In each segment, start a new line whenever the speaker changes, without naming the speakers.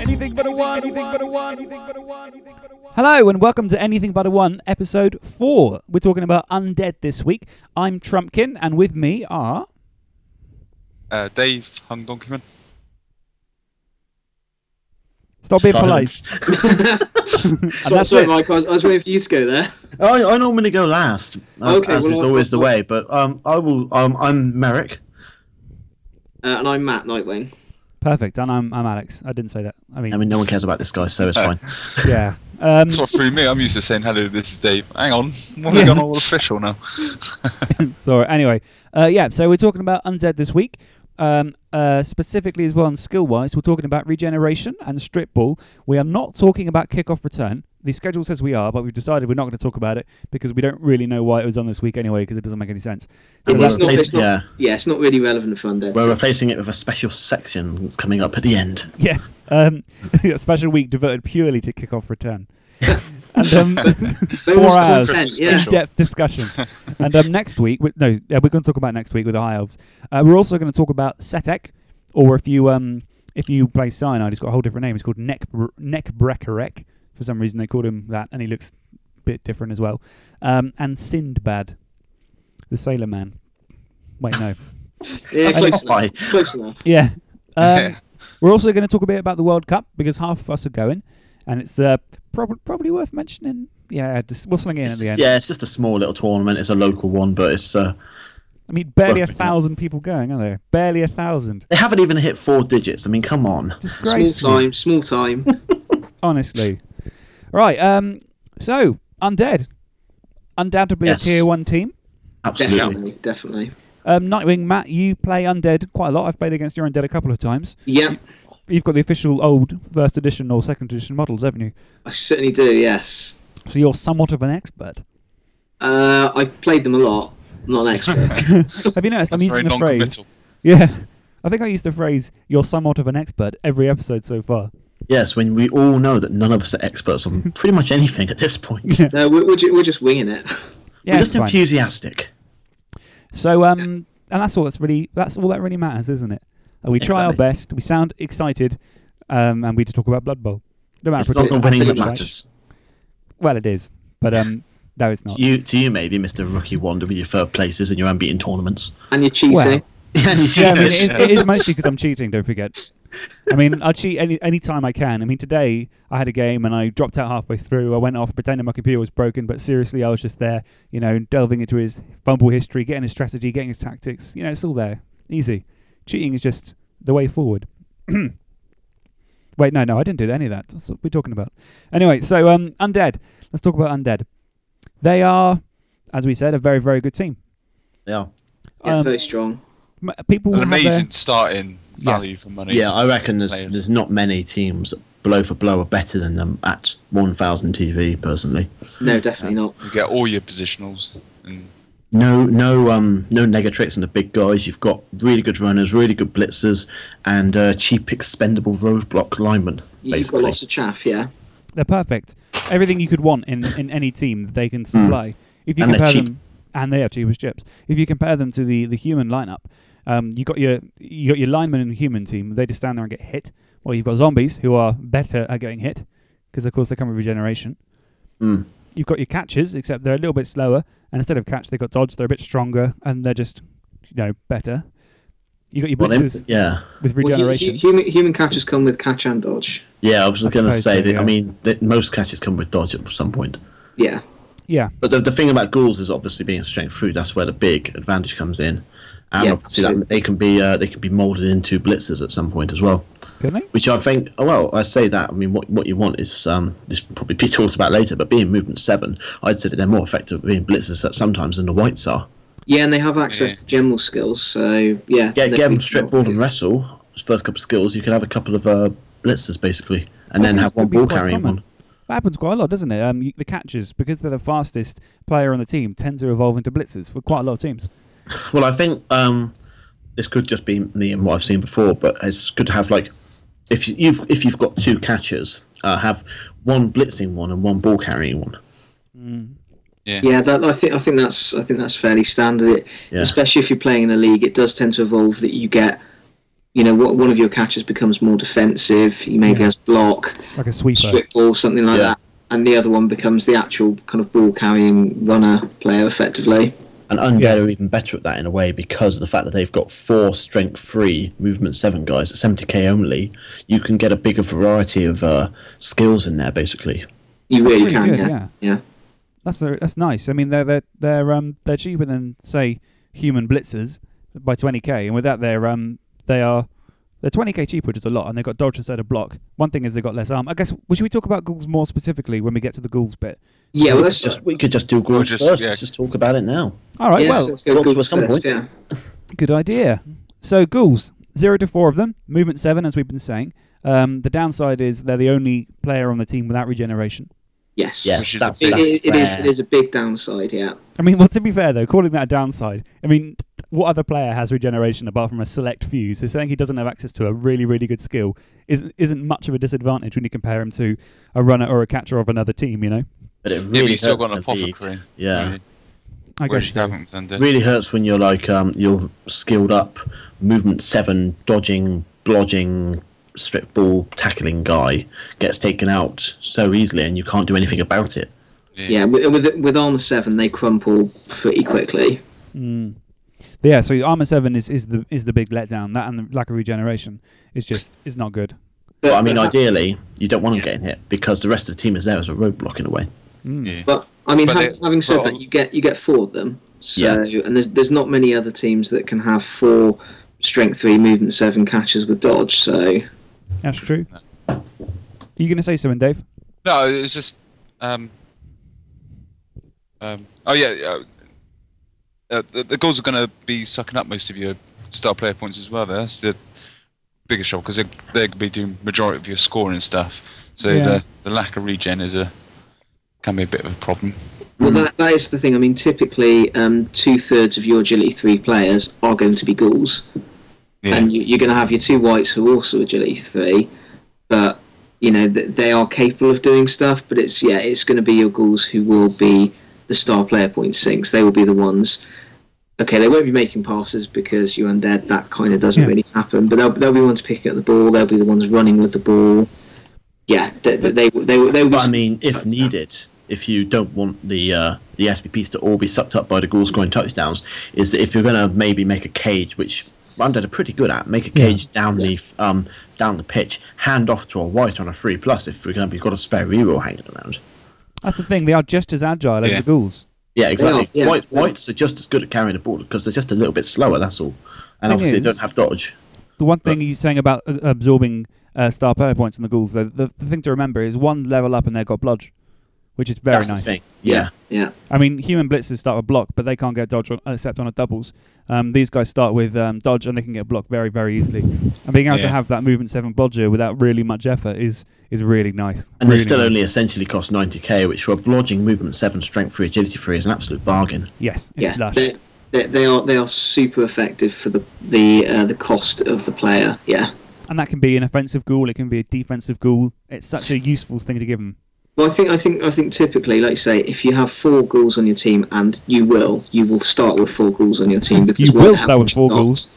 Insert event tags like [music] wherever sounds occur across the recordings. anything but a one. Anything but a one. Hello and welcome to Anything But a One, episode four. We're talking about undead this week. I'm Trumpkin, and with me are
Uh, Dave Hung Donkeyman.
stop being
Silence.
polite. And
so,
that's
sorry,
it.
Mike. I was, I was waiting for you to go there.
I, I normally go last, as,
Okay,
as
well,
is
I'll-
always the
I'll-
way. But um, I will. Um, I'm Merrick.
Uh, and I'm Matt Nightwing.
Perfect. And I'm I'm Alex. I didn't say that. I mean,
I mean, no one cares about this guy, so it's
[laughs]
fine.
[laughs] yeah. Um,
That's what threw me. I'm used to saying hello. This is Dave. Hang on, we're
Yeah. Um,
going all official [laughs] now.
Sorry. Anyway, uh, yeah. So we're talking about undead this week. Um, uh, specifically, as well, and skill wise, we're talking about regeneration and strip ball. We are not talking about kickoff return. The schedule says we are, but we've decided we're not going to talk about it because we don't really know why it was on this week anyway, because it doesn't make any sense.
So
It
we're
was not-
replac-
it's not-
yeah,
Yeah, it's not really relevant for Undead.
we're replacing it with a special section that's coming up at the end.
[laughs] Yeah. Um, a special week devoted purely to kickoff
[laughs]
return. and um, [laughs]
There
four
was
hours.
consent,
Christmas
yeah.
special.
in-depth discussion. and um, next week, we, no, yeah, we're going to talk about next week with the high elves. Uh, we're also going to talk about Setek, or if you um, if you play Cyanide, it's got a whole different name. It's called Neck Neckbrekerek. For some reason, they called him that, and he looks a bit different as well. Um, and Sindbad, the sailor man. Wait, no,
Yeah,
That's
close
like
enough. Close enough.
yeah.
Yeah.
Um, we're also going to talk a bit about the World Cup because half of us are going, and it's uh, prob- probably worth mentioning. Yeah, just, we'll sling it in at
It's
the
just-
end.
yeah, it's just a small little tournament. It's a local one, but it's uh,
I mean, barely a
Worth mentioning.
thousand people going, are there? Barely a thousand.
they haven't even hit four digits. I mean, come on.
Disgraceful,
Small
[laughs]
time, small time.
honestly. Right. Um. So, undead, undoubtedly
Yes.
a tier one team.
Absolutely.
definitely, definitely.
Um, Nightwing, Matt, you play undead quite a lot. I've played against your undead a couple of times.
Yep,
You've got the official old first edition or second edition models, haven't you?
I certainly do. Yes,
So you're somewhat of an expert.
uh, I played them a lot. I'm not
[laughs]
an expert.
Have you noticed? I'm
That's
using
very
the phrase.
non-committal.
[laughs] Yeah. I think I used the phrase "you're somewhat of an expert" every episode so far. [laughs]
Yes, when we all know that none of us are experts on pretty much anything at this
[laughs]
point.
Yeah.
no, we're, we're, ju- we're just winging it.
Yeah,
We're just
it's fine.
enthusiastic.
So um, and that's all that's really that's all that really matters, isn't it? Uh, we try our
Exactly.
best, we sound excited, um, and we just talk about Blood Bowl. No matter
It's not
particular-
the winning that
absolutely.
matters.
Well, it is, but um, no, it's not.
To you, to you maybe, Mr. Rookie Wonder, with your third places in your unbeaten tournaments.
And you're cheating.
Well. yeah,
yeah,
I mean, it is, it is mostly because I'm cheating. Don't forget. I mean, I cheat any any time I can. I mean, today I had a game and I dropped out halfway through. I went off pretending my computer was broken, but seriously, I was just there, you know, delving into his fumble history, getting his strategy, getting his tactics. You know, it's all there, easy. Cheating is just the way forward. [clears throat] Wait, no, no, I didn't do any of that. That's what we're talking about. Anyway, so um, undead. Let's talk about undead. They are, as we said, a very, very good team.
Yeah.
Yeah,
Um,
very strong.
M- People will
An
have their-
amazing starting
Yeah.
value for money.
Yeah, I reckon there's
Players.
there's not many teams that blow for blow are better than them at 1000 TV personally.
No, definitely not.
you get all your positionals. And
No no um no negatrix on the big guys. You've got really good runners, really good blitzers and uh, cheap expendable roadblock linemen
You- You've got
basically.
lots of chaff. Yeah.
They're perfect. Everything you could want in, in any team they can supply. If you
Hmm. And they're
compare
cheap.
them, and they are cheap as chips. If you compare them to the, the human lineup, um, you got your you got your lineman and human team. They just stand there and get hit. Well, you've got zombies who are better at getting hit because of course they come with regeneration.
Mm.
You've got your catchers, except they're a little bit slower. And instead of catch, they've got dodge. They're a bit stronger and they're just you know better. You got your
Well, them-
blitzers
yeah.
with
Well, hu- hu-
regeneration.
human, human catchers come with catch and dodge.
Yeah, I was
I
going to
suppose
say
so,
that
yeah.
I mean that most catches come with dodge at some point.
Yeah.
yeah,
But the, the thing about ghouls is obviously being strength through. That's where the big advantage comes in, and
Yeah,
obviously that,
absolutely.
they can be uh, they can be molded into blitzers at some point as well.
can they?
Which I think, oh, well, I say that. I mean, what what you want is um, this will probably be [laughs] talked about later. But being movement seven, I'd say that they're more effective at being blitzers that sometimes than the whites are.
Yeah, and they have access
Yeah.
to general skills, so yeah.
Get
they're
get them
pretty
strip
strong.
ball and wrestle. First couple of skills, you can have a couple of uh, blitzers basically, and
That
then
seems
have
to
one
be
ball
quite
carrying
common.
one.
That happens quite a lot, doesn't it? Um, you, the catchers, because they're the fastest player on the team, tend to evolve into blitzers for quite a lot of teams.
Well, I think um, this could just be me and what I've seen before, but it's good to have like if you- you've if you've got two catchers, uh, have one blitzing one and one ball carrying one.
Yeah, that, I think I think that's I think that's fairly standard. It,
Yeah.
Especially if you're playing in a league, it does tend to evolve that you get you know, what one of your catchers becomes more defensive. He maybe
Yeah.
has block,
like a sweeper.
strip ball, something like
Yeah.
that, and the other one becomes the actual kind of ball carrying runner player, effectively.
And Undead are even better at that in a way because of the fact that they've got four strength three, movement seven guys at 70k only. You can get a bigger variety of uh, skills in there, basically.
You really
really
can,
good,
yeah.
yeah.
yeah,
That's a, that's nice. I mean, they're they're they're um they're cheaper than say human blitzers by 20k, and with that they're um they are they're 20k cheaper, which is a lot, and they've got dodge instead of block. One thing is they've got less arm. I guess well, should we talk about ghouls more specifically when we get to the ghouls bit?
Yeah, well,
we,
let's
could just, we could just do
We'll
Gorge
just-
first.
yeah.
Let's just talk about it now.
All right,
yeah,
well,
so let's go
got to
Gould
at some point.
first, Yeah.
Good idea. So ghouls, zero to four of them, movement seven, as we've been saying. Um, the downside is they're the only player on the team without regeneration.
Yes.
Yeah,
Which is
that's,
a
It-
big-
that's
it- it is.
rare.
It is a big downside. Yeah.
I mean, [laughs] well, to be fair though, calling that a downside. I mean, what other player has regeneration apart from a select few? So saying he doesn't have access to a really, really good skill isn't isn't much of a disadvantage when you compare him to a runner or a catcher of another team. You know,
But it
yeah, but
really
you still
hurts
got an
to be-
apothecary.
Yeah.
really,
I
Whereas
guess.
you haven't done that.
really hurts when you're like um, you're skilled up, movement seven, dodging, blodging, strip ball, tackling guy gets taken out so easily, and you can't do anything about it.
Yeah. With with, with armor seven, they crumple pretty quickly.
Mm. Yeah, so armor seven is, is the is the big letdown. That and the lack of regeneration is just is not good.
But,
But I mean,
but,
ideally, you don't want them getting hit because the rest of the team is there as a roadblock in a way.
Hmm.
Yeah.
but I mean,
But
having,
it-
having said
but-
that, you get you get four of them. So
Yeah.
and there's there's not many other teams that can have four strength three movement seven catches with dodge. So
That's true. Are you going to say something, Dave?
No, it's just. Um, um, oh yeah, yeah. Uh, the, the goals are going to be sucking up most of your star player points as well. There, that's the biggest shock because they're, they're going to be doing majority of your scoring and stuff. So
Yeah.
the the lack of regen is a can be a bit of a problem.
well,
Hmm.
that, that is the thing. I mean, typically um, two thirds of your agility three players are going to be ghouls.
Yeah,
and you, you're going to have your two whites who are also agility three, but you know th- they are capable of doing stuff. But it's yeah, it's going to be your ghouls who will be the star player point sinks. They will be the ones. Okay, they won't be making passes because you're undead. That kind of doesn't
Yeah.
really happen. But they'll, they'll be the ones picking up the ball. They'll be the ones running with the ball. Yeah, they they they, they, will- they will.
But I mean, if needed, if you don't want the uh, the SPPs to all be sucked up by the goal scoring touchdowns, is that if you're going to maybe make a cage, which Undead are pretty good at, make a cage down the um, down the pitch, hand off to a white on a three plus if we're going to be got a spare reroll hanging around.
That's the thing. They are just as agile as
Yeah.
the ghouls.
Yeah, exactly.
yeah.
White, Whites are just as good at carrying the ball because they're just a little bit slower. That's all, and
Thing
obviously
is-
they don't have dodge.
The one thing you're saying about uh, absorbing uh, star player points in the ghouls, though, the, the thing to remember is one level up and they've got blodge, which is very
That's
nice.
the thing. Yeah.
yeah,
I mean, human blitzers start with block, but they can't get dodge on, except on a doubles. Um, these guys start with um, dodge and they can get blocked very, very easily. And being able to
Yeah.
have that movement seven blodger without really much effort is is really nice.
And
really
they still
nice.
only essentially cost 90k, which for a blodging movement 7, strength 3, agility 3 is an absolute bargain.
yes, it's
yeah.
lush.
They, they, they are they are super effective for the the uh, the cost of the player. Yeah.
And that can be an offensive ghoul, it can be a defensive ghoul. It's such a useful thing to give them.
Well, I think I think I think typically, like you say, if you have four ghouls on your team, and you will, you will start with four ghouls on your team because
You
why
will
the hell
start with
would
four
you not?
ghouls.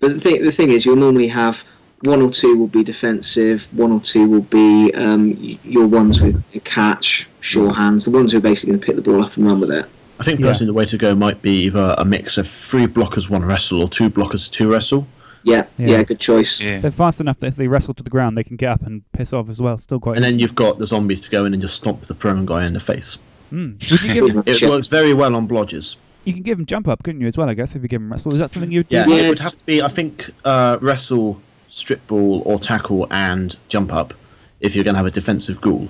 But the thing, the thing is, you'll normally have one or two will be defensive, one or two will be um, y- your ones with a catch, sure hands, the ones who are basically going to pick the ball up and run with it.
I think
Yeah.
personally the way to go might be either a mix of 3 blockers, 1 wrestle, or 2 blockers, 2 wrestle.
Yeah,
Yeah.
yeah, good choice.
yeah.
They're fast enough that if they wrestle to the ground, they can get up and piss off as well. Still quite.
And then
easy.
you've got the zombies to go in and just stomp the prone guy in the face.
Mm. Would you give
Pretty
'em-
much,
It
yeah.
works very well on blodgers.
you can give them jump up, couldn't you? As well, I guess if you give them wrestle, is that something you would do?
Yeah,
Yeah.
it would have to be, I think, uh, wrestle, strip ball, or tackle and jump up if you're going to have a defensive ghoul.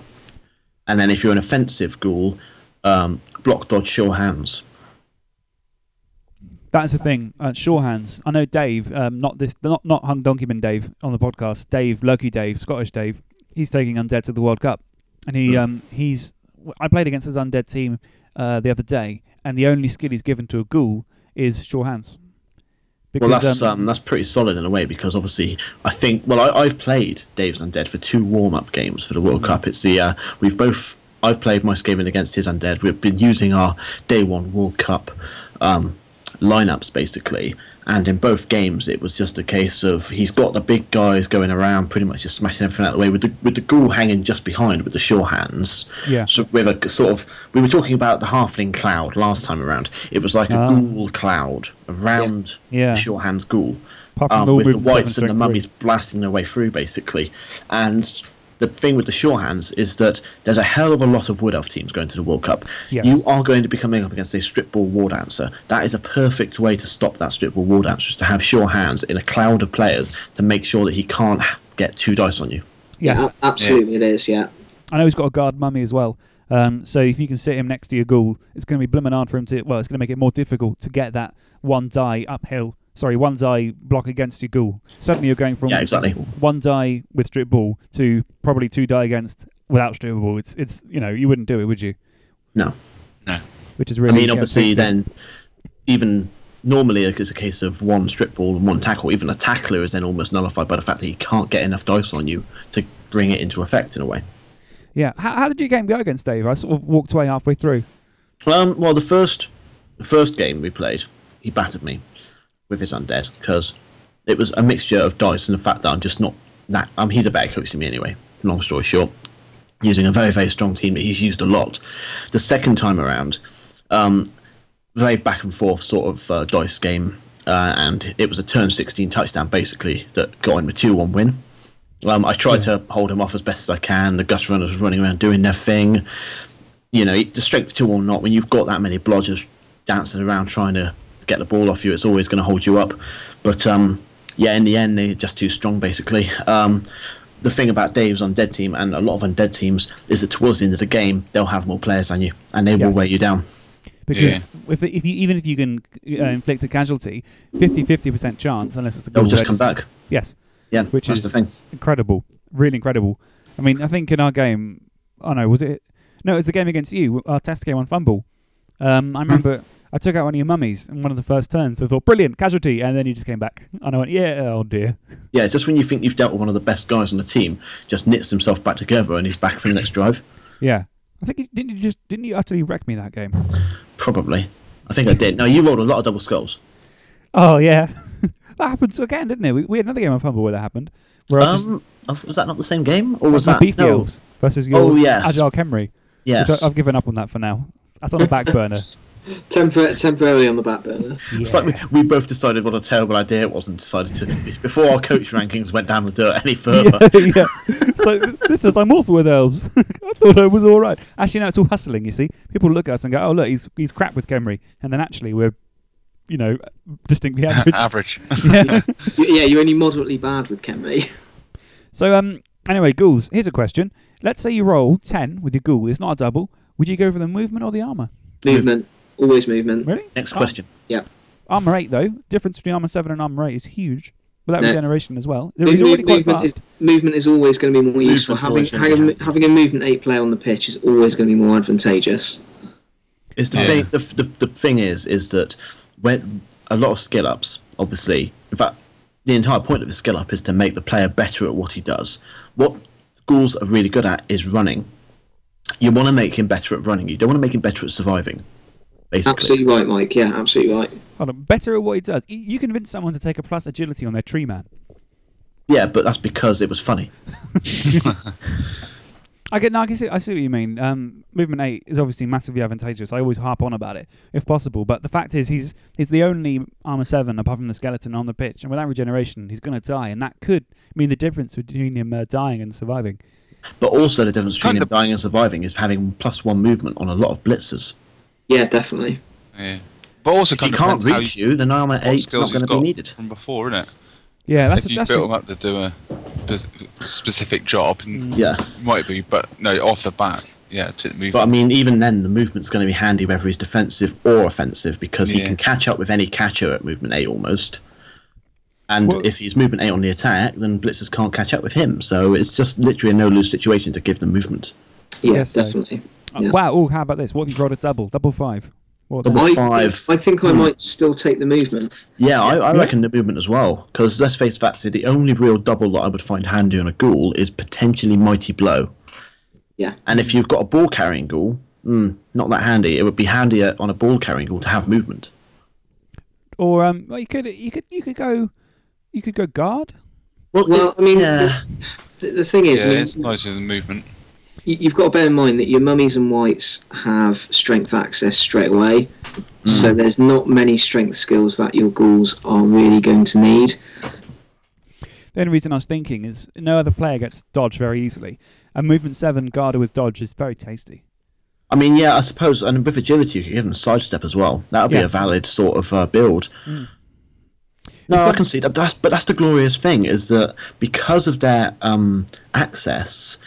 And then if you're an offensive ghoul, um, block, dodge, show hands.
That's the thing. Uh, sure hands. I know Dave. Um, not this. Not not hung donkeyman Dave on the podcast. Dave Loki Dave, Scottish Dave. He's taking undead to the World Cup, and
Mm.
he um he's. I played against his undead team uh, the other day, and the only skill he's given to a ghoul is sure hands.
Well, that's um, that's pretty solid in a way because obviously I think well I, I've played Dave's Undead for two warm up games for the World
Mm-hmm.
Cup. It's the uh, we've both I've played my scaling against his Undead. We've been using our day one World Cup um, lineups basically, And in both games, it was just a case of he's got the big guys going around, pretty much just smashing everything out of the way, with the with the ghoul hanging just behind with the sure hands.
Yeah.
So with a sort of, we were talking about the halfling cloud last time around. It was like a
Ah.
ghoul cloud around
Yeah.
the sure hands ghoul,
Apart from
um,
all
with the
movement
whites
seven
and the
strength
mummies blasting their way through basically. And the thing with the sure hands is that there's a hell of a lot of wood elf teams going to the World Cup.
Yes.
You are going to be coming up against a strip ball war dancer. That is a perfect way to stop that strip ball war dancer is to have sure hands in a cloud of players to make sure that he can't get two dice on you.
Yeah,
a- absolutely it is. Yeah,
I know he's got a guard mummy as well. Um, so if you can sit him next to your ghoul, it's going to be blooming hard for him to. Well, it's going to make it more difficult to get that one's eye uphill. Sorry, one's eye block against your ghoul. Suddenly you're going from
Yeah, exactly.
one die with strip ball to probably two die against without strip ball. It's it's you know you wouldn't do it, would you?
No.
Which is
I
really.
mean, obviously,
yeah,
then even normally it's a case of one strip ball and one tackle. Even a tackler is then almost nullified by the fact that he can't get enough dice on you to bring it into effect in a way.
Yeah. How, how did your game go against Dave? I sort of walked away halfway through.
Um, well, the first the first game we played, he battered me with his undead because it was a mixture of dice and the fact that I'm just not that. Um, he's a better coach than me anyway. Long story short, using a very very strong team that he's used a lot. The second time around, um, very back and forth sort of uh, dice game, uh, and it was a turn 16 touchdown basically that got him a 2 1 win. Um, I tried to hold him off as best as I can. The gutter runners were running around doing their thing. You know, the strength two or not, when you've got that many blodgers dancing around trying to get the ball off you, it's always going to hold you up. But um, yeah, in the end, they're just too strong, basically. Um, the thing about Dave's undead team and a lot of undead teams is that towards the end of the game, they'll have more players than you and they
Yes.
will wear you down.
Because
Yeah.
if, if you, even if you can uh, inflict a casualty, 50 50% chance, unless it's a
They'll
ghoul
just
that
come back.
Yes.
Yeah,
Which
that's
is
the thing.
incredible, really incredible. I mean, I think in our game, oh no, was it? No, it was the game against you, our test game on Fumble. Um, I [laughs] remember I took out one of your mummies in one of the first turns. I thought, brilliant, casualty, and then you just came back, and I went, yeah, oh dear.
Yeah, it's just when you think you've dealt with one of the best guys on the team, just knits himself back together and he's back for the next drive.
Yeah, I think you, didn't you just didn't you utterly wreck me that game?
Probably. I think I did. Now, you rolled a lot of double skulls.
Oh yeah, [laughs] that happened again, didn't it? We, we had another game on Fumble where that happened. Where I was just
Um, of- was that not the same game? Or was
my
that.
beefy
no.
elves versus your
Oh, yes.
agile Kemri.
Yes.
Which I, I've given up on that for now. That's on the
[laughs]
back burner.
Tempor- temporarily on the back
[laughs]
burner.
It's like we, we both decided what a terrible idea it was and decided to. Before our coach rankings went down the dirt any further.
[laughs] yeah. So this is I'm awful with elves. [laughs] I thought I was all right. Actually, no, it's all hustling. You see, people look at us and go, "Oh, look, he's he's crap with Kemri," and then actually we're, you know, distinctly
[laughs]
average.
Average.
yeah.
You- yeah, you're only moderately bad with Kenry.
So um, anyway, ghouls. Here's a question. Let's say you roll ten with your ghoul. It's not a double. Would you go for the movement or the armor?
Movement, always movement.
Really?
Next
Oh,
question.
Yeah.
Armor eight though. Difference between armor seven and armor eight is huge. Without
No.
regeneration as well.
Move-
He's already
move-
quite
movement, is,
fast.
movement is always going to be more useful.
Movement's
Having
always gonna
having,
be
having a movement eight player on the pitch is always going to be more advantageous.
It's the,
Yeah.
thing, the, the, the thing is, is that when a lot of skill ups, obviously, in fact, the entire point of the skill up is to make the player better at what he does. What schools are really good at is running. You want to make him better at running. You don't want to make him better at surviving, basically.
Absolutely right, Mike. Yeah, absolutely right.
Hold on. Better at what he does. Y- You convince someone to take a plus agility on their tree man.
Yeah, but that's because it was funny.
I get. No, I, can see, I see what you mean. Um, movement eight is obviously massively advantageous. I always harp on about it, if possible. But the fact is, he's he's the only armor seven apart from the skeleton on the pitch, and without regeneration, he's going to die, and that could mean the difference between him uh, dying and surviving.
But also, the difference between
Kind
him
of-
dying and surviving is having plus one movement on a lot of blitzers.
Yeah, definitely.
[laughs] yeah. But also,
If he
kind of
can't
depends how
reach you, then armor
what
eight's
skills
not
he's
going to
got
be needed.
from before, isn't it?
Yeah,
[laughs]
that's
if
a,
you
that's
built
a,
him up to do a spec- specific job, and
Yeah.
might be, but no, off the bat, yeah, to the move.
But I mean, even then, the movement's going to be handy whether he's defensive or offensive because he
Yeah.
can catch up with any catcher at movement eight almost. And
Well-
if he's movement eight on the attack, then blitzers can't catch up with him. So it's just literally a no lose situation to give them movement.
Yeah,
Yes, so.
definitely.
uh,
Yeah.
wow. Oh, how about this? What if you rolled a double, double five? What
Double-
the-
I,
five. Hmm.
I think I might still take the movement.
Yeah, I, I reckon the movement as well. Because let's face facts, the only real double that I would find handy on a ghoul is potentially mighty blow.
Yeah,
And if you've got a ball carrying hmm, ghoul, mm, not that handy. It would be handier on a ball carrying ghoul to have movement.
or um, well, you could you could you could go you could go guard.
Well, I mean,
yeah.
The, the thing is,
Yeah,
I mean,
it's nicer than movement.
you- you've got to bear in mind that your mummies and whites have strength access straight away,
Hmm.
so there's not many strength skills that your ghouls are really going to need.
The only reason I was thinking is no other player gets dodge very easily, and movement seven guarded with dodge is very tasty.
I mean, yeah, I suppose, and with agility, you could give them sidestep as well. That would
Yeah.
be a valid sort of uh, build. No,
It's
I
like-
can see that. That's, but that's the glorious thing is that because of their um, access,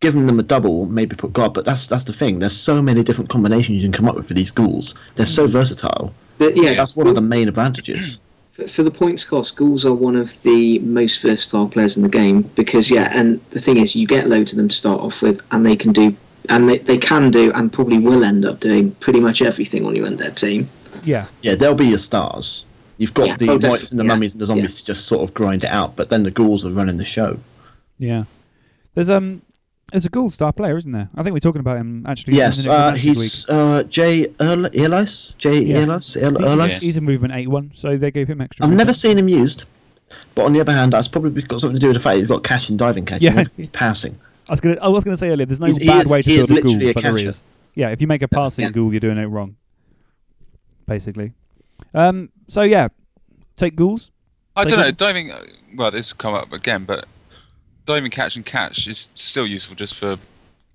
giving them a double, maybe put God. But that's that's the thing. There's so many different combinations you can come up with for these ghouls. They're so versatile.
But yeah,
That's one of the main advantages.
For, for the points cost, ghouls are one of the most versatile players in the game because yeah, and the thing is, you get loads of them to start off with, and they can do, and they, they can do, and probably will end up doing pretty much everything on your undead team.
yeah,
Yeah, they'll be your stars. You've got
Yeah,
the
oh,
whites and the
definitely, yeah,
mummies and the zombies
yeah.
to just sort of grind it out, but then the ghouls are running the show.
yeah. There's um there's a gold star player, isn't there? I think we're talking about him actually.
Yes,
in the
uh,
next week.
he's uh, Jay Erl- Earlice. Jay
Yeah.
Earlice. Earl-
I think
Earlice?
he's, he's a movement eight one, so they gave him extra.
I've
movement.
never seen him used, but on the other hand, that's probably got something to do with the fact he's got catch and diving catch.
Yeah.
Yeah. [laughs] passing.
I was gonna I was gonna say earlier. There's no
He's- he
bad
is-
way to
he
build
is
a ghoul,
literally a
but there
catcher.
is. Yeah, if you make a passing
yeah.
ghoul, you're doing it wrong. Basically. Um. So yeah, take ghouls.
I
Like
don't know.
that?
Diving. uh, Well, this will come up again, but diving catch and catch is still useful just for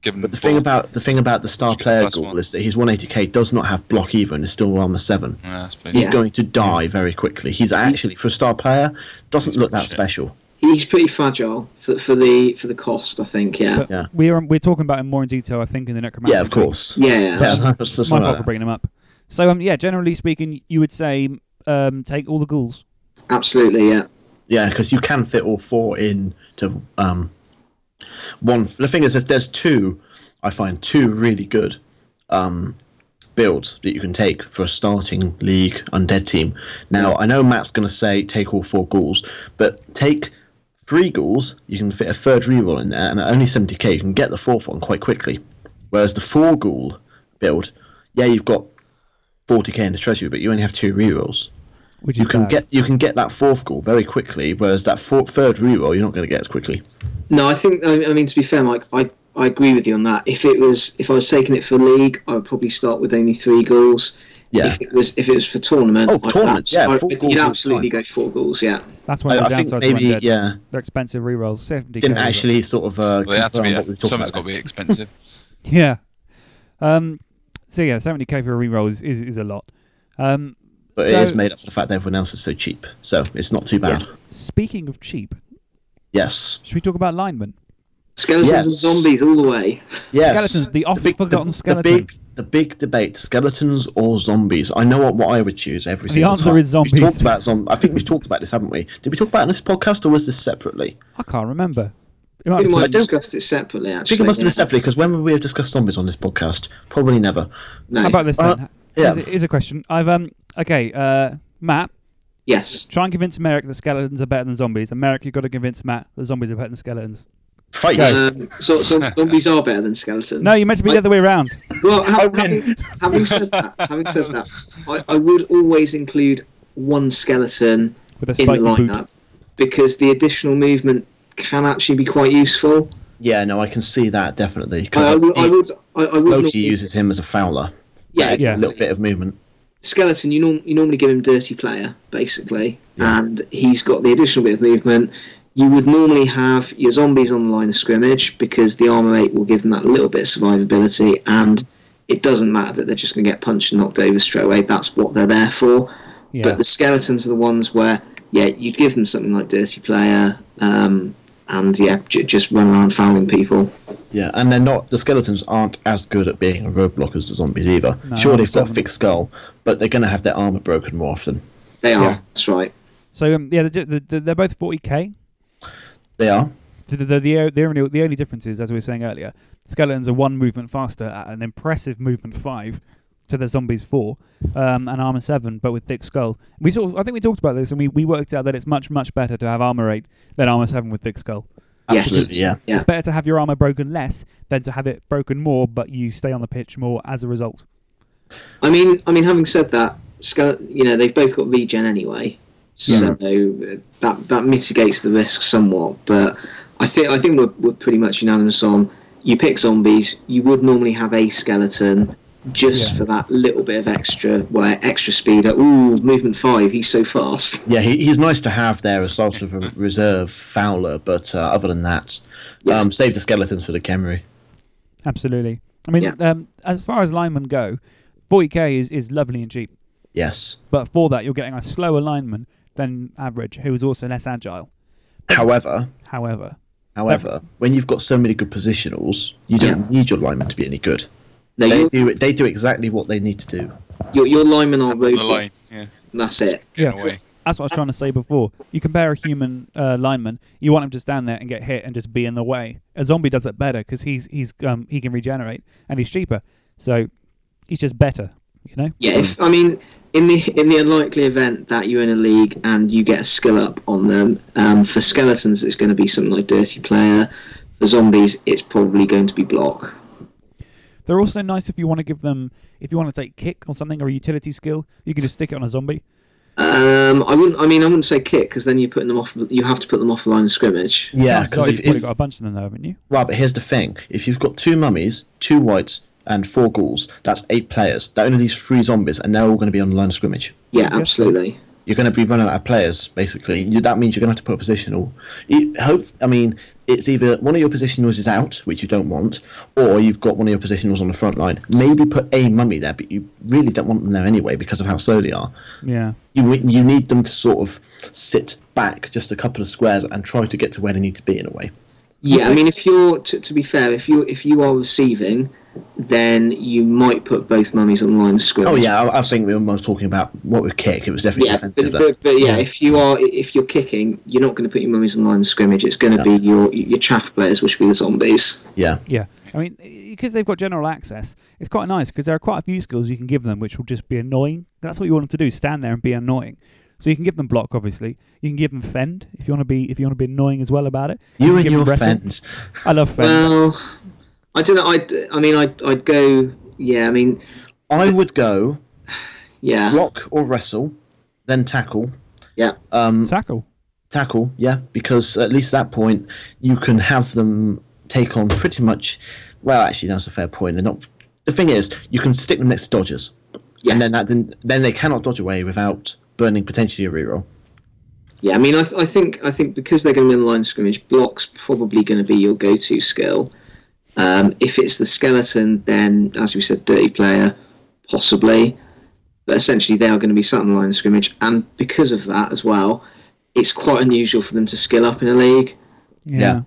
giving.
But the thing
ball.
about the thing about the star
Should get
player
plus
goal
one.
is that his 180k does not have block either, and is still armor seven.
Yeah, that's pretty-
He's
Yeah.
going to die very quickly. He's actually for a star player doesn't
He's
look that
shit.
special.
He's pretty fragile for, for the for the cost, I think. Yeah,
But
Yeah.
we're we're talking about him more in detail. I think in the necromancer.
Yeah, of course.
yeah, yeah.
Yeah, [laughs] that's- that's
My fault
not like
for
that.
bringing him up. So um yeah, generally speaking, you would say um take all the ghouls.
absolutely. Yeah,
Yeah, because you can fit all four in to um, one. The thing is, there's, there's two. I find two really good um, builds that you can take for a starting league undead team. Now, I know Matt's going to say take all four ghouls, but take three ghouls. You can fit a third reroll in there, and at only 70k, you can get the fourth one quite quickly. Whereas the four ghoul build, yeah, you've got 40k in the treasury, but you only have two rerolls
Which
you
is
can
bad.
get you can get that fourth goal very quickly, whereas that four, third reroll you're not going to get as quickly.
no, I think I, I mean to be fair, Mike, I I agree with you on that. If it was if I was taking it for league, I would probably start with only three goals.
Yeah.
If it was if it was for tournament,
Oh,
I'd
tournaments,
abs-
yeah,
I'd-
four
you'd
goals all the
absolutely
time.
go four goals. Yeah.
That's one
I,
of the
I think
downsides to
maybe
undead.
yeah
They're expensive rerolls. 70
didn't actually sort of uh,
Well, they have to
confirm what
be.
we've talked
Something's
about.
got to be
[laughs]
expensive.
[laughs] Yeah. Um. So yeah, 70k for a reroll is is, is a lot. Um.
but
so-
it is made up for the fact that everyone else is so cheap, so it's not too bad.
Speaking of cheap,
Yes,
should we talk about linemen?
Skeletons and
Yes.
zombies all the way.
yes.
Skeletons, the oft forgotten skeleton.
The big, the big debate: skeletons or zombies. I know what, what I would choose every single
answer
time.
is zombies.
We've talked about zom- I think we've talked about this, haven't we? Did we talk about it in this podcast or was this separately?
I can't remember. It might
We
be-
might have
don't-
discussed it separately.
I
Actually,
think it must have
yeah.
been separately because when would we have discussed zombies on this podcast? Probably never.
No.
How about this then?
Uh, yeah.
Here's a, here's a question. I've um. Okay. Uh. Matt, [laughs]
Yes.
try and convince Merrick that skeletons are better than zombies. And Merrick, you've got to convince Matt that zombies are better than skeletons.
Fight.
Um,
[laughs]
so, so zombies are better than skeletons.
No, you meant to be the other way around.
Well, ha-
I win.
having, having said that,
[laughs]
having said that, I, I would always include one skeleton
With a
in the
spiky boot.
lineup because the additional movement can actually be quite useful.
Yeah, no, I can see that definitely. 'cause
I, I would, I
if
would, I, I would not-
Loki uses him as a fowler.
yeah,
It's
Yeah.
a little bit of movement.
skeleton, you, norm- you normally give him dirty player, basically, and he's got the additional bit of movement. You would normally have your zombies on the line of scrimmage because the armor eight will give them that little bit of survivability, and it doesn't matter that they're just going to get punched and knocked over straight away. That's what they're there for.
Yeah.
But the skeletons are the ones where, yeah, you'd give them something like dirty player, um, and yeah, j- just run around fouling people.
Yeah, and they're not. The skeletons aren't as good at being a roadblock as the zombies either.
No,
sure, they've got a
seven.
thick skull, but they're going to have their armor broken more often.
They are.
Yeah.
That's right.
So um, yeah, they're, ju- they're, they're both 40k.
They are.
The, the, the, the, the, only, the only difference is, as we were saying earlier, skeletons are one movement faster at an impressive movement five to the zombies four, um, and armor seven, but with thick skull. We sort of, I think we talked about this, and we, we worked out that it's much much better to have armor eight than armor seven with thick skull.
Yes.
Absolutely, yeah.
Yeah.
It's better to have your armor broken less than to have it broken more, but you stay on the pitch more as a result.
I mean, I mean, having said that, Scal- you know, they've both got regen anyway, so uh that that mitigates the risk somewhat. But I think I think we're, we're pretty much unanimous on you pick zombies. You would normally have a skeleton just
Yeah.
for that little bit of extra, well, extra speed. Like, Ooh, movement five. He's so fast.
Yeah, he, he's nice to have there as sort of a reserve Fowler, but uh, other than that, um, save the skeletons for the Kemri.
Absolutely. I mean,
Yeah.
um, as far as linemen go, 40k is, is lovely and cheap.
Yes.
But for that, you're getting a slower lineman than average, who is also less agile.
However,
However,
however, when you've got so many good positionals, you don't need your linemen to be any good.
No,
They
your,
do they do exactly what they need to do.
your, your linemen are
On the line,
robots.
yeah,
That's it.
in a
Yeah.
way.
that's what I was trying to say before. You compare a human uh, lineman, you want him to stand there and get hit and just be in the way. A zombie does it better because he's he's um, he can regenerate and he's cheaper, so he's just better. You know,
Yeah, if
Mm.
I mean, in the in the unlikely event that you're in a league and you get a skill up on them, um, for skeletons it's going to be something like dirty player. For zombies, it's probably going to be block.
they're also nice if you want to give them if you want to take kick or something or a utility skill, you can just stick it on a zombie.
Um, I wouldn't. I mean, I wouldn't say kick because then you're putting them off. The, you have to put them off the line of scrimmage.
Yeah,
Chances are
because
you've
if,
probably
if
got a bunch of them, though, haven't you?
well, but here's the thing: if you've got two mummies, two whites, and four ghouls, that's eight players. That only leaves three zombies, and they're all going to be on the line of scrimmage.
Yeah, absolutely.
you're going to be running out of players basically. You, that means you're going to have to put a positional. You hope, I mean, it's either one of your positionals is out, which you don't want, or you've got one of your positionals on the front line. Maybe put a mummy there, but you really don't want them there anyway because of how slow they are.
Yeah.
You you need them to sort of sit back just a couple of squares and try to get to where they need to be in a way.
Yeah, I mean, if you're to, to be fair, if you if you are receiving, then you might put both mummies on the line of scrimmage.
Oh yeah, I, I think we were almost talking about what would kick. It was definitely
Yeah,
defensive.
but,
there.
but, but yeah, if you are if you're kicking, you're not going to put your mummies on the line of scrimmage. It's going to be your your chaff players, which will be the zombies.
yeah.
Yeah, I mean, because they've got general access, it's quite nice because there are quite a few skills you can give them which will just be annoying. That's what you want them to do: stand there and be annoying. So you can give them block, obviously. You can give them fend if you want to be if you want to be annoying as well about it.
You,
can
and
give them
your
wrestle.
friends.
I love fend.
Um,
Well, I don't know. I I mean, I'd I'd go. Yeah, I mean,
I would go
yeah,
block or wrestle, then tackle,
yeah,
Um,
Tackle.
tackle, yeah, because at least at that point you can have them take on pretty much. Well, actually, that's a fair point. They're not. The thing is, you can stick them next to dodgers, and then
yes.
that then, then they cannot dodge away without burning potentially a reroll.
yeah. I mean, I, th- I think I think because they're going to be on the line of scrimmage, blocks probably going to be your go-to skill. Um, if it's the skeleton, then as we said, dirty player, possibly. But essentially, they are going to be sat on the line of scrimmage, and because of that as well, it's quite unusual for them to skill up in a league.
Yeah.
yeah.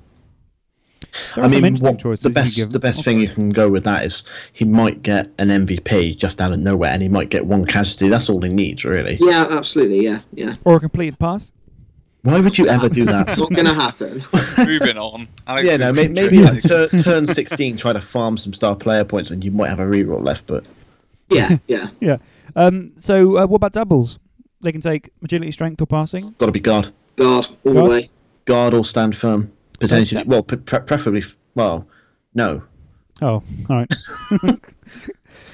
There are some
I mean,
interesting
what,
choices
the
you can
best
give
the
them.
best thing you can go with that is he might get an MVP just out of nowhere, and he might get one casualty. That's all he needs, really.
Yeah, absolutely. Yeah, yeah.
or a completed pass.
Why would you ever do that?
It's not going
[laughs]
to happen.
Moving on.
[laughs]
Alex
yeah,
is
no, may- maybe
contributing.
at tur- turn sixteen, try to farm some star player points, and you might have a reroll left. But
Yeah, yeah.
Yeah. Um. So uh, what about doubles? They can take agility, strength, or passing.
got to be guard.
God, all the
God.
way.
guard or stand firm potentially. Well, pre- pre- preferably. f- Well, no.
Oh, all right. [laughs]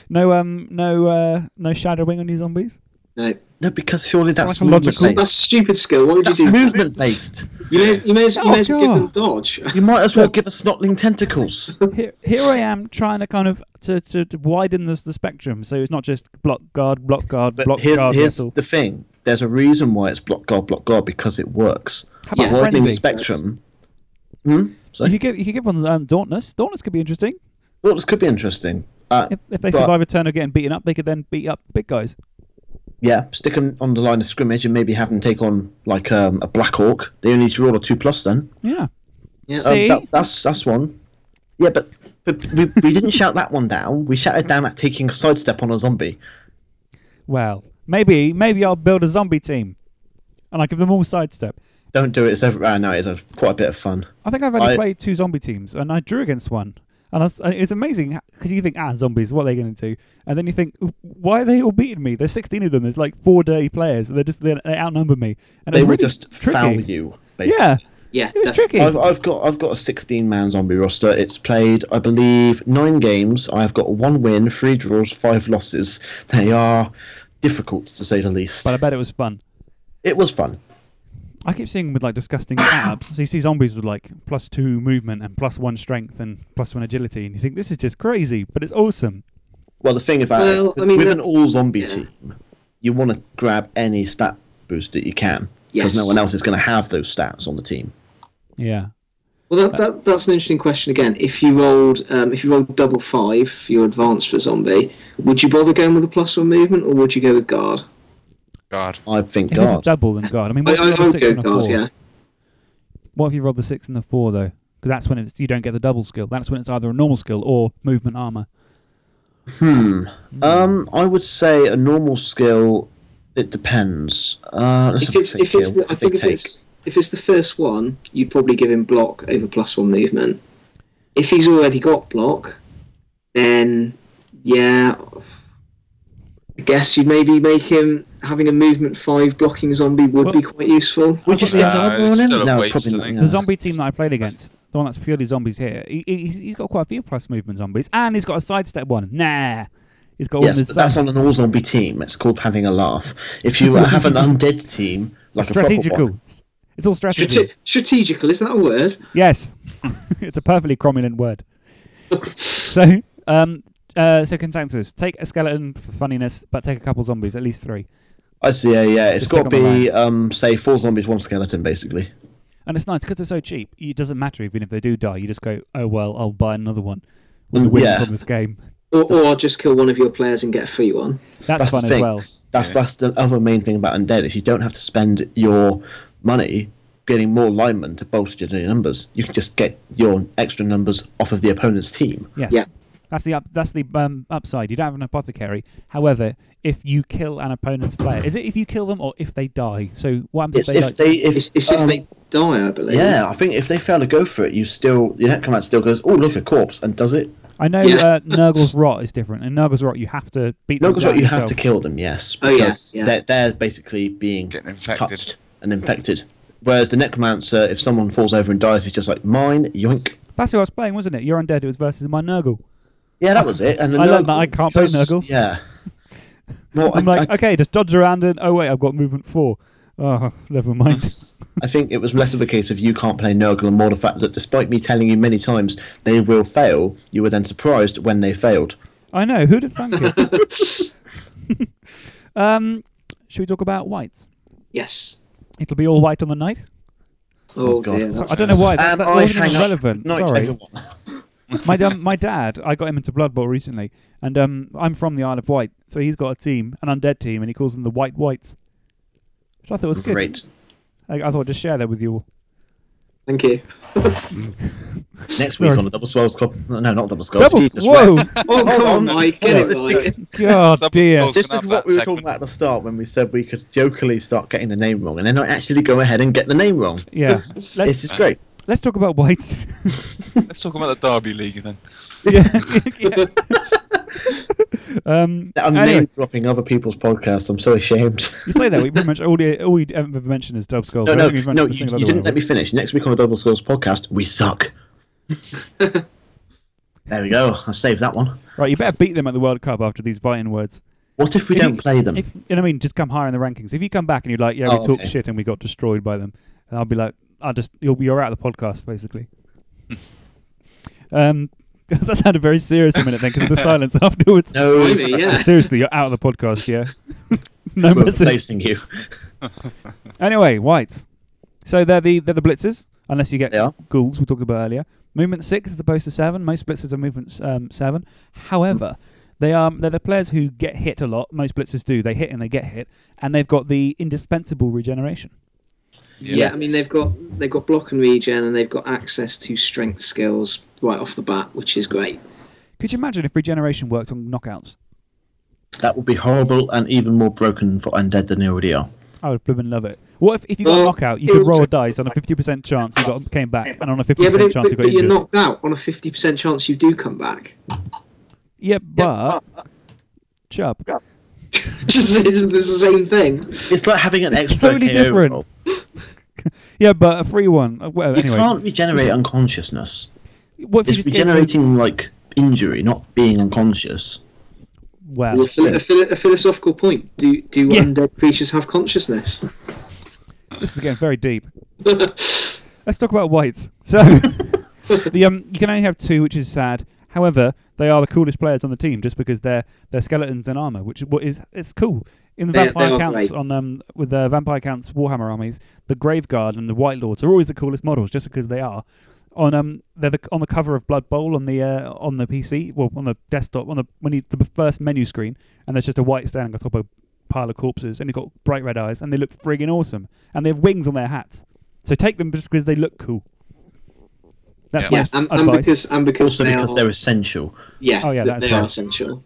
no. Um. No. Uh. No shadow wing on these zombies.
No,
No, because surely
like
that's
a logical-
movement based.
that's a stupid skill. Why would you
That's
do that?
movement based.
You may, as- you may as, you
Oh,
may as well give
God.
them dodge. [laughs]
You might as well give us snotling tentacles.
here, here I am trying to kind of to, to, to widen this, the spectrum, so it's not just block guard, block guard,
But
block
here's,
guard.
here's
whistle.
the thing. There's a reason why it's block guard, block guard because it works.
How about
Yeah.
Widening the
frenzy?
spectrum. Hmm. So
You could give you could give one um, dauntless. Dauntless could be interesting.
well, this could be interesting. Uh,
If, if they
But-
survive a turn of getting beaten up, they could then beat up the big guys.
yeah, stick 'em on the line of scrimmage and maybe have them take on like um, a black hawk. They only need to roll a two plus then.
Yeah.
Yeah.
See,
Um, that's that's that's one. Yeah, but, but we, we didn't [laughs] shout that one down. We shouted down at taking a sidestep on a zombie.
well, maybe maybe I'll build a zombie team, and I give them all sidestep.
Don't do it. It's over. I know it's a, quite a bit of fun.
I think I've only
I-
played two zombie teams, and I drew against one. And I was- and it's amazing because you think, ah, zombies, what are they going to do? And then you think, why are they all beating me? There's 16 of them. There's like four dirty players. They're just they they outnumber me. And
They
it's
will
really
just
tricky.
foul you. Basically.
Yeah,
yeah.
it was tricky.
definitely.
I've, I've got I've got a 16 man zombie roster. It's played, I believe, nine games. I've got one win, three draws, five losses. They are difficult to say the least.
But uh, I bet it was fun.
It was fun.
I keep seeing with like
[coughs]
disgusting apps. So you see zombies with like plus two movement and plus one strength and plus one agility, and you think this is just crazy, but it's awesome.
Well, the thing about
Well,
it,
I mean,
with
that-
an all zombie
yeah.
team, you want to grab any stat boost that you can because
Yes.
no one else is going to have those stats on the team.
Yeah.
Well, that, that, that's an interesting question again. If you rolled, um, if you rolled double five for your advance for zombie, would you bother going with a plus one movement, or would you go with guard?
God.
I think
If it's a
God.
double, then God. I mean,
I,
what if you
I,
roll
I
the
would
six
go
and a
guard.
four?
Yeah.
What if you roll the six and the four though? Because that's when it's, you don't get the double skill. That's when it's either a normal skill or movement armor.
Um, I would say a normal skill. It depends. Uh, let's
If
have a
it's
think
if it's
here.
the, I
What did
think if
they take?
it's if it's the first one, you'd probably give him block over plus one movement. If he's already got block, then yeah, I guess you maybe make him having a movement five blocking zombie would be quite useful.
We just
Uh,
get guard
it's
on him.
still a
No,
waste,
probably
I
not.
think.
yeah.
The zombie team that I played against, the one that's purely zombies here, he, he- he's, he's got quite a few plus movement zombies, and he's got a sidestep one. Nah, he's got all
Yes,
this.
but that's on an all zombie team. It's called having a laugh. If you
[laughs]
uh, have an undead team, like a proper one,
strategical. It's all strategy.
Strate- strategical is that a word?
Yes, [laughs] it's a perfectly cromulent word. so, um, uh, so consensus: take a skeleton for funniness, but take a couple zombies, at least three.
I see. Yeah, yeah. It's
Just
got to
stick on the
be um, say four zombies, one skeleton, basically.
And it's nice because they're so cheap. It doesn't matter even if they do die. You just go, oh well, I'll buy another one with the
Mm,
wins
yeah.
from this game.
Or, or just kill one of your players and get a free one.
That's,
That's the
fun as
thing.
well.
That's
Yeah.
that's the other main thing about undead is you don't have to spend your money getting more linemen to bolster your numbers. You can just get your extra numbers off of the opponent's team.
Yes.
Yeah.
That's the up, that's the um, upside. You don't have an apothecary. However, if you kill an opponent's player, is it if you kill them or if they die? So what happens
It's
if they,
if
like,
they if,
It's, it's
um,
if they die, I believe.
yeah, I think if they fail to go for it, you still your net command still goes, oh look a corpse and does it.
I know
Yeah.
uh, Nurgle's rot is different. In Nurgle's rot, you have to beat.
No,
them
because
down
what you have
yourself.
to kill them, yes,
Oh, yeah,
because
yeah.
They're, they're basically being
Getting infected.
touched and infected. Whereas the necromancer, if someone falls over and dies, he's just like mine, yoink.
That's who I was playing, wasn't it? You're undead. It was versus my Nurgle.
Yeah, that was it. And the
I learned
Nurgle-
that I can't play
because-
Nurgle. [laughs]
Yeah. Well, I,
I'm like,
I-
okay, just dodge around and oh wait, I've got movement four. Oh, [laughs] never mind.
I think it was less of a case of you can't play Nurgle and more the fact that despite me telling you many times they will fail, you were then surprised when they failed.
I know. Who'd have thunk it? um, should we talk about whites?
Yes.
It'll be all white on the night.
Oh,
Oh, God.
dear.
So
that's-
I don't know why. That,
And
that
I
wasn't
hang
even
up.
relevant.
Night,
Sorry.
everyone.
my dad, my dad, I got him into Blood Bowl recently, and um, I'm from the Isle of Wight, so he's got a team, an undead team, and he calls them the White Whites, which I thought was good.
Great.
I, I thought I'd just share that with you all.
Thank you.
Next week
Sorry.
on the Double Swells Club. No, not Double Swells.
Double,
Jesus,
whoa,
right.
Oh, come
on,
on, Mike. Get
hold
it,
on,
Mike.
[laughs] God
Double
dear.
skulls.
This
Open up
is what
that
we were
segment.
talking about at the start when we said we could jokingly start getting the name wrong and then I actually go ahead and get the name wrong.
Yeah,
This
let's
is great.
let's talk about
[laughs]
whites. [laughs]
Let's talk about the Derby League then.
yeah. [laughs] yeah. um,
I'm
anyway.
name dropping other people's podcasts. I'm so ashamed.
You say that we pretty much all the all we ever mentioned is Dub Skulls.
No,
I
no,
don't think we've
no,
mentioned a
you,
single
you
other
didn't
one.
let me finish. Next week on the Double Scores podcast,
[laughs]
we suck. there we go. I saved that one.
Right, you better beat them at the World Cup after these biting words.
What if we
If you-
don't play them?
If, you know what I mean, just come higher in the rankings. If you come back and you're like, yeah, we
Oh,
talked
okay.
shit and we got destroyed by them, and I'll be like, I just you'll, you're out of the podcast basically. um, [laughs] that sounded very serious for a minute then
[laughs]
because of the silence [laughs] afterwards.
no,
Blimey,
[laughs]
yeah.
Seriously, you're out of the podcast.
[laughs]
Yeah, no
we're
message.
replacing you.
Anyway, whites. So they're the they're the blitzers, unless you get
They are.
ghouls we talked about earlier. Movement six as opposed to seven. Most blitzers are movement um, seven. However, they are they're the players who get hit a lot. Most blitzers do. They hit and they get hit, and they've got the indispensable regeneration.
[laughs] Yeah, I mean they've got they've got block and regen, and they've got access to strength skills right off the bat, which is great.
Could you imagine if regeneration worked on knockouts?
That would be horrible and even more broken for undead than they already are.
I would blooming love it. What if, if you got a
Well,
knockout, you
it
could
would-
roll a dice on a fifty percent chance you got came back, and on a fifty
Yeah, but,
percent
it,
chance
but,
you got
but you're
injured.
knocked out on a fifty percent chance you do come back. [laughs]
yeah, but chub.
It's- it's the same thing.
It's like having an
It's
expert
totally
KO
different.
roll.
[laughs] Yeah, but a free one. Uh, well,
You
anyway,
can't regenerate unconsciousness.
what if you
It's
just gave them-
regenerating like injury, not being unconscious. [laughs]
well.
It's a, philo- a, philo- a philosophical point. Do do
Yeah.
undead creatures have consciousness? [laughs]
This is getting very deep. Let's talk about whites. So
[laughs]
the um, you can only have two, which is sad. However, they are the coolest players on the team just because they're they're skeletons and armor, which is what is it's cool. In the
They-
vampire
they are
counts
great.
on um with the vampire counts Warhammer armies, the Grave Guard and the White Lords are always the coolest models just because they are. On um they're the, on the cover of Blood Bowl on the uh, on the PC, well on the desktop on the when you the first menu screen, and there's just a white standing on top of a pile of corpses, and they've got bright red eyes, and they look friggin' awesome, and they have wings on their hats. So take them just because they look cool. That's
yeah,
my
and,
advice.
and because and because
Also
they
because
are,
they're essential.
yeah,
Oh, yeah,
th-
that's
they are
right.
essential.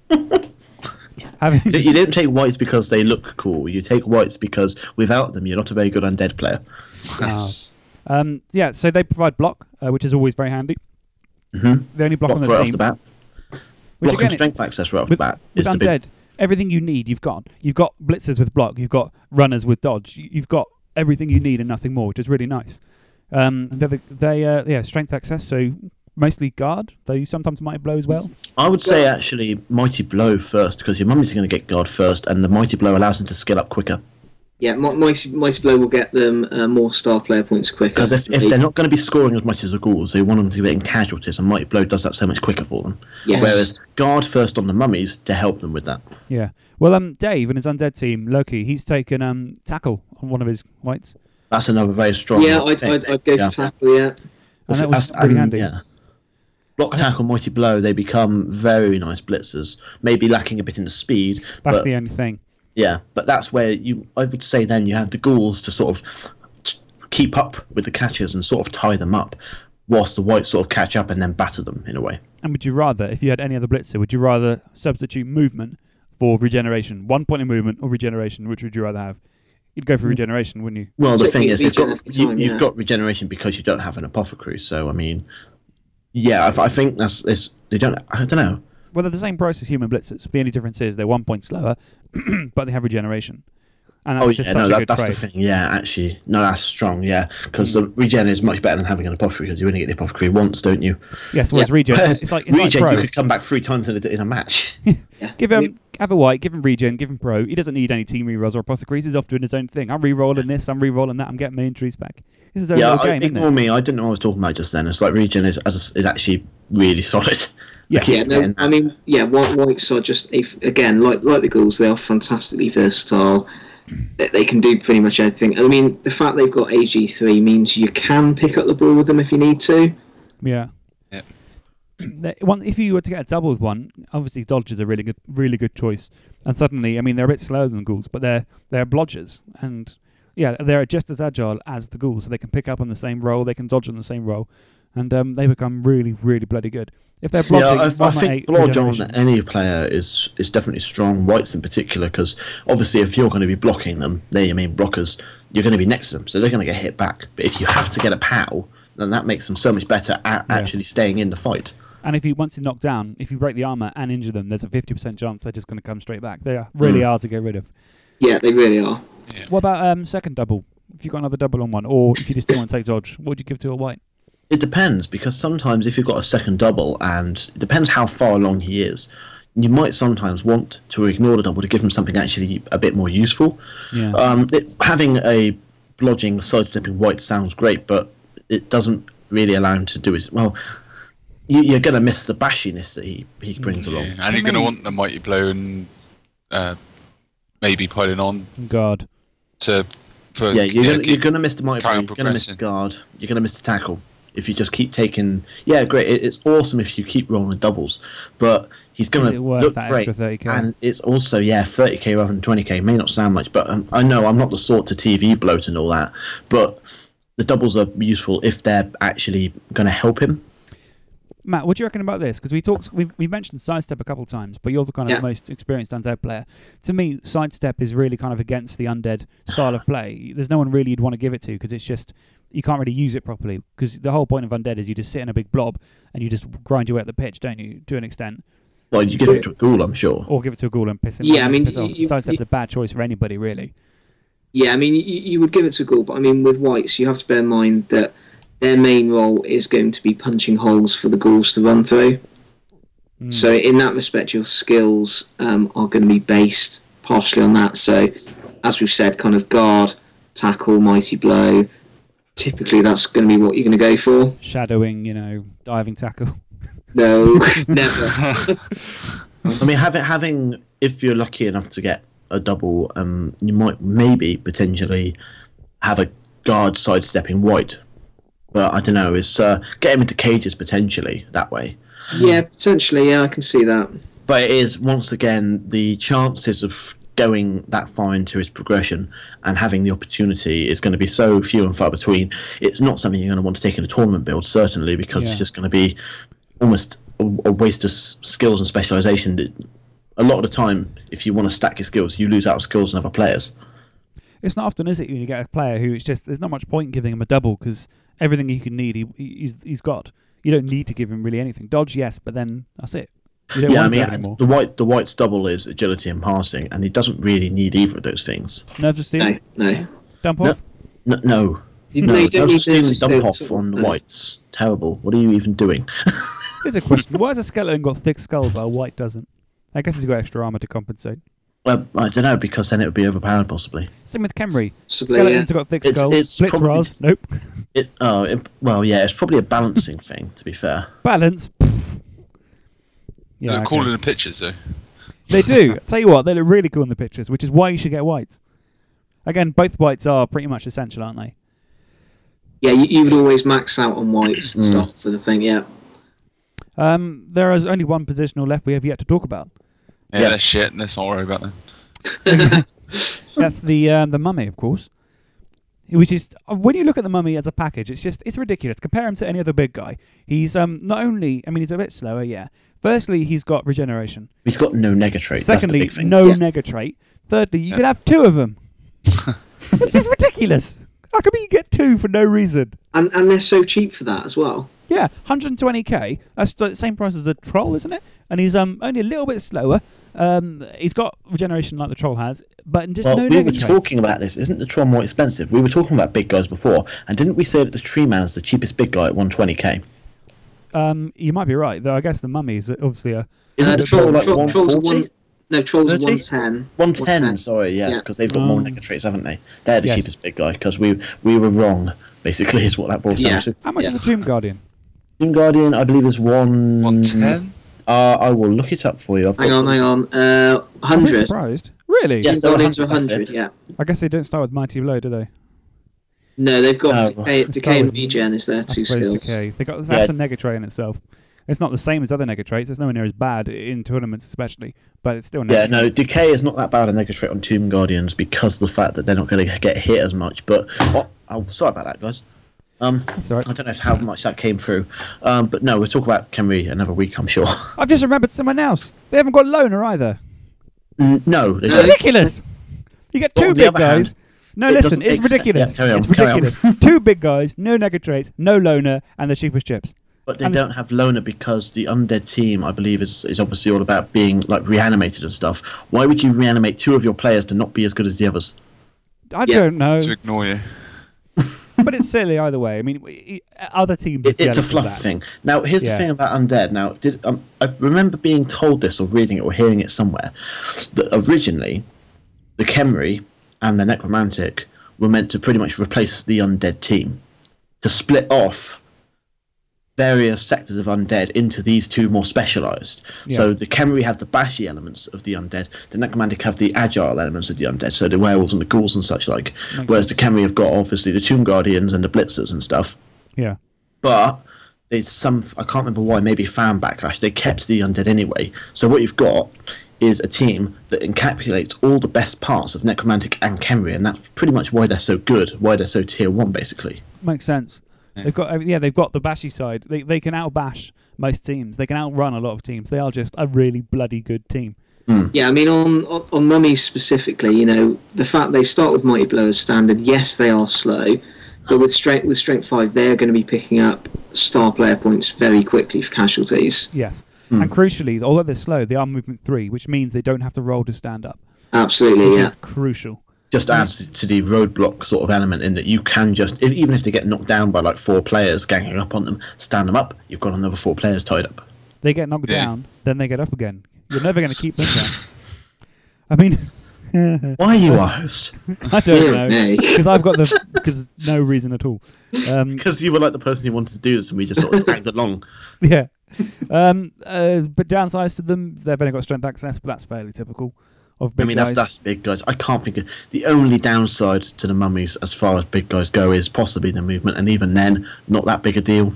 Having-
You- You don't take whites because they look cool. You take whites because without them, you're not a very good undead player.
Yes.
Um, yeah, so they provide block, uh, which is always very handy. Mm-hmm. The only block
Block
on the
right off
team,
the bat.
which
Block and
again,
strength access right off the
with,
bat
with
is the
undead,
big.
everything you need, you've got. You've got blitzers with block. You've got runners with dodge. you- You've got everything you need and nothing more, which is really nice. Um, they're the, they uh, yeah, strength access. So mostly guard, though you sometimes might blow as well.
I would say actually Mighty Blow first because your mummy's going to get guard first, and the Mighty Blow allows them to skill up quicker.
Yeah, Mi- Mighty, Mighty Blow will get them uh, more star player points quicker.
Because if, if
They-
they're not going to be scoring as much as the ghouls, they want them to be in casualties, and Mighty Blow does that so much quicker for them.
Yes.
Whereas guard first on the mummies to help them with that.
Yeah. Well, um, Dave and his undead team, Loki, he's taken um tackle on one of his whites,
That's another very strong.
yeah, I'd,
thing.
I'd, I'd go
Yeah.
for tackle. Yeah,
and that was
That's-
really
um,
handy.
Yeah. Block tackle, mighty blow, they become very nice blitzers. Maybe lacking a bit in the speed,
That's
but
the only thing.
yeah, but that's where you. I would say then you have the ghouls to sort of t- keep up with the catchers and sort of tie them up, whilst the whites sort of catch up and then batter them in a way.
And would you rather, if you had any other blitzer, would you rather substitute movement for regeneration? One point of movement or regeneration, which would you rather have? You'd go for regeneration, wouldn't you?
Well, the
Took
thing
me
is, you've
regen
got
every
you,
time,
you've
yeah.
got regeneration because you don't have an apothecary. So I mean, yeah, I, I think that's it's, they don't. I don't know.
Well, they're the same price as human blitzers. The only difference is they're one point slower, [clears throat] but they have regeneration. And that's
oh
just
yeah,
such
no,
a
that,
good
that's
trade.
the thing. Yeah, actually, no, that's strong. Yeah, because the regen is much better than having an apothecary because you only get the apothecary once, don't you?
Yes, whereas
[laughs]
regen,
Whereas
it's like, it's
regen,
like
you
pro.
could come back three times in a, in
[laughs]
a match.
yeah.
Give him have a white, give him regen, give him pro. He doesn't need any team rerolls or apothecaries. He's off doing his own thing. I'm rerolling this, I'm rerolling that, I'm getting my injuries back. This is a
yeah,
real
I,
game, isn't
ignore
it?
me. I didn't know what I was talking about just then. It's like regen is as a s is actually really [laughs] solid.
Yeah.
keep
Yeah, no,
forgetting
I
that.
mean, yeah, white whites are just if, again like like the ghouls, they are fantastically versatile. They, they can do pretty much anything. I mean, the fact they've got AG three means you can pick up the ball with them if you need to.
Yeah.
Yeah.
[clears throat] They- one, if you were to get a double with one, obviously dodge is a really good, really good choice. And suddenly, I mean, they're a bit slower than ghouls, but they're they're blodgers, and yeah, they're just as agile as the ghouls, so they can pick up on the same roll, they can dodge on the same roll, and um, they become really, really bloody good. If they're blodging,
yeah, I, I
one by
think
eight
blodge
regeneration-
on any player is is definitely strong. Whites in particular, because obviously if you're going to be blocking them, they're your main blockers. You're going to be next to them, so they're going to get hit back. But if you have to get a pow, then that makes them so much better at actually staying in the fight.
and if you once you knock down, if you break the armor and injure them, there's a fifty percent chance they're just going to come straight back. They are
Mm.
really hard to get rid of.
Yeah, they really are.
What about um, second double? If you got another double on one, or if you just don't want to take dodge, what would you give to a white?
It depends because sometimes if you've got a second double and it depends how far along he is, you might sometimes want to ignore the double to give him something actually a bit more useful.
Yeah.
Um, it, having a blodging sidestepping white sounds great, but it doesn't really allow him to do his well. You, you're going to miss the bashiness that he, he brings along.
And you're going to want the mighty blow and uh, maybe piling on
God.
to for
Yeah, you're
yeah,
gonna,
keep-
you're gonna miss the mighty
carry
blow,
on
you're gonna miss the
progressing.
guard, you're gonna miss the tackle. If you just keep taking, yeah, great. It, it's awesome if you keep rolling doubles, but he's gonna
it worth
look
that
great.
extra 30K?
And it's also yeah, thirty k rather than twenty k may not sound much, but um, I know I'm not the sort to TV bloat and all that. But the doubles are useful if they're actually gonna help him.
Matt, what do you reckon about this? Because we talked, we we mentioned sidestep a couple of times, but you're the kind of
Yeah.
most experienced undead player. To me, sidestep is really kind of against the undead style of play. There's no one really you'd want to give it to because it's just you can't really use it properly. Because the whole point of undead is you just sit in a big blob and you just grind your way up the pitch, don't you? To an extent,
Well, you give it to a ghoul, I'm sure.
or give it to a ghoul and piss him.
Yeah, I mean,
piss off.
you-
sidestep's a bad choice for anybody, really.
Yeah, I mean, you, you would give it to Gaul, but I mean, with whites, you have to bear in mind that their main role is going to be punching holes for the Gauls to run through.
Hmm.
So in that respect, your skills um, are going to be based partially on that. So as we've said, kind of guard, tackle, mighty blow. Typically, that's going to be what you're going to go for.
Shadowing, you know, diving tackle.
No, [laughs]
[laughs]
never.
I mean, having having if you're lucky enough to get a double, um, you might maybe potentially have a guard sidestepping wide, but I don't know. It's uh, get him into cages potentially that way.
Yeah, potentially. Yeah, I can see that.
But it is once again the chances of going that far into his progression and having the opportunity is going to be so few and far between. It's not something you're going to want to take in a tournament build certainly because
Yeah.
it's just going to be almost a, a waste of s- skills and specialization. that- A lot of the time, if you want to stack your skills, you lose out skills on other players.
It's not often, is it, when you get a player who it's just there's not much point giving him a double because everything he can need, he he's, he's got. You don't need to give him really anything. Dodge, yes, but then that's it. You don't
yeah, I
want to
mean,
do it anymore.
the white the white's double is agility and passing, and he doesn't really need either of those things.
Nerves of steel,
No, no.
dump
No,
off.
no, no,
You-
no,
no, you don't
nerves of steel
need nerves
and
of uh,
dump
steel
off
at all, [laughs]
on the
no.
whites. Terrible. What are you even doing? [laughs]
Here's a question: Why has a skeleton got thick skull but a white doesn't? I guess he's got extra armor to compensate.
well, I don't know because then it would be overpowered possibly.
Same with Kemri.
Possibly, yeah.
Skeletons have got thick
It's-
skull.
it's
Blitz
probably-
Raz, nope. [laughs]
It, oh, it, well, yeah, it's probably a
[laughs]
balancing thing to be fair.
Balance. pff. Yeah,
They're
okay.
cool in the pictures though.
They do.
[laughs]
tell you what, they look really cool in the pictures, which is why you should get whites. Again, both whites are pretty much essential, aren't they?
Yeah, you, you would always max out on whites
Hmm.
and stuff for the thing. Yeah,
Um, there is only one positional left we have yet to talk about.
Yeah,
Yes.
they're shit. Let's not worry about them.
That's the um, the mummy, of course. Which is uh, when you look at the mummy as a package, it's just it's ridiculous. Compare him to any other big guy. He's um not only I mean he's a bit slower, yeah. Firstly, he's got regeneration.
He's got no negatrate.
Secondly,
that's the big thing.
no
Yeah.
nega trait. Thirdly, you could have two of
[laughs]
them. this is ridiculous. How come you get two for no reason?
and and they're so cheap for that as well.
Yeah, 120k. That's the same price as a troll, isn't it? And he's um only a little bit slower. Um, he's got regeneration like the troll has, but just
Well,
no
we were
negative.
talking about this. Isn't the troll more expensive? We were talking about big guys before, and didn't we say that the tree man is the cheapest big guy at 120k?
um, you might be right, though. I guess the mummy is obviously a.
Isn't the troll like
Uh, troll- trolls are
140?
one, no, trolls are
30?
110.
110, sorry, yes,
Yeah.
because they've got more
Um,
negatrates, haven't they? They're the
yes.
cheapest big guy, because we we were wrong, basically, is what that boils
Yeah.
down to.
How much
Yeah.
is a tomb
[laughs]
guardian?
Doom Guardian, I believe, is one.
One ten.
Uh, I will look it up for you. I've
Hang
got-
on, hang on. Uh,
I'm really
100.
surprised. Really?
Yeah.
Yes,
so
gone into
100, that's
100.
it.
Yeah.
I guess they don't start with mighty blow, do they?
No, they've
No,
got
well,
decay,
let's
decay
start
and
with-
regen is their
I
two
suppose
skills.
decay. They got that's
Yeah.
a negatrate in itself. It's not the same as other negatrates. It's nowhere near as bad in tournaments, especially. But it's still
Yeah,
negatrate.
no, Decay is not that bad a negatrate on Tomb Guardians because of the fact that they're not going to get hit as much. But oh, oh, sorry about that, guys. Um,
That's all right.
I don't know if how much that came through, um, but no, we'll talk about Kenry another week, I'm sure. [laughs]
I've just remembered someone else. They haven't got loner either.
N- no, they
No,
don't.
ridiculous. You get
But
two
on the
big
other hand,
guys. No,
it
listen,
doesn't
it's
make sense.
ridiculous.
Yeah, carry on,
it's
carry on.
ridiculous.
[laughs]
two big guys, no negative traits, no loner, and the cheapest chips.
but they
and-
don't have Lona because the undead team, I believe, is, is obviously all about being like reanimated and stuff. Why would you reanimate two of your players to not be as good as the others?
I
Yeah.
don't know,
To ignore you.
but it's silly either way. I mean, we- e, other teams. are
It, it's
jealous
a
of
fluff
that.
thing. Now, here's
Yeah.
the thing about undead. Now, did um, I remember being told this or reading it or hearing it somewhere that originally the Kemri and the Necromantic were meant to pretty much replace the undead team to split off various sectors of undead into these two more specialized. So the Kemri have the bashy elements of the undead, the Necromantic have the agile elements of the undead, so the werewolves and the ghouls and such like. Whereas the Kemri have got obviously the Tomb Guardians and the Blitzers and stuff
Yeah,
but it's some I can't remember why. Maybe fan backlash. They kept the undead anyway. So what you've got is a team that encapsulates all the best parts of necromantic and Kenry, and that's pretty much why they're so good. Why they're so tier one, basically.
makes sense. They've got uh, yeah, they've got the bashy side. They they can outbash most teams. They can outrun a lot of teams. They are just a really bloody good team.
Yeah, I mean, on, on on mummies specifically, you know, the fact they start with mighty blow as standard. Yes, they are slow, but with strength with strength five, they're going to be picking up star player points very quickly for casualties.
Yes,
Hmm.
and crucially, although they're slow, they are movement three, which means they don't have to roll to stand up.
Mm-hmm.
Absolutely, yeah.
Crucial.
Just adds to the roadblock sort of element in that you can just if- even if they get knocked down by like four players ganging up on them, stand them up. You've got another four players tied up.
They get knocked
Yeah.
down, then they get up again. You're never going to keep them down. [laughs] I mean, [laughs]
Why are you our host? [laughs]
I don't know
Yeah.
because I've got the because no reason at all.
[laughs]
Um,
Because you were like the person who wanted to do this, and we just sort of tagged along.
yeah. Um, uh, but downsides to them, they've only got strength access, but that's fairly typical of big
I mean,
guys.
that's that's big guys. I can't think of the only downside to the mummies as far as big guys go is possibly the movement, and even then, not that big a deal.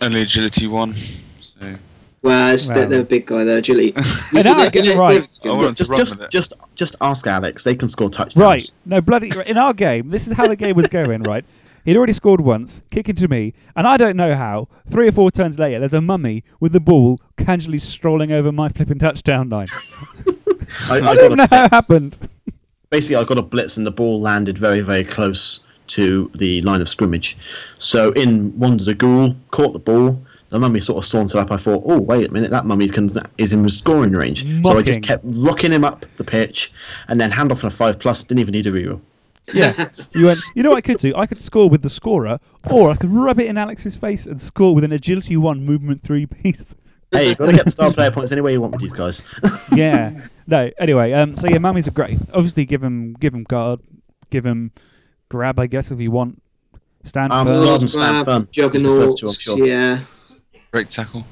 Only agility one. So
Whereas
Well.
they're, they're a big guy,
[laughs]
they're agility.
I know, I get it right.
I wanted
Just
to run
just
with it.
just just ask Alex. They can score touchdowns.
Right. No, bloody. In our game, this is how the game was going, right? He'd already scored once, kicking to me, and I don't know how, three or four turns later, there's a mummy with the ball casually strolling over my flipping touchdown line. I
I, I
don't
got
know
a
how it
blitz.
happened.
Basically, I got a blitz, and the ball landed very very close to the line of scrimmage. So in wandered a ghoul, caught the ball. The mummy sort of sauntered up. I thought, oh wait a minute, that mummy can, is in scoring range. So I
Mocking.
just kept rocking him up the pitch, and then hand off on a five plus. Didn't even need a reroll.
Yeah. You went, you know what I could do? I could score with the scorer, or I could rub it in Alex's face and score with an agility one movement three piece.
hey, you've got to get the star player points any way you want with these guys.
[laughs]
[laughs]
yeah. No. Anyway, um, so yeah, mummies are great. Obviously, give him give him guard, give him grab. I guess if you want, stand
Um,
firm.
Garden stand firm is the first
Juggernauts,
two, I'm sure.
yeah.
break tackle.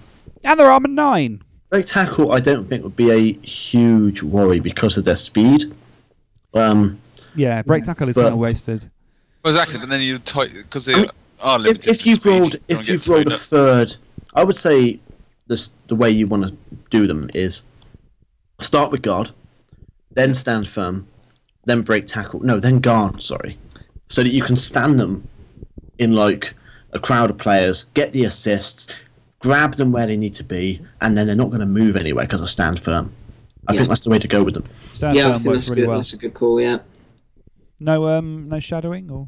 And they're armored nine.
Right tackle, I don't think would be a huge worry because of their speed. Um,
Yeah, break tackle is
But-
kind of wasted.
Well, exactly, but then you tight because they
I mean,
are
if,
limited.
if
to
you've
speed,
rolled,
you
if
can't get
you've
to
rolled a
it.
third, I would say this, the way you want to do them is start with guard, then stand firm, then break tackle. No, then guard. Sorry, so that you can stand them in like a crowd of players, get the assists, grab them where they need to be, and then they're not going to move anywhere because of stand firm. I
Yeah.
think that's the way to go with them.
Stand
yeah,
firm
I think that's,
works really
good,
well.
that's a good call, yeah.
No, um, no shadowing or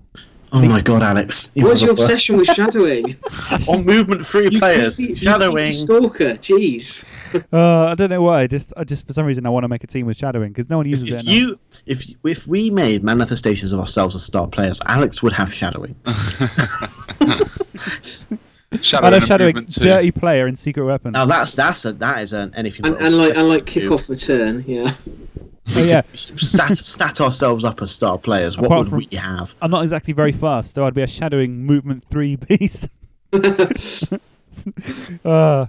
Oh my god, Alex! [laughs] you
What's your
motherfucker.
obsession with shadowing?
[laughs] on movement free
You
players
creepy- you
shadowing.
creepy Stalker, jeez.
uh, I don't know why. I just, I just for some reason I want to make a team with shadowing because no one uses it.
If
enough.
you, if if we made manifestations of ourselves as star players, Alex would have shadowing.
I
Shadowing
know
and
shadowing
movement too.
dirty player in secret weapon.
Now that's that's a, that is an anything.
And,
but
and like and like
obsession
kickoff return, yeah.
oh yeah,
to do. stat stat ourselves up as star players. What
Apart
would
from-
we have?
I'm not exactly very fast, so I'd be a shadowing movement three
[laughs]
piece. [laughs] uh,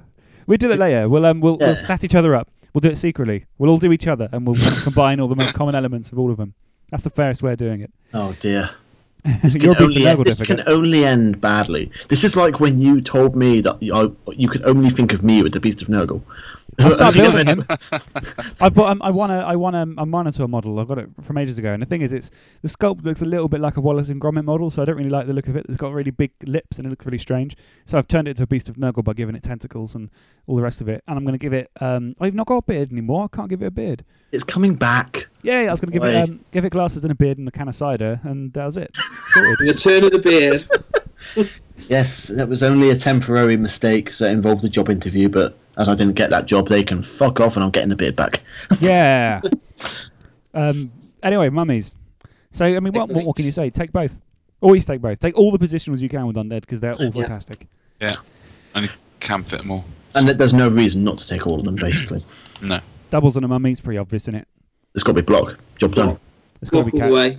we do that later. We'll um, we'll,
Yeah.
we'll stat each other up. We'll do it secretly. We'll all do each other, and we'll [laughs] kind of combine all the most common elements of all of them. That's the fairest way of doing it.
Oh dear.
[laughs] This
Can only end- this can only end badly. This is like when you told me that you, I, you could only think of me with the Beast of Nurgle.
I'll start building him. [laughs] I bought. Um, I want a. I want a, a monitor model. I got it from ages ago. And the thing is, it's the sculpt looks a little bit like a Wallace and Gromit model, so I don't really like the look of it. It's got really big lips and it looks really strange. So I've turned it to a beast of Nurgle by giving it tentacles and all the rest of it. And I'm going to give it. Um, I've not got a beard anymore. I can't give it a beard.
It's coming back.
Yeah, yeah I was going to give
Why?
it um, give it glasses and a beard and a can of cider, and that was it. Sorted.
Return of the beard.
[laughs] Yes, that was only a temporary mistake that involved a job interview, but as I didn't get that job, they can fuck off and I'm getting the beard back. [laughs]
yeah. Um. Anyway, mummies. So I mean, what, what what can you say? Take both. Always take both. Take all the positionals you can with undead because they're all
Yeah.
fantastic.
Yeah, and you can fit them all.
And that there's no reason not to take all of them, basically.
No,
Doubles on a mummy is pretty obvious, isn't it?
It's got to be block. Job done.
It's got to
Walk
be
all
cat.
the way.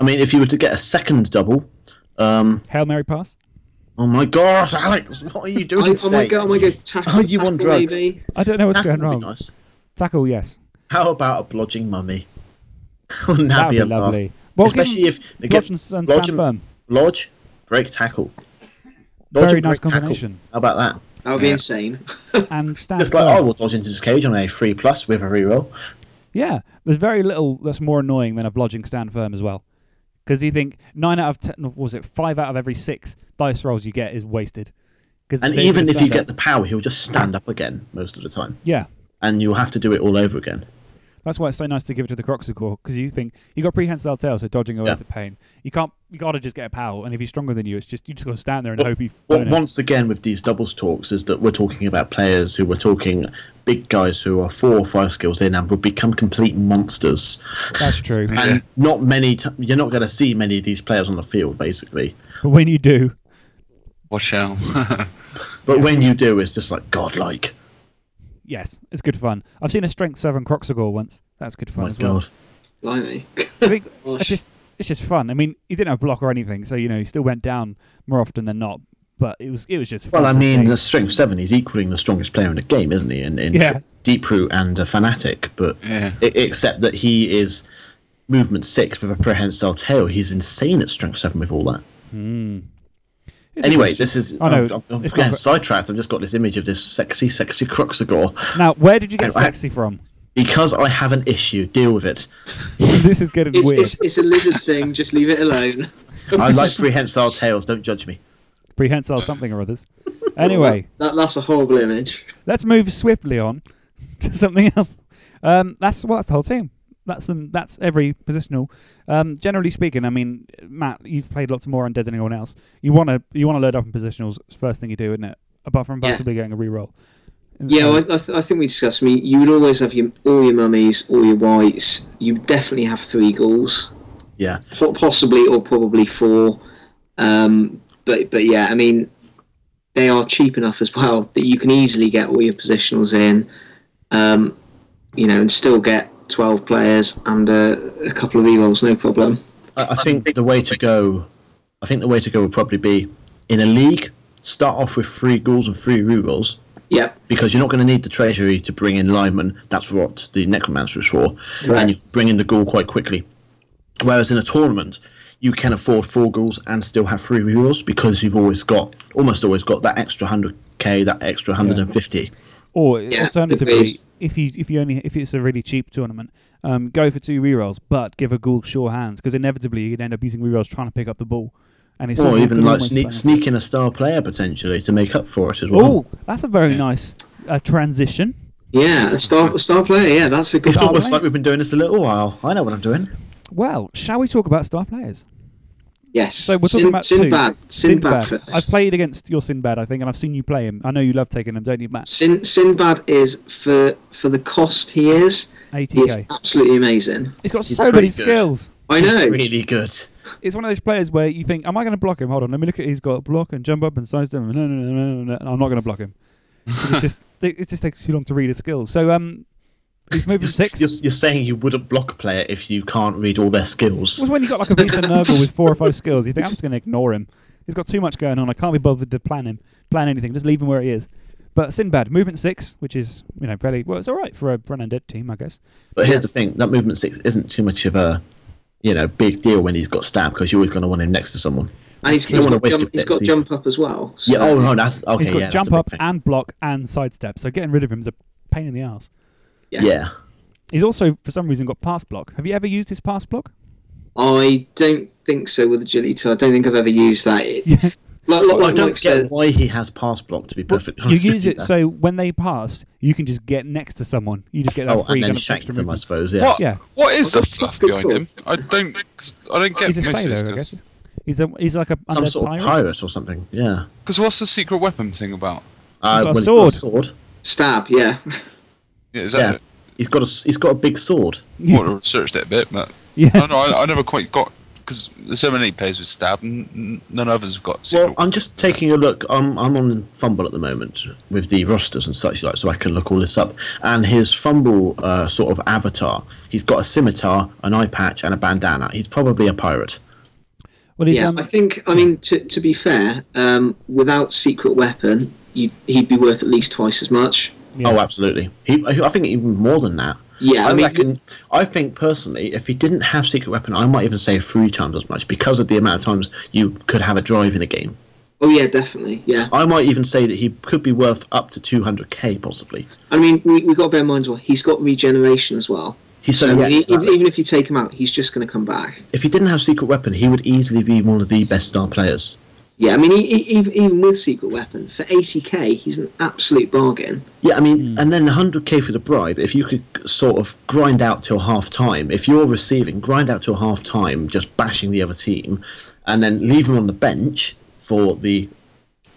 I mean, if you were to get a second double, um,
Hail Mary pass.
oh my gosh, Alex, what are you
I,
oh
doing
I
today?
might go
[laughs]
I might go tackle,
Are Oh, you on
tackle
drugs?
maybe.
I don't know what's
That
going
would Ah, be
wrong.
nice.
Tackle, yes.
How about a blodging mummy? [laughs] Wouldn't that
That'd
be,
be
a laugh?
lovely. Well, give
Especially if they
Lodge
get
and, and
Lodge
stand
and-
firm.
lodge, break tackle.
Very
and
nice
break tackle. [laughs]
combination.
How about that?
That would be
Yeah.
insane. [laughs]
And stand
Just like, oh,
firm.
we'll dodge into this cage on a three plus with a reroll.
Yeah, there's very little that's more annoying than a blodging stand firm as well. Because you think nine out of ten, what was it five out of every six dice rolls you get is wasted. Because
And even if you get the power, he'll just stand up again most of the time.
yeah,
And you'll have to do it all over again.
That's why it's so nice to give it to the Croxicore because you think you got prehensile tail, so dodging away
Yeah.
is a pain. You can't, you gotta just get a pal, and if he's stronger than you, it's just you just gotta stand there and hope he.
What,
bonus.
once again, with these doubles talks, is that we're talking about players who were talking big guys who are four or five skills in and would become complete monsters.
That's true.
And not many, t- you're not going to see many of these players on the field, basically.
but when you do,
watch out. [laughs]
But when you do, it's just like godlike.
Yes, it's good fun. I've seen a strength seven Croxagore once. That's good fun
Oh My
as well.
God.
Blimey.
I think
Gosh.
it's just it's just fun. I mean, he didn't have block or anything, so you know he still went down more often than not. But it was it was just fun
Well, I
to
mean,
see.
the strength seven. He's equaling the strongest player in the game, isn't he? In, in
Yeah.
deep root and a fanatic, but
Yeah.
e- except that he is movement six with a prehensile tail. He's insane at strength seven with all that.
It's a
Anyway,
good-
this is.
Oh,
I'm,
no,
I'm, I'm
it's
getting
not-
sidetracked. I've just got this image of this sexy, sexy Cruxagore.
now where did you get
Hang on, I-
sexy
[laughs]
from? [laughs]
Because I have an issue, deal with it.
this is getting
It's,
weird.
it's, it's a lizard thing, just leave it alone.
I
[laughs]
[laughs]
like prehensile tails. Don't judge me.
Prehensile something or others. Anyway,
That, that's a horrible image.
let's move swiftly on [laughs] to something else. Um, that's well, that's the whole team. That's um, that's every positional. Um, generally speaking, I mean, Matt, you've played lots more undead than anyone else. You wanna you wanna load up in positionals first thing you do, isn't it? Apart from
Yeah.
possibly getting a reroll. Uh,
Yeah, well, I, I, th- I think we discussed. I mean, you would always have your, all your mummies, all your whites. You definitely have three ghouls,
Yeah.
po- possibly or probably four. Um, but but yeah, I mean, they are cheap enough as well that you can easily get all your positionals in, um, you know, and still get twelve players and a, a couple of rerolls, no problem.
I, I think the way to go, I think the way to go would probably be in a league. Start off with three ghouls and three rerolls
Yep.
because you're not going to need the treasury to bring in linemen. That's what the necromancer is for,
Right.
and you bring in the ghoul quite quickly. Whereas in a tournament, you can afford four ghouls and still have three rerolls because you've always got, almost always got that extra hundred k, that extra hundred and fifty.
Or
Yeah,
alternatively,
agreed.
if you if you only if it's a really cheap tournament, um, go for two rerolls, but give a ghoul sure hands because inevitably you'd end up using rerolls trying to pick up the ball, and it's
Or
all
even
happened
like
almost by
sneak,
accident.
sneaking a star player potentially to make up for it as well.
Oh, that's a very nice uh, transition.
Yeah, a star star player. Yeah, that's a good.
It's
Star
almost
player.
like we've been doing this a little while. I know what I'm doing.
Well, shall we talk about star players?
Yes.
So we're talking
Sin-
about
Sinbad.
Two.
Sinbad.
Sinbad.
first.
I've played against your Sinbad, I think, and I've seen you play him. I know you love taking him, don't you, Matt?
Sin- Sinbad is for for the cost he is. He is
80k.
absolutely amazing.
He's got
he's
so many
pretty good.
skills.
I
He's
know.
really good.
It's one of those players where you think, "Am I going to block him?" Hold on, let me look at. He's got block and jump up and sidestep. No, no, no, no, no, no. and I'm not going to block
[laughs]
him. 'Cause it's just it just takes too long to read his skills. So um, he's moving six.
You're, you're saying you wouldn't block a player if you can't read all their skills.
was when you got like a
[laughs]
beast of Nurgle with four or five skills. You think I'm just going to ignore him. He's got too much going on. I can't be bothered to plan him, plan anything. Just leave him where he is. But Sinbad, movement six, which is you know fairly well, it's all right for a run and dead team, I guess.
But here's the thing: that movement six isn't too much of a, you know, big deal when he's got stabbed because you're always going to want him next to someone.
And he's,
You don't
he's,
wanna
got,
waste
jump,
your
he's
bits,
got
so you-
jump up as well. So.
Yeah. Oh no, that's okay.
He's got
yeah, that's a
jump
big
up
thing.
and block and sidestep, so getting rid of him is a pain in the ass.
Yeah.
yeah.
He's also for some reason got pass block. Have you ever used his pass block?
oh.
I don't think so with agility. So I don't think I've ever used
[laughs]
that. It,
Yeah.
Like, like,
Well, I
like Mike
don't
said,
get why he has pass block. To be perfectly
you
honest, with
use it
there.
so when they pass, you can just get next to someone. You just get that
oh,
free
and then
kind of
shank
extra
them, I
movement.
suppose. Yeah.
What?
Yeah.
What is the
That's
fluff
good
behind
call.
him? I don't. 'cause I don't get
He's a
most
sailor,
of
I guess. He's a he's like a
Some
undead
sort of
pirate.
pirate or something. Yeah.
Because what's the secret weapon thing about?
Uh,
got a
well, He's got a sword.
stab. Yeah.
Yeah, is
Yeah.
that
[laughs]
He's got a s- he's got a big sword.
yeah. what researched it a bit, but
Yeah.
I don't know. I, I never quite got because the seven eight players with stab, and n- none others have got secret.
Well, I'm just taking a look. I'm I'm on Fumble at the moment with the rosters and such like, so I can look all this up. And his Fumble uh, sort of avatar, he's got a scimitar, an eye patch, and a bandana. He's probably a pirate.
Well, he's
yeah.
um,
I think. I mean, to to be fair, um, without secret weapon, you, he'd be worth at least twice as much.
Yeah.
Oh, absolutely. He, I I think even more than that.
Yeah,
I,
I mean-
reckon. I think personally, if he didn't have secret weapon, I might even say three times as much because of the amount of times you could have a drive in a game.
Oh yeah, definitely. Yeah.
I might even say that he could be worth up to 200k possibly.
I mean, we we got to bear in mind as well. He's got regeneration as well.
He's so
So
yeah,
e-
exactly.
even if you take him out, he's just going to come back.
if he didn't have secret weapon, he would easily be one of the best star players.
Yeah, I mean, e- e- even even with secret weapon for eighty k, he's an absolute bargain.
Yeah, I mean, and then 100k for the bribe. If you could sort of grind out till half time, if you're receiving, grind out till half time, just bashing the other team, and then leave him on the bench for the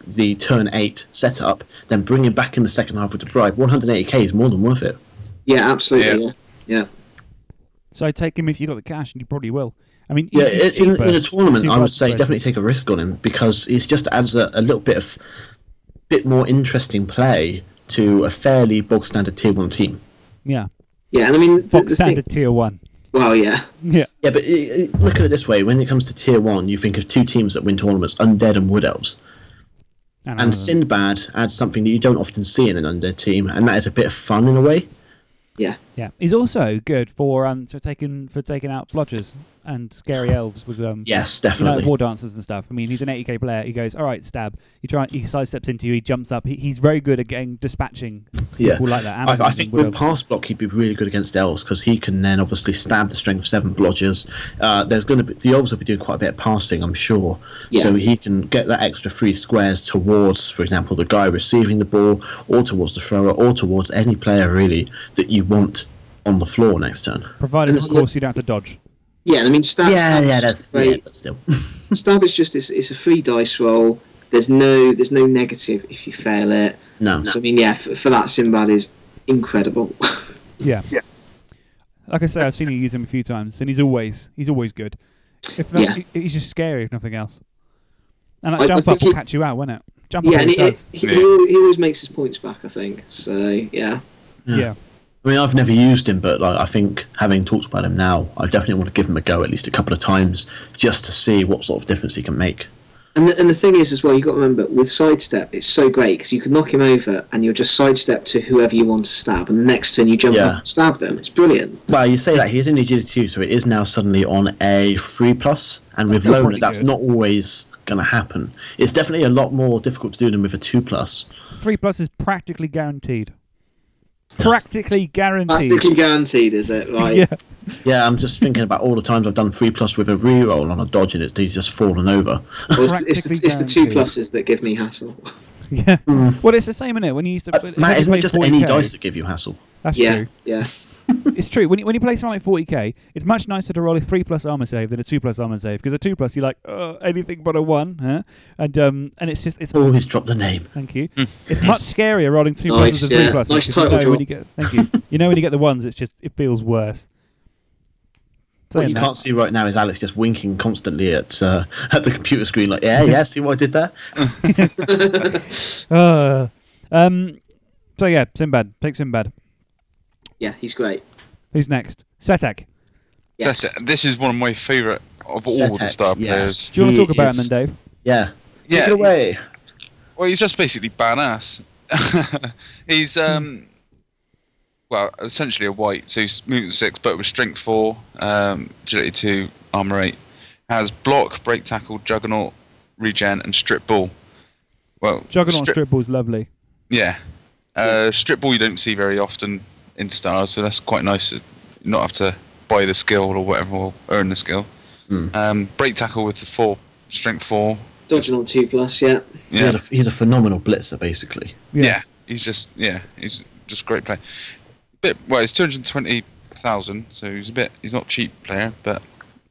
the turn eight setup, then bring him back in the second half with the bribe. 180k is more than worth it.
Yeah, absolutely. Yeah, yeah.
So take him if you got the cash, and you probably will. I mean,
Yeah,
he's
in, in,
cheaper,
in a tournament,
super
I would say
cheaper.
definitely take a risk on him because it just adds a, a little bit of bit more interesting play to a fairly bog standard tier one team.
Yeah.
Yeah, and I mean, the,
Box
the thing,
standard tier one.
well, yeah,
Yeah.
Yeah, but i i look at it this way: when it comes to tier one, you think of two teams that win tournaments: Undead and Wood Elves.
And,
And
uh,
Sinbad adds something that you don't often see in an Undead team, and that is a bit of fun in a way.
yeah.
yeah, he's also good for um for taking for taking out blodgers and scary elves with um
Yes,
you know,
definitely.
war dancers and stuff. I mean, he's an 80k player. He goes, all right, stab. He try, he sidesteps into you. He jumps up. He, he's very good at getting dispatching
Yeah.
people like that.
I, I
Amazons
think
and wood
with
elves.
pass block, he'd be really good against elves because he can then obviously stab the strength seven blodgers. Uh, there's going to be the elves will be doing quite a bit of passing, I'm sure.
Yeah.
So he can get that extra three squares towards, for example, the guy receiving the ball, or towards the thrower, or towards any player really that you want on the floor next turn.
provided,
and
of
on the-
course, you don't have to dodge.
Yeah, and I mean, stab,
yeah,
stab
yeah,
is
that's
great.
yeah, but still.
Stab is just it's, it's a free dice roll. There's no there's no negative if you fail it.
No.
So I mean, yeah, for, for that Sinbad is incredible. [laughs]
Yeah. Yeah. Like I say, I've seen you use him a few times, and he's always he's always good. If not,
Yeah.
he- he's just scary, if nothing else. And that
I- I
jump
think
up will
he-
catch you out, won't it? Jump
yeah,
up
and
always
he,
does.
he, he,
Yeah.
al- he always makes his points back. I think so. Yeah.
yeah.
I mean, I've never used him, but like, I think having talked about him now, I definitely want to give him a go at least a couple of times just to see what sort of difference he can make.
And the, and the thing is, as well, you've got to remember with sidestep, it's so great because you can knock him over and you'll just sidestep to whoever you want to stab, and the next turn you jump
Yeah.
up and stab them. It's brilliant.
Well, you say that he is in agility two, so it is now suddenly on a three plus, and with
still
Lona,
pretty
that's
good.
not always going to happen. It's definitely a lot more difficult to do than with a two plus.
Three plus is practically guaranteed. Practically guaranteed.
Practically guaranteed, is it? Right. [laughs]
Yeah.
Yeah, I'm just thinking about all the times I've done three plus with a reroll on a dodge, and it's, he's just fallen over. [laughs]
Or it's, it's, the,
Practically
it's the two
guaranteed.
pluses that give me hassle.
Yeah.
Hmm.
Well, it's the same, innit? When you
Uh,
used to. when
Matt,
you
isn't
play
it just any
40K?
dice that give you hassle?
That's
[laughs] Yeah,
true.
yeah.
It's true. When you, when you play something like 40k, it's much nicer to roll a 3 plus armor save than a 2 plus armor save because a 2 plus, you're like, oh, anything but a 1. Huh? And um, and it's just, it's
Always drop the name.
Thank you. it's much scarier rolling two
Hmm. Nice,
pluses than three
yeah.
pluses.
Nice
'cause you
title
know when
drop.
you get, thank you. you know when you get the ones, it's just it feels worse.
What
Saying
you
that-
can't see right now is Alex just winking constantly at uh, [laughs] at the computer screen, like, yeah, yeah, see what I did there?
Ah. um. So yeah, Sinbad. Take Sinbad.
Yeah, he's great.
Who's next? Setek.
Yes.
That's it. This is one of my favourite of all the
Setek,
star
yes.
players.
Do you want
He
to talk about
is-
him then, Dave?
Yeah.
Yeah,
Take it away.
Well, he's just basically badass. [laughs] he's um, well, essentially a white. So he's mutant six, but with strength four, um, agility two, armor eight. Has block, break tackle, juggernaut, regen, and strip ball. Well,
Juggernaut
strip-
strip ball's lovely.
yeah. Uh, strip ball you don't see very often in stars, so that's quite nice. to not have to buy the skill or whatever, or earn the skill.
Hmm.
Um, break tackle with the four strength four.
Dodging on two plus, yeah.
Yeah,
He's, a, he's a phenomenal blitzer, basically.
yeah. he's just yeah, he's just a great player. Bit well, he's two hundred twenty thousand, so he's a bit. He's not cheap player, but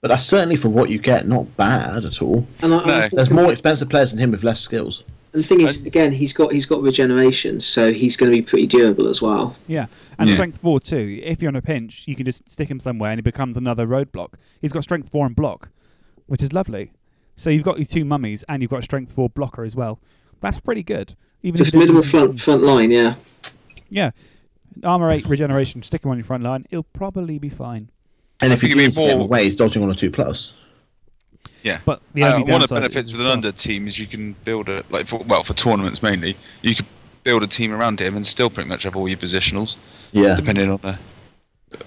But that's certainly for what you get, not bad at all.
And, I, and I
No.
think-
There's more expensive players than him with less skills.
and the thing is, again, he's got he's got regeneration, so he's going to be pretty durable as well.
Yeah. And
Yeah.
strength four too. If you're on a pinch, you can just stick him somewhere and he becomes another roadblock. He's got strength four and block, which is lovely. So you've got your two mummies and you've got a strength four blocker as well. That's pretty good. Even
It's a
if it
formidable
is-
front front line, yeah.
Yeah. Armor eight regeneration, stick him on your front line, it'll probably be fine.
And
I
if he
think it'd be
gives him
more-
away, he's dodging on a two plus.
yeah.
But the
Uh,
only
one of
downside
the benefits
is
with an
it's
under team is you can build a like for well for tournaments mainly. You could build a team around him and still pretty much have all your positionals,
Yeah.
depending on the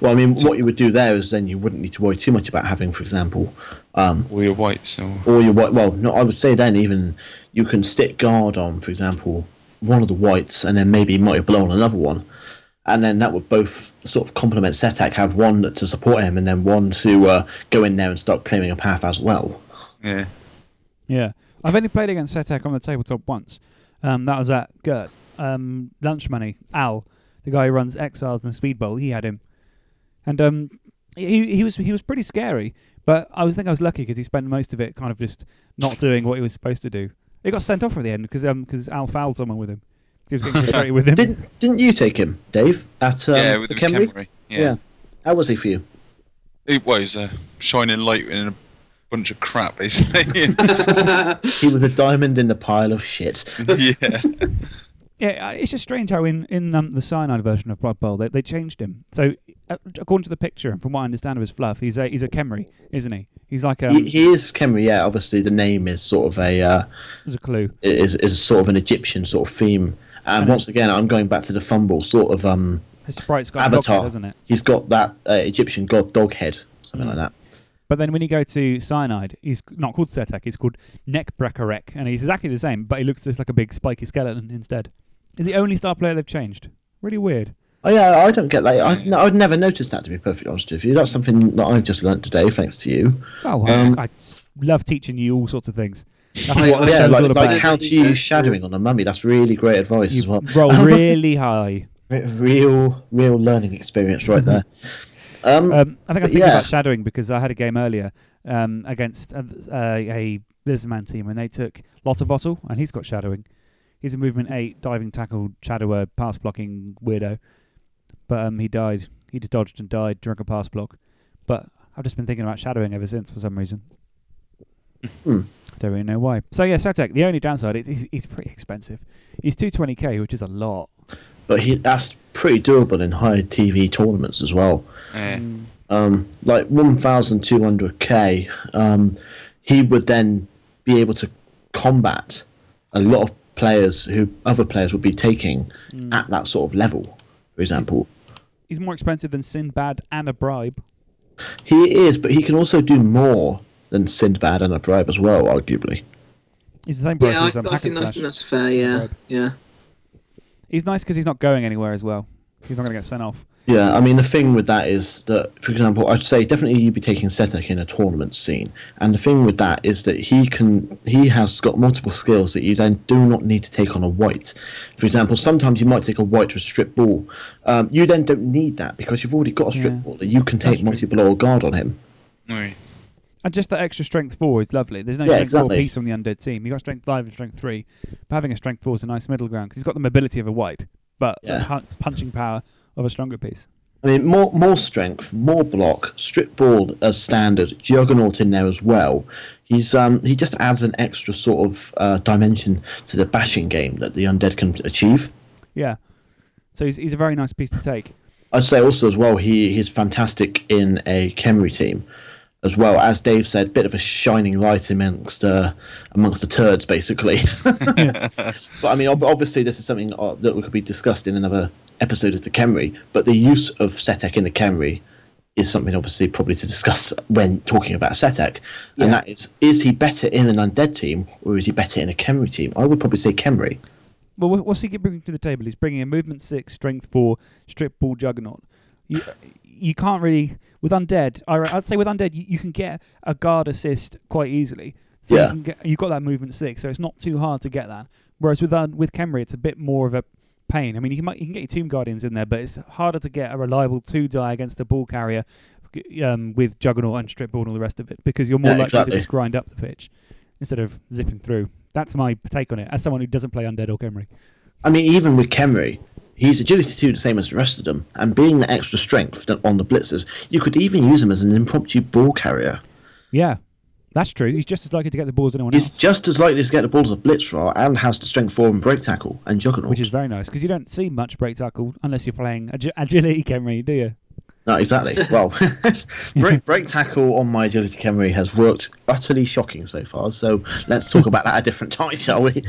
Well, I mean, what you would do there is then you wouldn't need to worry too much about having, for example, um,
all your whites. Or,
all your white. Well, no, I would say then even you can stick guard on, for example, one of the whites, and then maybe might blow on another one, and then that would both sort of complement Setak, have one to support him, and then one to uh, go in there and start claiming a path as well. Um,
yeah,
Yeah. I've only played against Setek on the tabletop once. Um, that was at Gert. Um, Lunch Money, Al, the guy who runs Exiles and Speedball, he had him. And um, he, he was he was pretty scary, but I was think I was lucky because he spent most of it kind of just not doing what he was supposed to do. He got sent off at the end because Al fouled someone with him. He was
[laughs]
getting frustrated with him.
Didn't didn't you take him, Dave? At um,
yeah, with
the
the
Kemri?
Camry.
Yeah. How was he for you?
It was a shining light in a bunch of crap, [laughs] basically. Mm-hmm.
[laughs] He was a diamond in the pile of shit.
yeah.
Yeah, uh, it's just strange how in in um, the cyanide version of Blood Bowl they, they changed him. So uh, according to the picture, and from what I understand of his fluff, he's a he's a Kemri, isn't he? He's like um,
he, he is Khmer, yeah. Obviously, the name is sort of a uh,
there's a clue.
is is sort of an Egyptian sort of theme. And once again, I'm going back to the fumble sort of um,
His sprite's got a dog
avatar.
head, doesn't it? Hmm.
He's got that uh, Egyptian god dog head, something like that.
But then when you go to Cyanide, he's not called Sertek, he's called Neckbreakerek, and he's exactly the same, but he looks just like a big spiky skeleton instead. He's the only star player they've changed. Really weird.
Oh yeah, I don't get that. I, no, I'd never noticed that to be perfectly honest with you. That's something that I've just learnt today, thanks to you.
Oh, well, I, I s- love teaching you all sorts of things. That's
I-
what the
Um,
yeah,
Yeah,
show's
like,
all
it's like
about.
how to use shadowing on a mummy. That's really great advice as well.
you
[laughs]
roll really high.
real, real learning experience right
[laughs]
there. Um,
Um, I think I was thinking
Yeah.
about shadowing because I had a game earlier um, against a, a, a Blizzman team and they took Lotterbottle and he's got shadowing. He's a movement eight diving tackle shadower pass blocking weirdo, but um, he died. He just dodged and died during a pass block. But I've just been thinking about shadowing ever since for some reason.
Hmm.
Don't really know why. So yeah, Satek. The only downside is he's, he's pretty expensive. He's two twenty k, which is a lot.
but he, that's pretty doable in high TV tournaments as well.
Yeah.
um, like 1,200k, um, he would then be able to combat a lot of players who other players would be taking at that sort of level. For example,
He's more expensive than Sinbad and a bribe.
he is, but he can also do more than Sindbad and a bribe as well, arguably.
He's the same price
Yeah, I,
as um,
I think that's,
Hackenslash.
that's fair. Yeah, yeah.
Mm-hmm. He's nice because he's not going anywhere as well. He's not going to get sent off.
Yeah, I mean the thing with that is that, for example, I'd say definitely you'd be taking Setek in a tournament scene, and the thing with that is that he can he has got multiple skills that you then do not need to take on a white. For example, sometimes you might take a white to a strip ball. Um, you then don't need that because you've already got a strip
Yeah.
ball that you can take multiple or guard on him.
Alright.
And just that extra strength four is lovely. There's no
Yeah,
strength
exactly.
four piece on the undead team. You've got strength five and strength three. But having a strength four is a nice middle ground because he's got the mobility of a white, but the
Yeah.
hu- punching power of a stronger piece.
I mean, more more strength, more block, strip ball as standard, juggernaut in there as well. He's um he just adds an extra sort of uh, dimension to the bashing game that the undead can achieve.
Yeah. So he's, he's a very nice piece to take.
I'd say also as well he he's fantastic in a Kemri team, as well as Dave said, bit of a shining light amongst uh, amongst the turds basically. [laughs] but I mean, ob- obviously this is something uh, that could be discussed in another episode of the Kemri. But the use of Setek in the Kemri is something obviously probably to discuss when talking about Setek, and that is is he better in an undead team or is he better in a Kemri team? I would probably say Kemri.
Well, wha- what's he bringing to the table? He's bringing a movement six, strength four, strip ball juggernaut. You, you can't really with undead. I, re- I'd say with undead, you, you can get a guard assist quite easily. So
Yeah.
you can get, you've got that movement six, so it's not too hard to get that. Whereas with un, with Kemri, it's a bit more of a pain. I mean, you can might, you can get your tomb guardians in there, but it's harder to get a reliable two die against a ball carrier g- um, with juggernaut and strip ball and all the rest of it because you're more
Yeah,
likely
exactly.
to just grind up the pitch instead of zipping through. That's my take on it as someone who doesn't play undead or Kemri.
I mean, even with Kemri, he's agility two the same as the rest of them, and being the extra strength that- on the blitzers, you could even use him as an impromptu ball carrier.
Yeah, that's true. He's just as likely to get the ball as anyone
He's
else,
just as likely to get the ball as a blitzer and has the strength four and break tackle and juggernaut.
which is very nice because you don't see much break tackle unless you're playing agi- agility Kemri, do
[laughs]
you?
no, exactly.
[laughs]
Well, [laughs] break, break tackle on my agility Kemri has worked utterly shocking so far. So let's talk about that a different [laughs] time, shall we?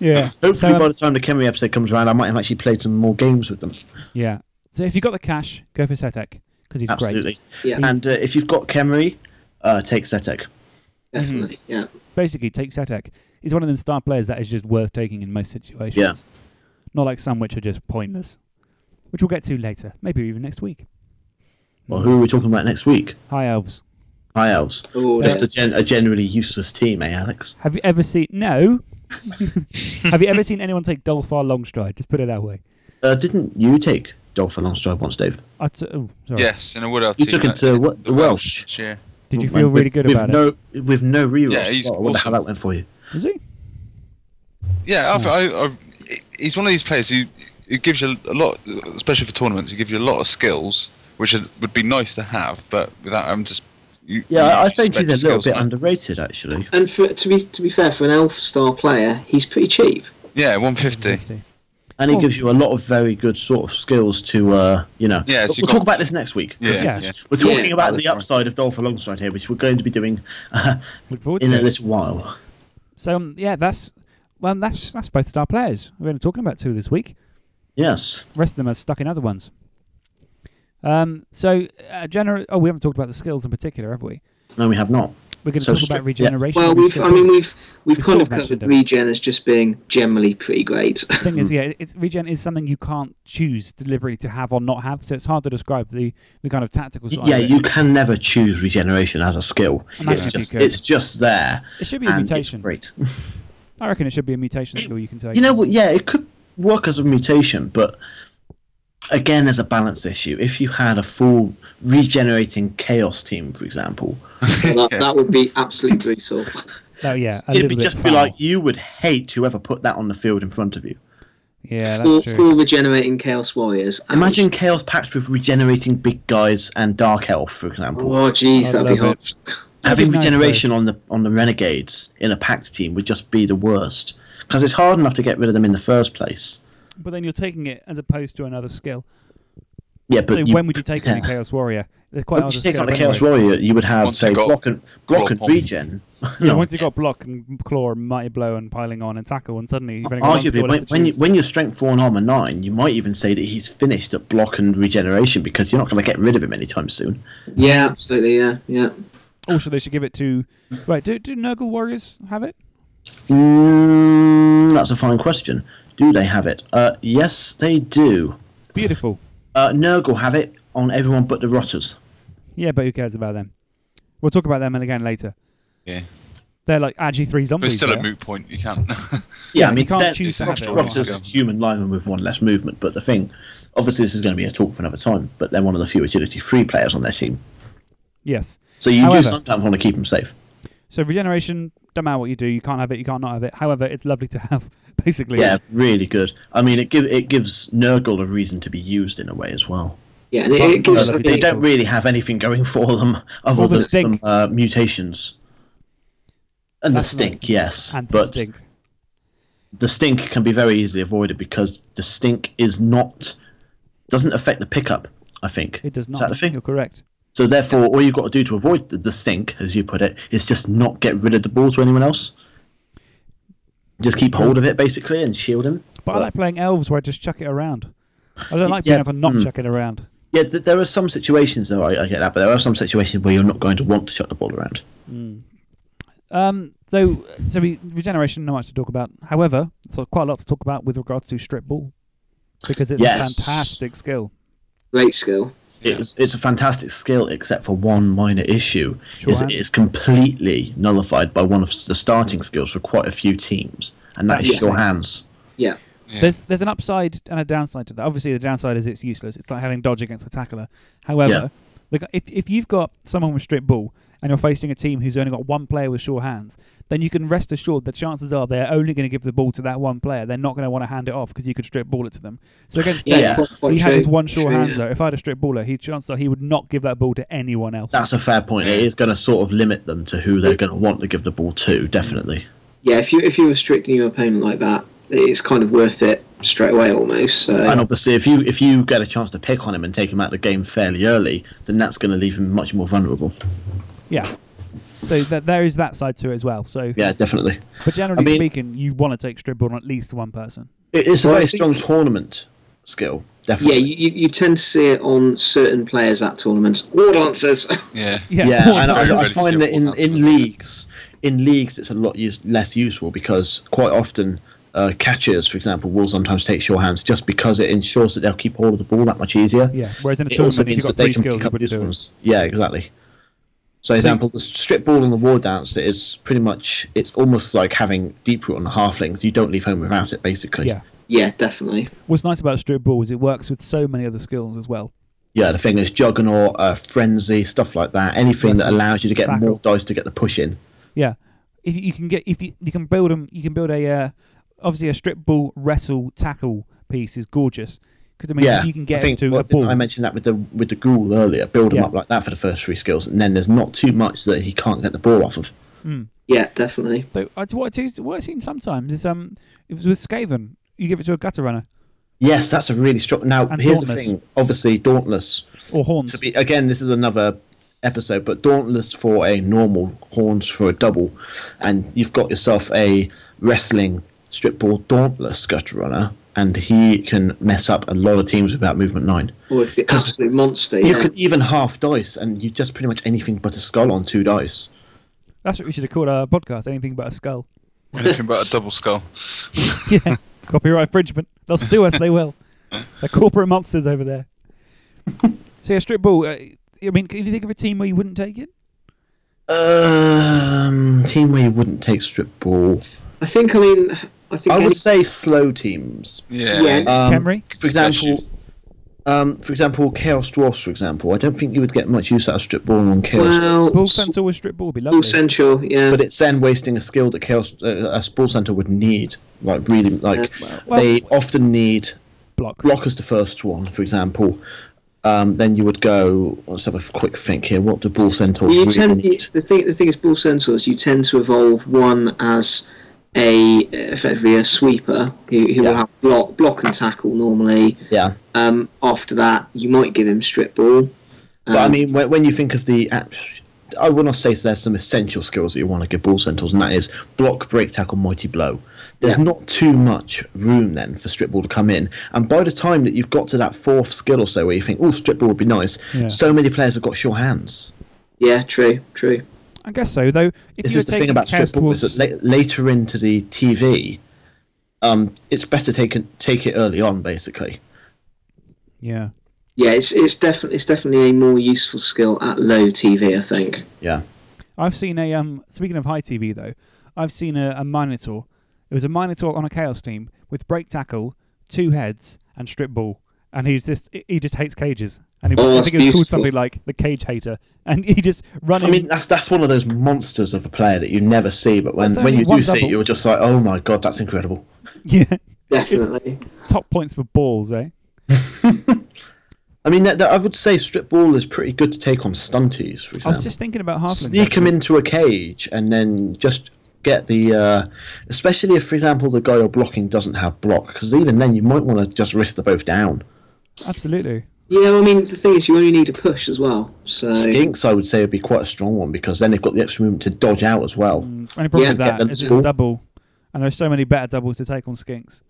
Yeah.
Hopefully,
So, um,
by the time the Kemri episode comes around, I might have actually played some more games with them.
yeah. So if you've got the cash, go for Setek because he's great.
Absolutely.
Yeah.
And uh, if you've got Kemri, uh, take Zetek.
Definitely. Yeah.
Basically, take Setek. He's one of them star players that is just worth taking in most situations.
Yeah.
Not like some which are just pointless, which we'll get to later, maybe even next week.
Well, who are we talking about next week?
Hi, elves.
Hi, elves.
Oh,
Just a,
yeah.
gen- a generally useless team, eh, Alex?
Have you ever seen? No. Have you ever seen anyone take Dolphar Longstride? Just put it that way.
Uh, didn't you take Dolphin Longstride once, Dave?
I t- oh, sorry.
Yes, in a Wood Elf
You
team,
took him
like,
to what, the Welsh.
Yeah.
Did you
Well,
feel
with-
really good
with
about
no, With no rerolls.
Yeah, he's
Well, I wonder how
awesome.
that went for you.
it? Is he?
Yeah,
Hmm.
I, I, I, he's one of these players who, who gives you a lot, especially for tournaments. He gives you a lot of skills, which are, would be nice to have, but without having to. sp- You, you
Yeah, I
spend
think he's
your
a little
skills
bit
on it.
underrated, actually.
And for, to be to be fair, for an elf star player, he's pretty cheap.
Yeah, one fifty.
Fifty.
and it
Cool.
gives you a lot of very good sort of skills to, uh, you know.
Yeah, so
But
you've
we'll
got-
talk about this next week. 'cause
Yeah,
this is-
yeah.
We're
Yeah,
talking about
that's
the
right.
upside of Dolph Alongside here, which we're going to be doing uh,
Look forward
in
to
a
it.
little while.
So um, yeah, that's well, that's that's both star players. We're only talking about two this week.
Yes.
The rest of them are stuck in other ones. Um, so uh, gener- Oh, we haven't talked about the skills in particular, have we?
No, we have not.
We're going to
So
talk
stri- yeah.
about regeneration.
Well,
and we
we've,
still
I mean,
haven't-
we've we've
We
kind
sort
of
of mentioned
covered
it.
regen as just being generally pretty great. [laughs]
the thing is, yeah, it's regen is something you can't choose deliberately to have or not have. So it's hard to describe the, the kind of tactical side.
yeah,
of it.
you can never choose regeneration as a skill.
Imagine
It's
if you
just,
could.
it's just there.
It should be a
And it's
mutation.
great.
I reckon it should be a mutation skill you can take.
You know what? Yeah, it could work as a mutation, but again, there's a balance issue. If you had a full regenerating chaos team, for example,
that, that would be absolutely brutal.
Oh, yeah, a
it'd
little
be
bit
just be
foul.
like you would hate whoever put that on the field in front of you.
yeah,
For,
that's true.
for regenerating Chaos Warriors. ouch.
Imagine chaos packed with regenerating big guys and dark elf, for example.
Oh, jeez,
I'd
that'd be
love
hot.
Having
be nice,
regeneration on the on the renegades in a packed team would just be the worst because it's hard enough to get rid of them in the first place.
But then you're taking it as opposed to another skill.
Yeah, but
so
you-
when would you take on a
yeah.
Chaos Warrior? They're quite
When
hard
you
to
take
skill,
on a
aren't
chaos
they?
warrior, you would have
Once
say
you got
block and block
claw
and
pump.
regen.
Yeah,
No.
once you got block and claw and mighty blow and piling on and tackle and suddenly you've only got one
Arguably,
score
when,
left to
when, you,
choose.
when you're strength four and armor nine, you might even say that he's finished at block and regeneration because you're not going to get rid of him anytime soon.
Yeah, absolutely. Yeah, yeah.
Also, they should give it to right. Do do Nurgle warriors have it?
Mm, that's a fine question. Do they have it? Uh, yes, they do.
Beautiful.
Uh, Nurgle have it on everyone but the Rotters.
Yeah, but who cares about them? We'll talk about them again later.
yeah.
They're like agi three
But
zombies.
it's still
there.
a moot point. You can't.
Yeah,
I mean,
you can't
they're-
choose
to have it or not.
Rotters, human linemen with one less movement. But the thing, obviously, this is going to be a talk for another time. But they're one of the few agility three players on their team,
Yes.
so you
However-
do sometimes want to keep them safe.
So regeneration. Don't matter what you do, you can't have it. You can't not have it. However, it's lovely to have. [laughs] Basically.
Yeah, really good. I mean, it give it gives Nurgle a reason to be used in a way as well. Uh,
Yeah, and it, it gives
that'd
the
be
They
Big-
don't really have anything going for them [laughs] other
Well, the
than some
stink.
uh, mutations. And
That's
the stink,
nice.
yes,
And
but
distinct.
the stink can be very easily avoided because the stink is not doesn't affect the pickup. I think
It does
Is that
not.
the thing?
You're correct.
So therefore, all you've got to do to avoid the, the stink, as you put it, is just not get rid of the ball to anyone else. Just keep hold of it basically and shield him.
But I like playing elves where I just chuck it around. I don't like
Yeah,
being able to not
mm.
chuck it around.
Yeah, th- there are some situations though. I, I get that, but there are some situations where you're not going to want to chuck the ball around.
Um, so, so we, regeneration, not much to talk about. However, so quite a lot to talk about with regards to strip ball, because it's
Yes.
a fantastic skill.
great skill.
It's it's a fantastic skill, except for one minor issue:
Sure.
is it's completely nullified by one of the starting skills for quite a few teams, and that is
Yeah.
sure hands.
Yeah,
Yeah.
There's there's an upside and a downside to that. Obviously, the downside is it's useless. It's like having dodge against a tackler. However, look, if if you've got someone with strip ball and you're facing a team who's only got one player with sure hands, then you can rest assured the chances are they're only going to give the ball to that one player. They're not going to want to hand it off because you could strip ball it to them. So against
yeah.
them,
Yeah.
quite- quite
he had
true,
his one sure
true.
hands though. If I had a strip baller, he chances are he would not give that ball to anyone else.
That's a fair point. It is going to sort of limit them to who they're going to want to give the ball to, definitely.
Yeah, if you if you're restricting your opponent like that, it's kind of worth it straight away almost. So
And obviously, if you if you get a chance to pick on him and take him out of the game fairly early, then that's going to leave him much more vulnerable.
Yeah. So th- there is that side to it as well. So,
Yeah, definitely.
but generally
I mean-
speaking, you want to take strip ball on at least one person.
It- It's a
Well, I
very
think-
strong tournament skill,
yeah,
definitely.
you, you you tend to see it on certain players at tournaments. All [laughs] dancers.
yeah.
Yeah.
yeah,
Very
and
[laughs]
I, I
ready to see
find
a
that in,
full
in
house.
leagues, in leagues, it's a lot use, less useful because quite often uh, catchers, for example, will sometimes take short hands just because it ensures that they'll keep hold of the ball that much easier.
Yeah, whereas in a
It
tournament,
also
if you've
means
got
that they
three
can
skills,
pick
you
up
wouldn't
useful
do it.
ones. Yeah, exactly. So, example, the strip ball and the war dance is pretty much it's almost like having deep root on the halflings. You don't leave home without it, basically.
Yeah.
yeah, definitely.
What's nice about strip ball is it works with so many other skills as well.
Yeah, the thing is juggernaut, uh, frenzy, stuff like that. Anything that allows you to get
Tackle.
more dice to get the push in.
Yeah, if you can get if you, you can build 'em- you can build a uh, obviously a strip ball wrestle tackle piece is gorgeous because I mean
yeah,
you can get
I think
into a
what- didn't
ball.
I mentioned that with the with the ghoul earlier. Build him
Yeah.
up like that for the first three skills, and then there's not too much that he can't get the ball off of.
Yeah, definitely.
Though, I, what, I do, what I've seen sometimes is um, it was with Skaven. You give it to a gutter runner,
Yes, that's a really strong. Now,
And
here's
Dauntless.
the thing. Obviously, Dauntless.
Or Horns.
To be again, this is another episode, but Dauntless for a normal, Horns for a double, and you've got yourself a wrestling strip ball Dauntless gutter runner, and he can mess up a lot of teams without movement nine.
Or it'd be an
'Cause
absolute monster.
You
yeah.
could even half dice, and you just pretty much anything but a skull on two dice.
That's what we should have called our podcast. Anything but a skull.
[laughs] Anything but a double skull.
yeah. [laughs] Copyright infringement. They'll sue us. They will. They're corporate monsters over there. [laughs] so yeah, strip ball. Uh, I mean, can you think of a team where you wouldn't take it?
Um, team where you wouldn't take strip ball.
I think. I mean, I think.
I
any-
would say slow teams.
Yeah.
Yeah.
Um,
Camry?
For example, um, for example, Chaos Dwarfs, for example. I don't think you would get much use out of strip ball on Chaos
well,
Ball
s-
centre with strip ball would be lovely.
Ball Central. Yeah.
but it's then wasting a skill that Chaos uh, a Spore Center would need. Like really, like
Yeah.
they often need
block.
block as the first one, for example. Um, then you would go. Let's have a quick think here. What do Ball Centaurs
you
really
tend you,
need?
the thing. The thing is, Ball Centaurs. You tend to evolve one as a effectively a sweeper who, who will
Yeah.
have block, block and tackle normally.
Yeah,
Um, after that, you might give him strip ball.
but I mean, when, when you think of the app, I would not say there's some essential skills that you want to give Ball Centaurs, and that is block, break, tackle, mighty blow. There's
Yeah.
not too much room then for strip ball to come in, and by the time that you've got to that fourth skill or so, where you think, "Oh, strip ball would be nice,"
Yeah.
so many players have got sure hands.
Yeah, true, true.
I guess so, though. If you
this is
were
the thing
taking
about strip
Chaos
ball is that
Dwarfs-
la- later into the TV, um, it's best to take it, take it early on, basically.
yeah.
Yeah, it's it's definitely it's definitely a more useful skill at low TV. I think.
Yeah.
I've seen a um. Speaking of high TV though, I've seen a, a Minotaur. It was a Minotaur on a Chaos team with break tackle, two heads, and strip ball. And he just he just hates cages. And he,
Oh,
I
that's
think it was called
beautiful.
something like the cage hater. And he just running.
I mean, that's that's one of those monsters of a player that you never see, but when,
That's
when
only
you
one
do see
double.
it, you're just like, oh my god, that's incredible.
yeah,
Definitely.
top points for balls, eh?
I mean, that, that- I would say strip ball is pretty good to take on stunties,
I
for
was
example.
just thinking about half.
Sneak them into a cage and then just get the, uh, especially if, for example, the guy you're blocking doesn't have block, because even then you might want to just risk the both down.
Absolutely.
Yeah, well, I mean, the thing is, you only need a push as well. So
Stinks, I would say, would be quite a strong one because then they've got the extra movement to dodge out as well.
Only problem
Yeah,
with
get
that
them
is it's a
small.
double, and there's so many better doubles to take on skinks.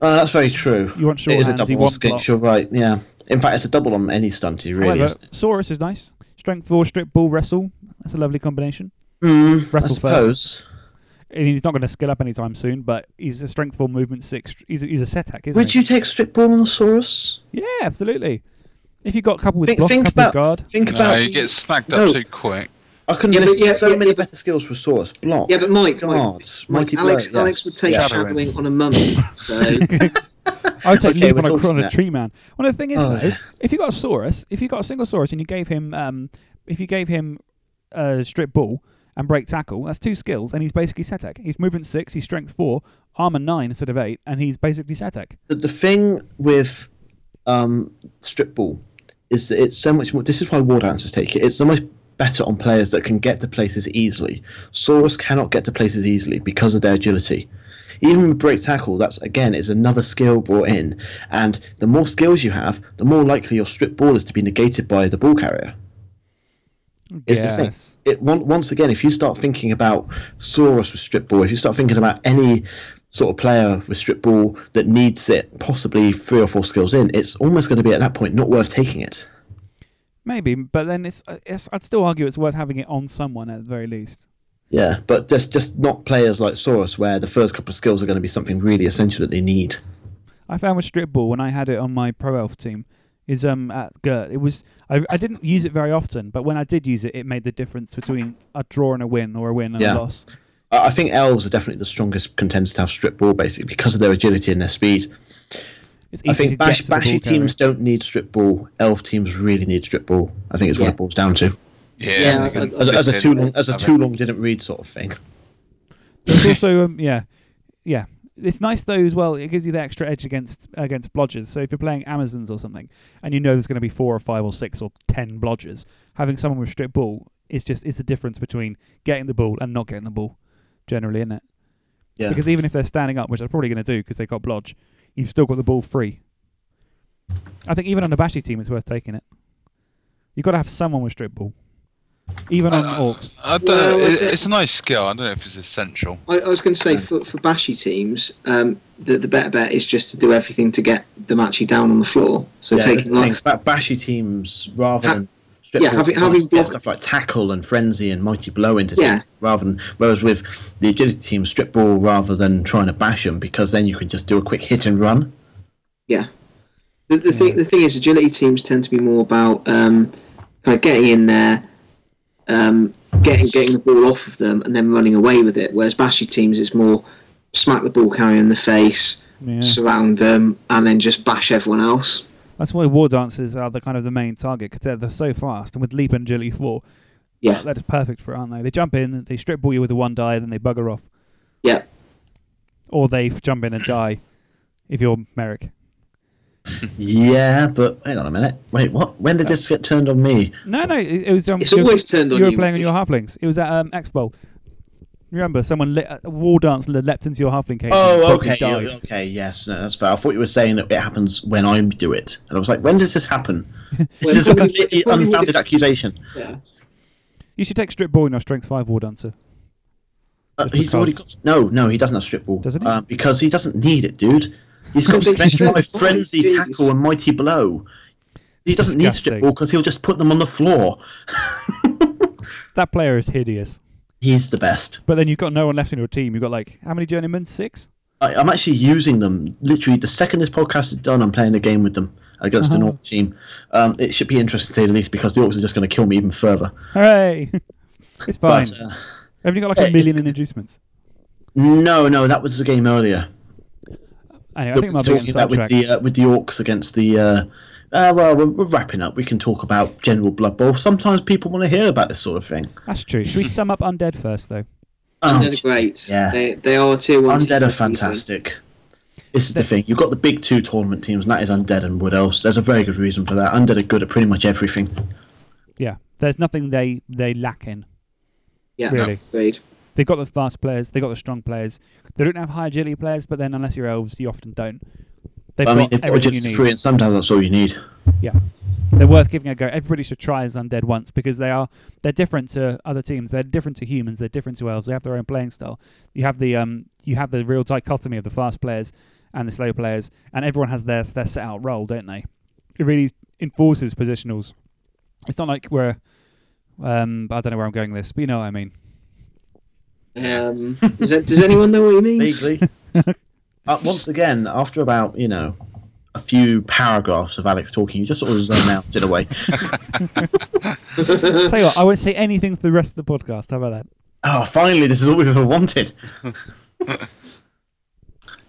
Uh, that's very true.
You want
it is
shorthands,
a
you
double on
want
skinks,
block.
you're right, yeah. In fact, it's a double on any stunt, you really.
However,
isn't it?
Saurus is nice. Strength four, strip ball, wrestle. That's a lovely combination.
Mm,
Wrestle
I
first.
suppose.
and he's not going to skill up anytime soon. But he's a strength four movement six. He's a, he's a set hack, isn't
Would
he?
you take strip ball on a Saurus?
Yeah, absolutely. If you got a couple with
Think,
block,
think
couple
about.
with guard,
Think
No,
about.
you
the-
get snagged up
No.
too quick.
I can
Yeah, but
list
yeah,
so
yeah.
many better skills for Saurus. Block.
Yeah, but Mike, Mike,
guard,
Mike,
mighty
Alex,
blow,
Alex
yes,
would take
yeah.
shadowing on a mummy.
[laughs]
So
I would take
Okay,
leap
we're
on a,
talking
on a
now.
tree man. Well, the thing is
Oh,
though,
yeah.
if you got a Saurus, if you got a single Saurus, and you gave him, um, if you gave him a strip ball and break tackle, that's two skills, and he's basically set hack. He's movement six, he's strength four, armor nine instead of eight, and he's basically set hack.
The, the thing with um, strip ball is that it's so much more. This is why war dancers take it. It's so much better on players that can get to places easily. Saurus cannot get to places easily because of their agility. Even with break tackle, that's again is another skill brought in. And the more skills you have, the more likely your strip ball is to be negated by the ball carrier. Is the thing.
Yes.
It on- once again, if you start thinking about Saurus with strip ball, if you start thinking about any sort of player with strip ball that needs it, possibly three or four skills in, it's almost going to be at that point not worth taking it.
Maybe, but then it's, uh, it's. I'd still argue it's worth having it on someone at the very least.
Yeah, but just just not players like Saurus, where the first couple of skills are going to be something really essential that they need.
I found with strip ball when I had it on my pro elf team is um at Gert. It was I, I didn't use it very often, but when I did use it, it made the difference between a draw and a win or a win and
Yeah.
a loss.
I I think elves are definitely the strongest contenders to have strip ball, basically, because of their agility and their speed.
It's
I
easy to
think
get
bash,
to the ball
Bashy
carrier.
[laughs] teams don't need strip ball. Elf teams really need strip ball. I think it's what
Yeah.
it boils down to.
Yeah,
Yeah. they can
As, as a
fit
too
in.
long, as a
Have it.
too long didn't read sort of thing.
There's also um, yeah, yeah. It's nice though as well. It gives you the extra edge against against blodgers. So if you're playing Amazons or something, and you know there's going to be four or five or six or ten blodgers, having someone with strip ball is just is the difference between getting the ball and not getting the ball. Generally, isn't it?
Yeah.
Because even if they're standing up, which they're probably going to do because they got blodge, you've still got the ball free. I think even on the Bashi team, it's worth taking it. You've got to have someone with strip ball, even on
I-
Orcs.
I don't
Well,
know.
I
It,
don't-
it's a nice skill. I don't know if it's essential.
I, I was going to say for for bashy teams, um, the the better bet is just to do everything to get them actually down on the floor. So
yeah, that's
taking
the thing.
like
Ba- Bashy teams rather
Ha-
than strip
yeah,
ball
having-
guys,
having
they're
block-
stuff like tackle and frenzy and mighty blow into
Yeah.
teams, rather than whereas with the agility team strip ball rather than trying to bash them because then you can just do a quick hit and run.
Yeah. The, the thing the thing is, agility teams tend to be more about um, kind of getting in there, um, getting getting the ball off of them, and then running away with it. Whereas bashy teams, it's more smack the ball carrier in the face,
Yeah.
surround them, and then just bash everyone else.
That's why war dancers are the kind of the main target because they're, they're so fast and with leap and agility four,
Yeah,
that is perfect for it, aren't they? They jump in, they strip ball you with the one die, then they bugger off,
yeah,
or they f- jump in and die. If you're Merrick,
Yeah, but hang on a minute. Wait, what? When did this get turned on me?
no, no, it, it was. Um,
It's
you-
always turned on
You were
you.
playing on your halflings. It was at um, X Bowl. Remember, someone le- a war dance le- leapt into your halfling cage. and
Oh,
probably
okay,
died.
yeah, okay, yes, no, that's fair. I thought you were saying that it happens when I do it, and I was like, when does this happen?
[laughs] Well,
this is a
it probably-
completely
it probably would've-
unfounded accusation.
yeah.
You should take strip ball in your strength five war dancer.
Uh,
Just
he's already
because-
got no, no, he doesn't have strip ball,
Doesn't he?
Uh, because he doesn't need it, dude. He's got
Because he's
strength five,
strength five,
frenzy,
jeez.
tackle, and mighty blow. He doesn't need
Disgusting.
strip ball because he'll just put them on the floor.
That player is hideous.
He's the best.
But then you've got no one left in your team. You've got like how many journeymen? Six.
I, I'm actually using them. Literally, the second this podcast is done, I'm playing a game with them against an
Uh-huh.
orc team. Um, it should be interesting to say the least because the orcs are just going to kill me even further.
Hooray! [laughs] it's fine.
But, uh,
Haven't you got
yeah,
like a
it's
million
good.
inducements?
No, no, that was the game earlier.
Anyway, I think we might be
talking
getting
about with
sidetracked.
the uh, with the orcs against the. Uh, uh, well, we're, we're wrapping up. We can talk about general blood bowl. Sometimes people want to hear about this sort of thing.
That's true.
[laughs]
Should we sum up undead first, though?
Oh,
Undead are great.
yeah.
They, they are a tier one.
undead
team for a
are
reason.
fantastic. This is the thing. You've got the big two tournament teams, and that is undead and what else. There's a very good reason for that. Undead are good at pretty much everything.
Yeah. There's nothing they they lack in.
Yeah,
Really.
agreed.
They've got the fast players. They've got the strong players. They don't have high agility players, but then unless you're elves, you often don't. They've
I
got
mean, they've got
everything you
just
need.
three, and sometimes that's all
[laughs]
you need.
Yeah. They're worth giving a go. Everybody should try as undead once because they are they're different to other teams. They're different to humans. They're different to elves. They have their own playing style. You have the um you have the real dichotomy of the fast players and the slow players, and everyone has their their set out role, don't they? It really enforces positionals. It's not like we're um I don't know where I'm going with this, but you know what I
[laughs]
mean.
Um, does, that, does anyone know what he means?
[laughs]
Vaguely. uh, once again, after about you know a few paragraphs of Alex talking, you just sort of zone out in
[laughs]
a way.
Tell you what, I won't say anything for the rest of the podcast. How about that?
Oh, finally, this is all we've
[laughs]
ever wanted.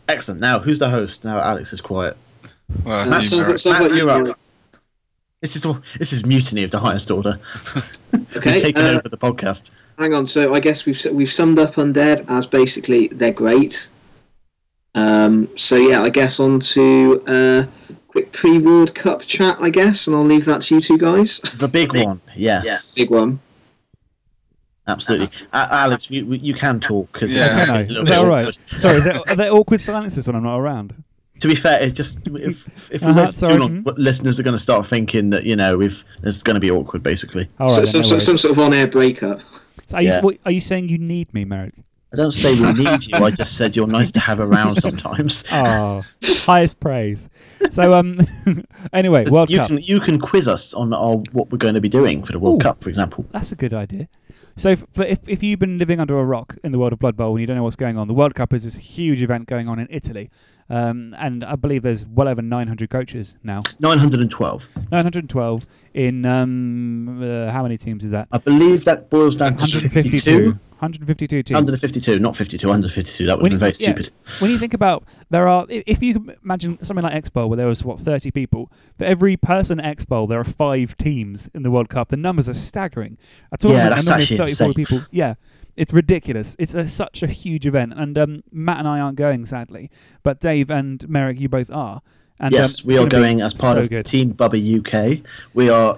Excellent. Now, who's the host? Now, Alex is quiet.
Well,
That
you
sounds
merit-
like, sounds
Matt,
like you,
you're up.
Warwick.
This is all- this is mutiny of the highest order. We've
Okay,
taken
uh,
over the podcast.
hang on. So I guess we've we've summed up undead as basically they're great. Um, so yeah, I guess on to uh, quick pre World Cup chat, I guess, and I'll leave that to you
[laughs]
two guys.
The big, one, yes,
Big one.
absolutely. Uh, Alex, you, you can talk because
Yeah.
Can I? Is that all right? Sorry, is that, are there awkward silences when I'm not around?
[laughs]
To be fair, it's just if, if we
Uh-huh,
wait
sorry,
too long,
mhm.
but listeners are going to start thinking that you know we've it's going to be awkward, basically.
All right,
So,
then,
some,
no
some,
worries.
some sort of on air breakup.
So are, you,
Yeah.
what, are you saying you need me, Merrick?
I don't say we need you. I just said you're nice to have around sometimes.
Oh, highest praise. So, um, [laughs] anyway, World
you
Cup.
can you can quiz us on our, what we're going to be doing for the World
Ooh.
Cup, for example.
That's a good idea. So, f- for if, if you've been living under a rock in the world of Blood Bowl and you don't know what's going on, the World Cup is this huge event going on in Italy. Um, and I believe there's well over 900 coaches now.
Nine hundred and twelve.
912 in, um, uh, how many teams is that?
I believe that boils down to
152.
fifty-two.
152 teams.
Under the 52, not 52, under 52. That would have been
you-
very
yeah,
stupid.
when you think about there are, i- if you can imagine something like Expo where there was what thirty people, for every person at Expo there are five teams in the World Cup. The numbers are staggering. A tournament
that's
normally
actually
30, 40
insane.
people. Yeah, it's ridiculous. It's a, such a huge event, and um, Matt and I aren't going sadly, but Dave and Merrick, you both are. And, um,
yes,
it's
we are
gonna be
going as part
so
of
good.
Team Bubba UK. We are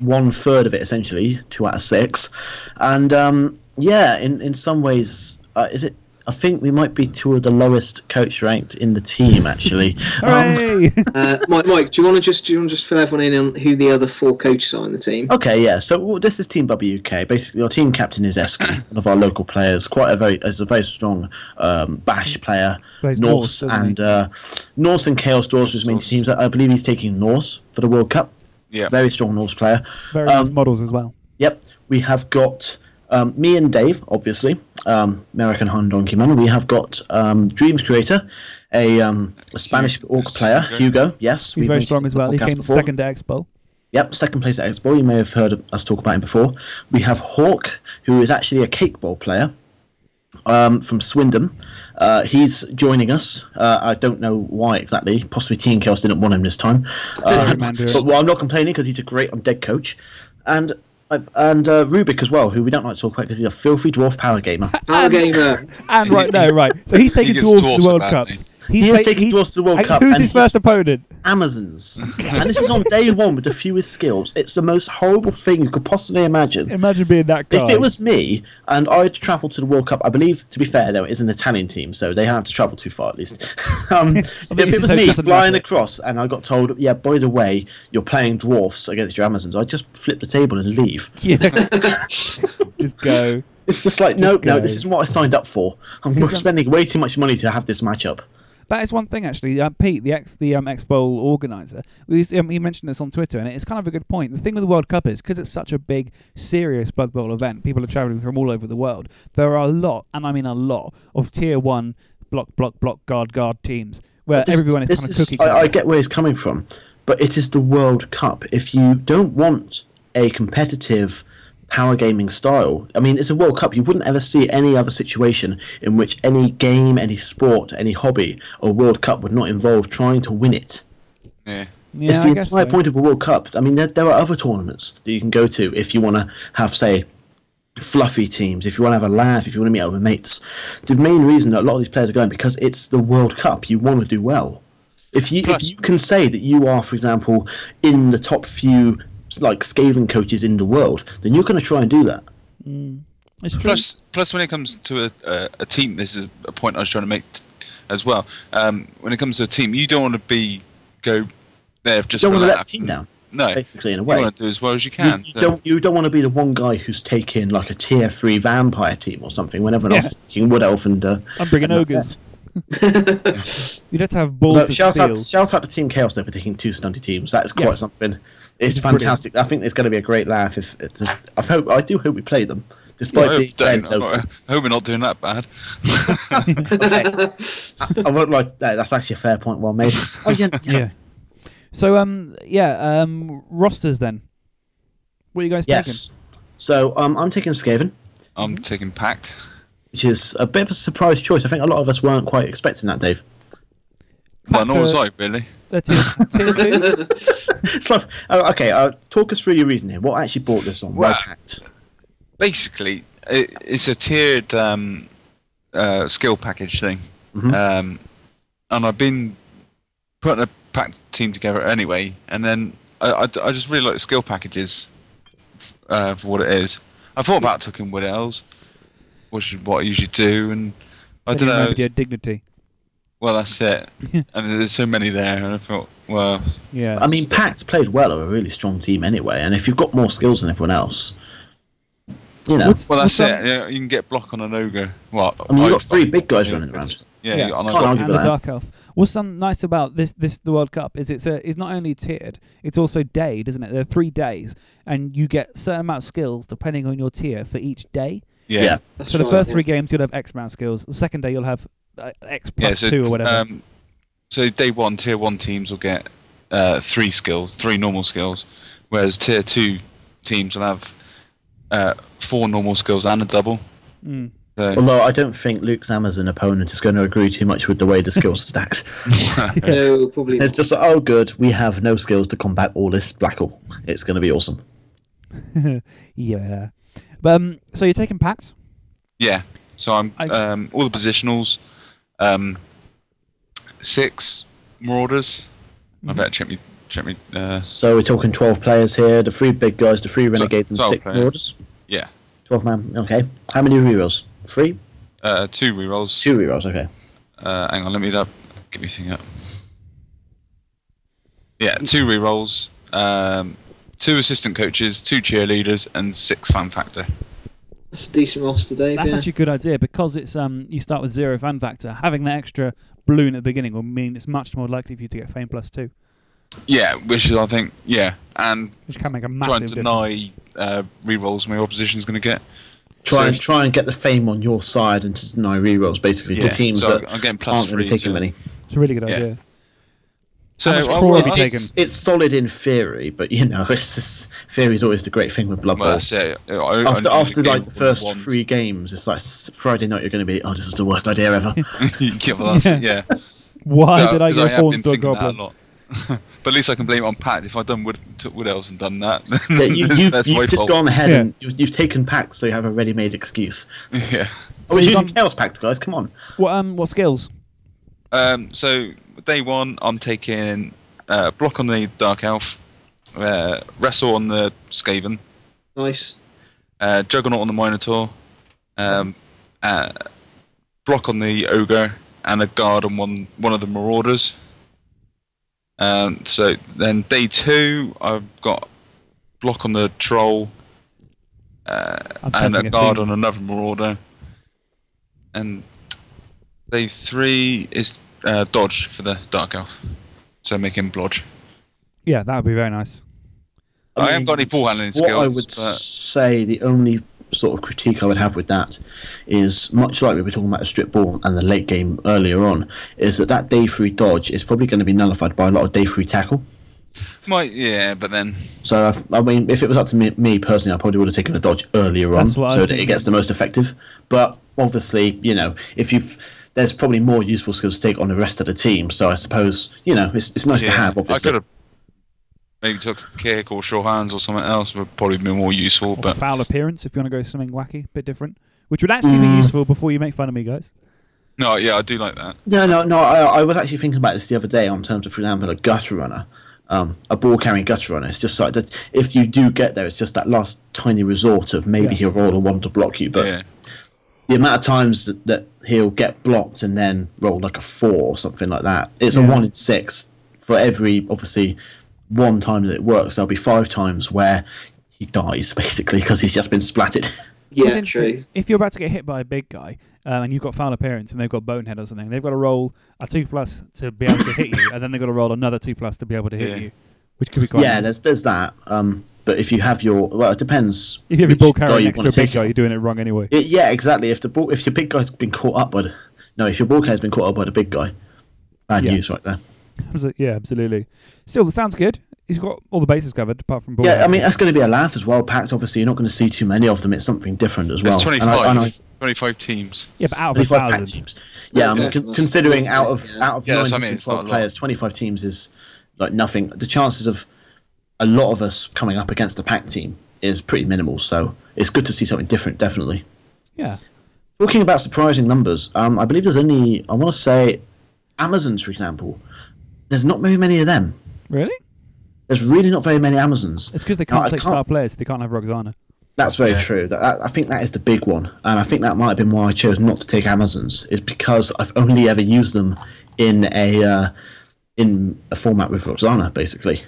one third of it, essentially, two out of six. And um, yeah, in, in some ways, uh, is it. I think we might be two of the lowest coach ranked in the team, actually.
[laughs]
um,
Hooray!
Uh, Mike, Mike, do you want to just do you want to just fill everyone in on who the other four coaches are in the
Oh,
team?
okay, yeah. So well, this is Team WK. Basically, our team captain
[clears throat]
is Eski, one of our local players. Quite a very, is a very strong um, Bash player.
Mm. Plays Norse,
Norse
doesn't he?
and uh, Norse and Chaos Dwarves, his main teams. I I believe he's taking Norse for the World Cup.
Yeah.
Very strong Norse player.
[laughs] Very
Um,
nice models as well.
Yep. We have got um, me and Dave, obviously, um, American Hun Donkey Man. We have got um, Dreams Creator, a, um, a Spanish orc player, Hugo. Yes,
He's
we've
very
mentioned
strong
him
as
on the
well. He
podcast
came
before.
second at Expo.
Yep, second place at Expo. You may have heard us talk about him before. We have Hawk, who is actually a cake bowl player um, from Swindon. Uh, he's joining us. Uh, I don't know why exactly. Possibly Team Chaos didn't want him this time. Uh,
Mandarin.
but well, I'm not complaining because he's a great on dead coach. And I- and uh, Rubik as well, who we don't like to talk about because he's a filthy dwarf power gamer.
um, [laughs]
Power gamer.
And right,
[laughs]
no, right. So he's taking
gets
dwarves to
dwarves
the World
at that,
Cups.
doesn't
He's
He is
ta-
taking
he's-
dwarves to the World
and
Cup,
Who's
and
his
he's-
first opponent?
Amazons, and this is on day one with the fewest skills. It's the most horrible thing you could possibly imagine.
Imagine being that guy. [laughs]
If it was me and I'd travelled to the World Cup, I believe, to be fair, though, it is an Italian team, so they have to travel too far at least. [laughs]
[laughs]
um, if
mean,
it was
so it
me
doesn't
flying
matter.
across and I got told, yeah, by the way, you're playing dwarfs against your Amazons, I'd just flip the table and leave.
Yeah. [laughs] just go.
It's just like, no, no,
go.
this isn't what I signed up for. I'm spending way too much money to have this matchup.
That is one thing, actually. Uh, Pete, the ex, the um, X Bowl organizer, we, um, he mentioned this on Twitter, and it's kind of a good point. The thing with the World Cup is because it's such a big, serious Blood Bowl event, people are traveling from all over the world. There are a lot, and I mean a lot, of tier one block, block, block, guard, guard teams where
This
everyone is
this
kind of cookie cutter.
I, I get where he's coming from, but it is the World Cup. If you don't want a competitive power gaming style, I mean, it's a World Cup. You wouldn't ever see any other situation in which any game, any sport, any hobby, or World Cup would not involve trying to win it.
Yeah.
yeah,
it's the
I
entire
guess so.
point of a World Cup. I mean, there, there are other tournaments that you can go to if you want to have, say, fluffy teams, if you want to have a laugh, if you want to meet up with mates. The main reason that a lot of these players are going because it's the World Cup. You want to do well. If you
Plus-
if you can say that you are, for example, in the top few like scaven coaches in the world, then you're going to try and do that.
It's true.
Plus, plus, when it comes to a, a, a team, this is a point I was trying to make t- as well. Um, when it comes to a team, you don't want to be go there just
Don't
for
wanna let
laugh
the team
and-
down,
No,
basically, in a
you
way.
want to do as well as you
You,
can.
you
so-
don't you don't want to be the one guy who's taking like a tier three vampire team or something when everyone
Yeah.
else is taking wood elf and. Uh,
I'm bringing
and-
ogres.
[laughs]
You'd have to have balls
Although,
of
shout
steel.
out, shout out to Team Chaos though for taking two stunty teams. That is quite
Yes.
something. It's
Brilliant.
fantastic. I think there's going to be a great laugh. If it's a, I hope, I do hope we play them.
I
Despite being
hope, don't,
dead,
I'm
though.
[laughs] not, I hope we're not doing that bad.
I, I won't like that. That's actually a fair point. Well made. Oh [laughs] yeah,
yeah. So um yeah um rosters then. What are you guys
yes. So um, I'm taking Skaven,
I'm
Mm-hmm.
taking packed.
which is a bit of a surprise choice. I think a lot of us weren't quite expecting that, Dave. [laughs]
taking?
Well, nor
Packer-
was I really.
That's
[laughs]
it. Tier two?
It's like, oh, okay, uh, talk us through your reason here. What actually brought this on? Why
Well,
Pact?
basically it, it's a tiered um, uh, skill package thing
Mm-hmm.
um, and i've been putting a pack team together anyway and then i, I, I just really like the skill packages uh, for what it is i thought about taking wood elves which is what i usually do and i
Then you
don't know
remembered Your dignity.
well
[laughs]
that's it and there's so many there and i thought well
Yeah.
I mean, Pact played well. Are a really strong team anyway, and if you've got more skills than everyone else, you know.
What's-
well that's
what's um,
it yeah, you can get block on an ogre well
I mean, you've
I've
got three
blocked
big guys
on
running around.
yeah,
Yeah.
you got an
Can't
ogre.
argue
and
with
the
that.
Dark Elf. What's some nice about this this the World Cup is it's a it's not only tiered, it's also dayed, isn't it? There are three days, and you get certain amount of skills depending on your tier for each day.
yeah,
yeah.
That's
So the
right,
first
yeah.
three games you'll have X amount of skills. The second day you'll have uh, X
yeah,
plus
so,
two or whatever.
Um, so day one, tier one teams will get uh, three skills, three normal skills, whereas tier two teams will have uh, four normal skills and a double.
Mm.
So,
Although I don't think Luke's Amazon opponent is going to agree too much with the way the skills are stacked.
No, probably.
It's
Not.
just like, oh, good, we have no skills to combat all this black hole. It's going to be awesome.
yeah. But um, so you're taking packs.
yeah, so I'm
I-
um, all the positionals, um, six marauders. I
Mm-hmm.
better check me, check me. Uh,
So we're talking 12 players here, the three big guys, the three renegades, and
twelve
six
players.
lords.
yeah,
12 man, okay. How many rerolls? Three?
Uh, two rerolls.
Two rerolls, okay.
Uh, hang on, let me up. Give me thing up. Yeah, two rerolls, um, two assistant coaches, two cheerleaders, and six fan factor.
That's a decent roster, Dave.
That's
yeah.
actually a good idea because it's um you start with zero fan factor. Having that extra balloon at the beginning will mean it's much more likely for you to get fame plus two,
Yeah, which is I think yeah, and
which can make a
try
massive
and
difference.
deny uh, rerolls my opposition's going to get.
Try and
So-
try and get the fame on your side and to deny rerolls basically to
Yeah,
teams
so
that
I'm getting plus
aren't really
three
taking
to-
many.
It's a really good
Yeah.
idea.
So
much
I'll-
It's already
I'll-
taken.
it's, it's solid in theory, but you know, [laughs] it's just, theory's always the great thing with Blood
Well,
Bowl.
that's it. I- I-
after
I-
after like the first
ones.
three games, it's like s- Friday night you're going to be, oh, this is the worst
[laughs]
idea ever.
[laughs] yeah, well, that's it, yeah.
Why
No,
did I
'cause
go
have been
horns to a
thinking that
goblin?
a lot. [laughs] but at least I can blame it on Pat. If I'd done Wood, took Wood Elves and done that, [laughs] then
Yeah, you, you,
that's my
you've just
fault.
gone ahead
Yeah.
and you, you've taken packs, so you have a ready-made excuse.
[laughs] Yeah.
I was
you've
using
gone-
chaos packs, guys. Come on.
What um what skills?
Um, so day one, I'm taking uh, block on the Dark Elf, uh, wrestle on the Skaven,
nice.
uh, juggernaut on the Minotaur, um, uh, block on the Ogre, and a guard on one one of the Marauders. Um, so then day two, I've got block on the Troll,
I'm
and a
tempting
guard
theme.
on another Marauder. And day three is uh, dodge for the Dark Elf. So make him blodge.
Yeah, that would be very nice.
I, haven't got any ball handling
What
skills.
I would
but
say, the only sort of critique I would have with that is much like we were talking about the strip ball and the late game earlier on, is that that day three dodge is probably going to be nullified by a lot of day three tackle.
might, yeah, but then
So I, I mean, if it was up to me, me personally, I probably would have taken a dodge earlier on,
That's what I
so
was
that it
thinking.
gets the most effective. But obviously, you know, if you've there's probably more useful skills to take on the rest of the team. So I suppose you know it's, it's nice
yeah,
to have.
I
Obviously,
could have maybe took a kick or sure hands or something else would probably be more useful.
Or
But
foul appearance if you want to go something wacky, bit different, which would actually
Mm.
be useful before you make fun of me, guys.
no, yeah, I do like that.
no, no, no. I, I was actually thinking about this the other day on terms of, for example, a gutter runner, um, a ball carrying gutter runner. It's just like that. If you do get there, it's just that last tiny resort of maybe
Yeah.
he'll roll a one to block you, but.
yeah.
the amount of times that, that he'll get blocked and then roll like a four or something like that. It's a
Yeah.
one in six for every obviously one time that it works. There'll be five times where he dies [laughs] basically because he's just been splatted. [laughs]
It's
Yeah,
interesting.
true.
If you're about to get hit by a big guy um, and you've got foul appearance and they've got bonehead or something, they've got to roll a two plus to be able to hit you, and then they've got to roll another two plus to be able to hit
Yeah.
you, which could be quite.
yeah,
nice.
there's there's that. Um, but if you have your well, it depends.
if you have your
which
ball
guy
carrier
you
next to
wanna
a big
take
guy,
on.
you're doing it wrong anyway.
Y- yeah, exactly. If the ball, if your big guy's been caught up by the no, if your ball carrier's been caught up by the big guy, bad
Yeah.
news right there.
Abso- yeah, absolutely. Still, sounds good. He's got all the bases covered apart from ball.
Yeah, I mean that's going to be a laugh as well. Packed, obviously, you're not going to see too many of them. It's something different as well.
There's
And
25,
I- and I-
25 teams.
yeah, but out of a
25 pack
thousand,
teams. Yeah, I mean,
Yeah,
con-
that's-
considering out of
yeah.
out of
Yeah, that's what I
9
mean, it's
12
not a lot.
players, 25 teams is like nothing. The chances of a lot of us coming up against a pack team is pretty minimal. So it's good to see something different, definitely.
yeah,
Talking about surprising numbers, um, I believe there's only I want to say Amazons, for example. There's not very many of them.
really.
There's really not very many Amazons.
It's because they
Now,
can't
I
take star players. They can't have Roxana.
That's very true. That, that, I think that is the big one, and I think that might have been why I chose not to take Amazons. Is because I've only ever used them in a uh, in a format with Roxana. Basically,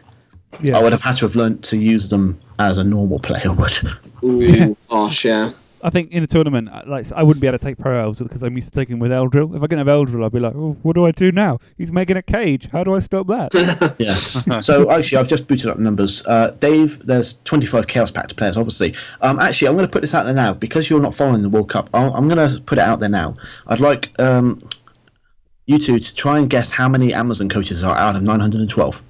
Yeah,
I would have had to have learnt to use them as a normal player [laughs] would.
Ooh,
[laughs]
harsh, yeah.
I think in a tournament, I- like I wouldn't be able to take pro elves because I'm used to taking with Eldrill. If I can have Eldrill, I'd be like, oh, what do I do now? He's making a cage. How do I stop
[laughs]
that? [laughs]
yeah. so actually, I've just booted up numbers. Uh, Dave, there's 25 Chaos Pact players, obviously. Um, actually, I'm going to put this out there now because you're not following the World Cup. I'll, I'm going to put it out there now. I'd like um, you two to try and guess how many Amazon coaches are out of 912.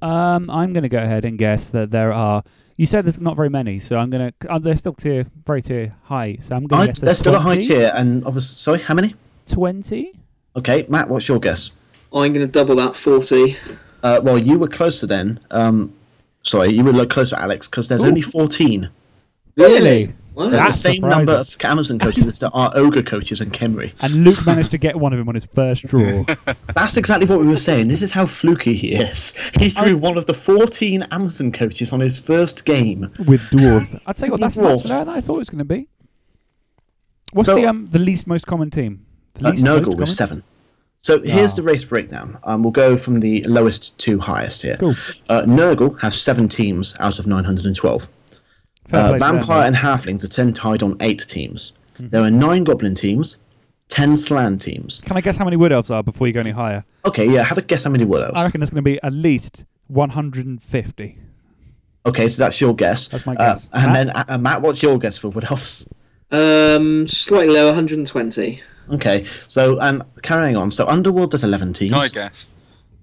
um, I'm going to go ahead and guess that there are. You said there's not very many, so I'm going to. Uh, they're still tier, very tier high. So I'm going
High,
to guess
they're
there's
still a high
20?
tier, and obviously, sorry, how many?
20?
Okay, Matt, what's your guess?
I'm going to double that 40.
Uh, well, you were closer then. Um, sorry, you were lo- closer, Alex, because there's only 14.
Really?
Wow.
There's
That's
the same
surprising.
number of Amazon coaches as there are ogre coaches in Kemri.
And Luke managed to get one of them on his first
[laughs]
draw.
That's exactly what we were saying. This is how fluky he is. [laughs] He drew one of the 14 Amazon coaches on his first game.
with dwarves. I'd say, well, that's much
Dwarves.
lower than I thought it was going to be. What's
So-
the um the least most common team? The
Uh,
least most
Nurgle
common?
was seven. So here's
Ah.
the race breakdown. Um, we'll go from the lowest to highest here.
Cool.
Uh, Nurgle have seven teams out of 912.
Fair
Uh,
play to them, Mm-hmm.
Vampire
though.
and Halflings are 10 tied on eight teams. There are nine Goblin teams, 10 Slan teams.
Can I guess how many wood elves are before you go any higher?
Okay, yeah, have a guess how many Wood Elves.
I reckon there's going to be at least 150.
Okay, so that's your guess.
That's my
Uh,
guess.
and
Matt?
then, uh, Matt, what's your guess for Wood Elves?
Um, slightly lower, 120.
Okay, so um, carrying on. So Underworld does 11 teams.
Can I guess?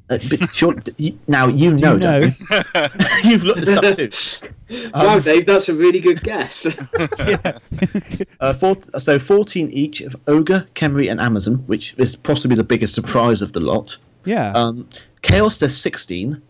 Uh, but [laughs] sure, d- you, now you know.
you know?
[laughs]
[laughs]
don't you? have looked this up
[laughs]
too. Um,
wow, Dave, that's a really good guess.
[laughs] Uh, four, so 14 each of Ogre, Kemri, and Amazon, which is possibly the biggest surprise of the lot.
[laughs] yeah.
Um, Chaos, there's 16.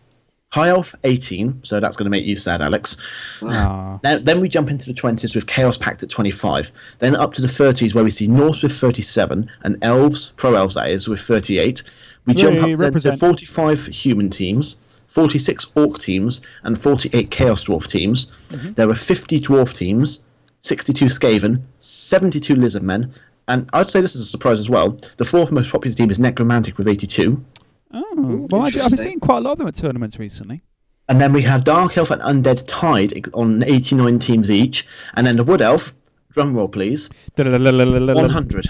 High Elf, 18. So that's going to make you sad, Alex.
Aw.
Now, then we jump into the 20s with Chaos Pact at 25. Then up to the 30s where we see Norse with 37 and Elves, Pro Elves that is, with 38. We jump
Hooray,
up then to
represent.
45 Human teams, 46 Orc teams, and 48 Chaos Dwarf teams. There were 50 Dwarf teams, 62 Skaven, 72 Lizard Men, and I'd say this is a surprise as well. The fourth most popular team is Necromantic with 82.
Oh, well, actually, I've been
interesting.
seeing quite a lot of them at tournaments recently.
And then we have Dark Elf and Undead tied on 89 teams each. And then the Wood Elf, drum roll please,
um,
100.
100.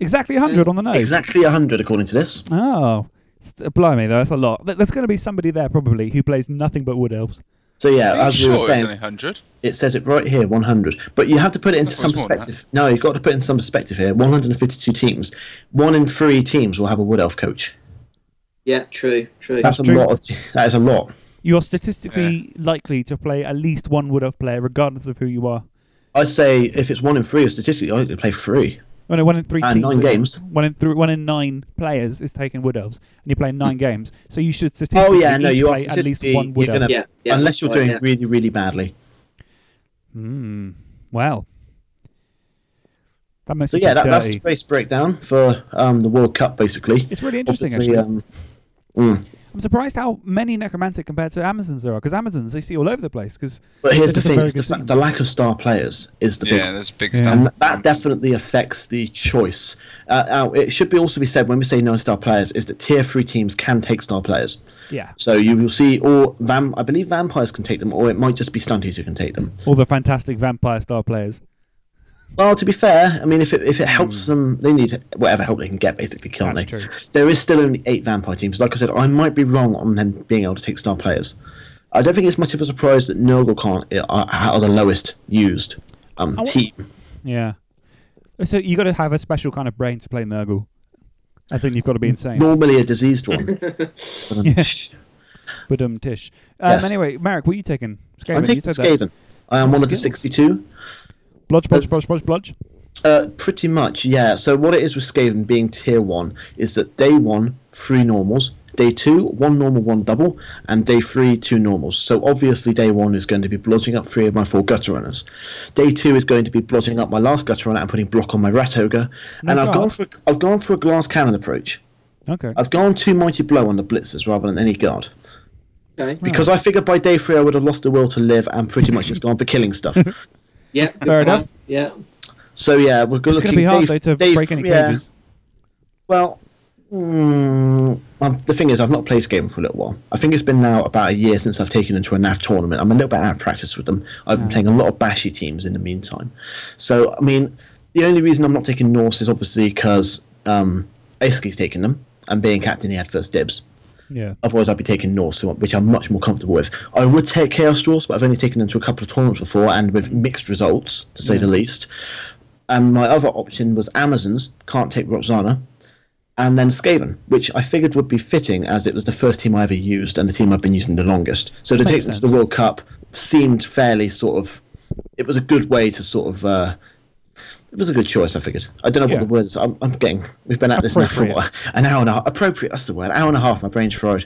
Exactly 100 on the nose.
Exactly 100 according to this.
Oh, St- blimey, though, that's a lot. Th- There's going to be somebody there probably who plays nothing but wood elves.
So yeah,
Are you
as
sure
we
it
were
was
saying,
only 100?
it says it right here, 100. But you have to put it into
thought
some
it was more than
perspective. No, you've got to put it in some perspective here. 152 teams. One in three teams will have a Wood Elf coach.
yeah, true, true.
That's a
true.
lot. Of te- that is a lot.
You are statistically likely to play at least one wood elf player, regardless of who you are.
I say if it's one in three, statistically, I think they play three.
Oh, no, one in three
And
teams,
nine
isn't it?
games.
One in three, one in nine players is taking wood elves, and you're playing nine games. So you should
Hmm. Oh,
statistically
yeah, no,
each
you are
play at least
statistically.
one
You're
wood
gonna,
elf.
Yeah, yeah,
[laughs] unless you're
that's right,
doing
yeah.
really, really badly.
Mm. Wow. That makes
So
me
yeah,
feel
that, that's
dirty.
the race breakdown for um, the World Cup, basically.
It's really interesting,
Obviously,
actually.
um, mm.
I'm surprised how many necromantic compared to Amazons there are, because Amazons they see all over the place. Because
But here's the thing:
very
is the,
good
fa-
team.
the lack of star players is the big
Yeah, there's big
Yeah.
stuff.
and th- that definitely affects the choice. Uh, now, it should be also be said when we say no star players is that tier three teams can take star players.
yeah,
So you will see, or vam- I believe vampires can take them, or it might just be stunties who can take them.
all the fantastic vampire star players.
Well, to be fair, I mean, if it, if it helps them, they need whatever help they can get, basically, can't
Hmm. That's
they?
true.
There is still only eight vampire teams. Like I said, I might be wrong on them being able to take star players. I don't think it's much of a surprise that Nurgle can't are, are the lowest used um,
I wa-
team.
Yeah. So you got to have a special kind of brain to play Nurgle. I think you've got to
Mm.
be insane.
Normally a diseased one. But, um,
But um, tish. Um,
Yes.
Anyway, Marek, what are you taking? Skaven,
I'm taking
you said that. Oh,
Skaven. I am one of the
Skaven's-
62.
Blodge, blodge,
That's-
blodge, blodge, blodge.
Uh, pretty much, yeah. So what it is with Skaven being tier one is that day one, three normals. Day two, one normal, one double, and day three, two normals. So obviously, day one is going to be blotching up three of my four gutter runners. Day two is going to be blotching up my last gutter runner and putting block on my rat ogre. and I've gone
God.
for a, I've gone for a glass cannon approach.
Okay.
I've gone two mighty blow on the blitzers rather than any
Hmm.
guard
Okay.
because I figured by day three I would have lost the will to live and pretty much just gone for
[laughs]
killing stuff.
Yeah, good
Fair
plan.
enough.
Yeah.
So yeah, we're
it's
looking
going to be hard
day,
though to
day
break any
three- yeah.
cages.
Well, mm, um, the thing is, I've not played Skaven for a little while. I think it's been now about a year since I've taken them to a NAF tournament. I'm a little bit out of practice with them. I've
Mm.
been playing a lot of Bashy teams in the meantime. So, I mean, the only reason I'm not taking Norse is obviously because um, Aski's taking them and being captain, he had first dibs.
Yeah.
Otherwise, I'd be taking Norse, who- which I'm much more comfortable with. I would take Chaos Dwarfs, but I've only taken them to a couple of tournaments before and with mixed results, to say the
Mm.
least. And my other option was Amazons, can't take Roxana, and then Skaven, which I figured would be fitting as it was the first team I ever used and the team I've been using the longest. So to take them to
sense.
the World Cup seemed fairly sort of. It was a good way to sort of. Uh, it was a good choice, I figured. I don't know
Yeah.
what the word is. I'm, I'm getting. We've been at this now for a
Appropriate.
while. An hour and a half. Appropriate, that's the word. hour and a half, my brain's fried.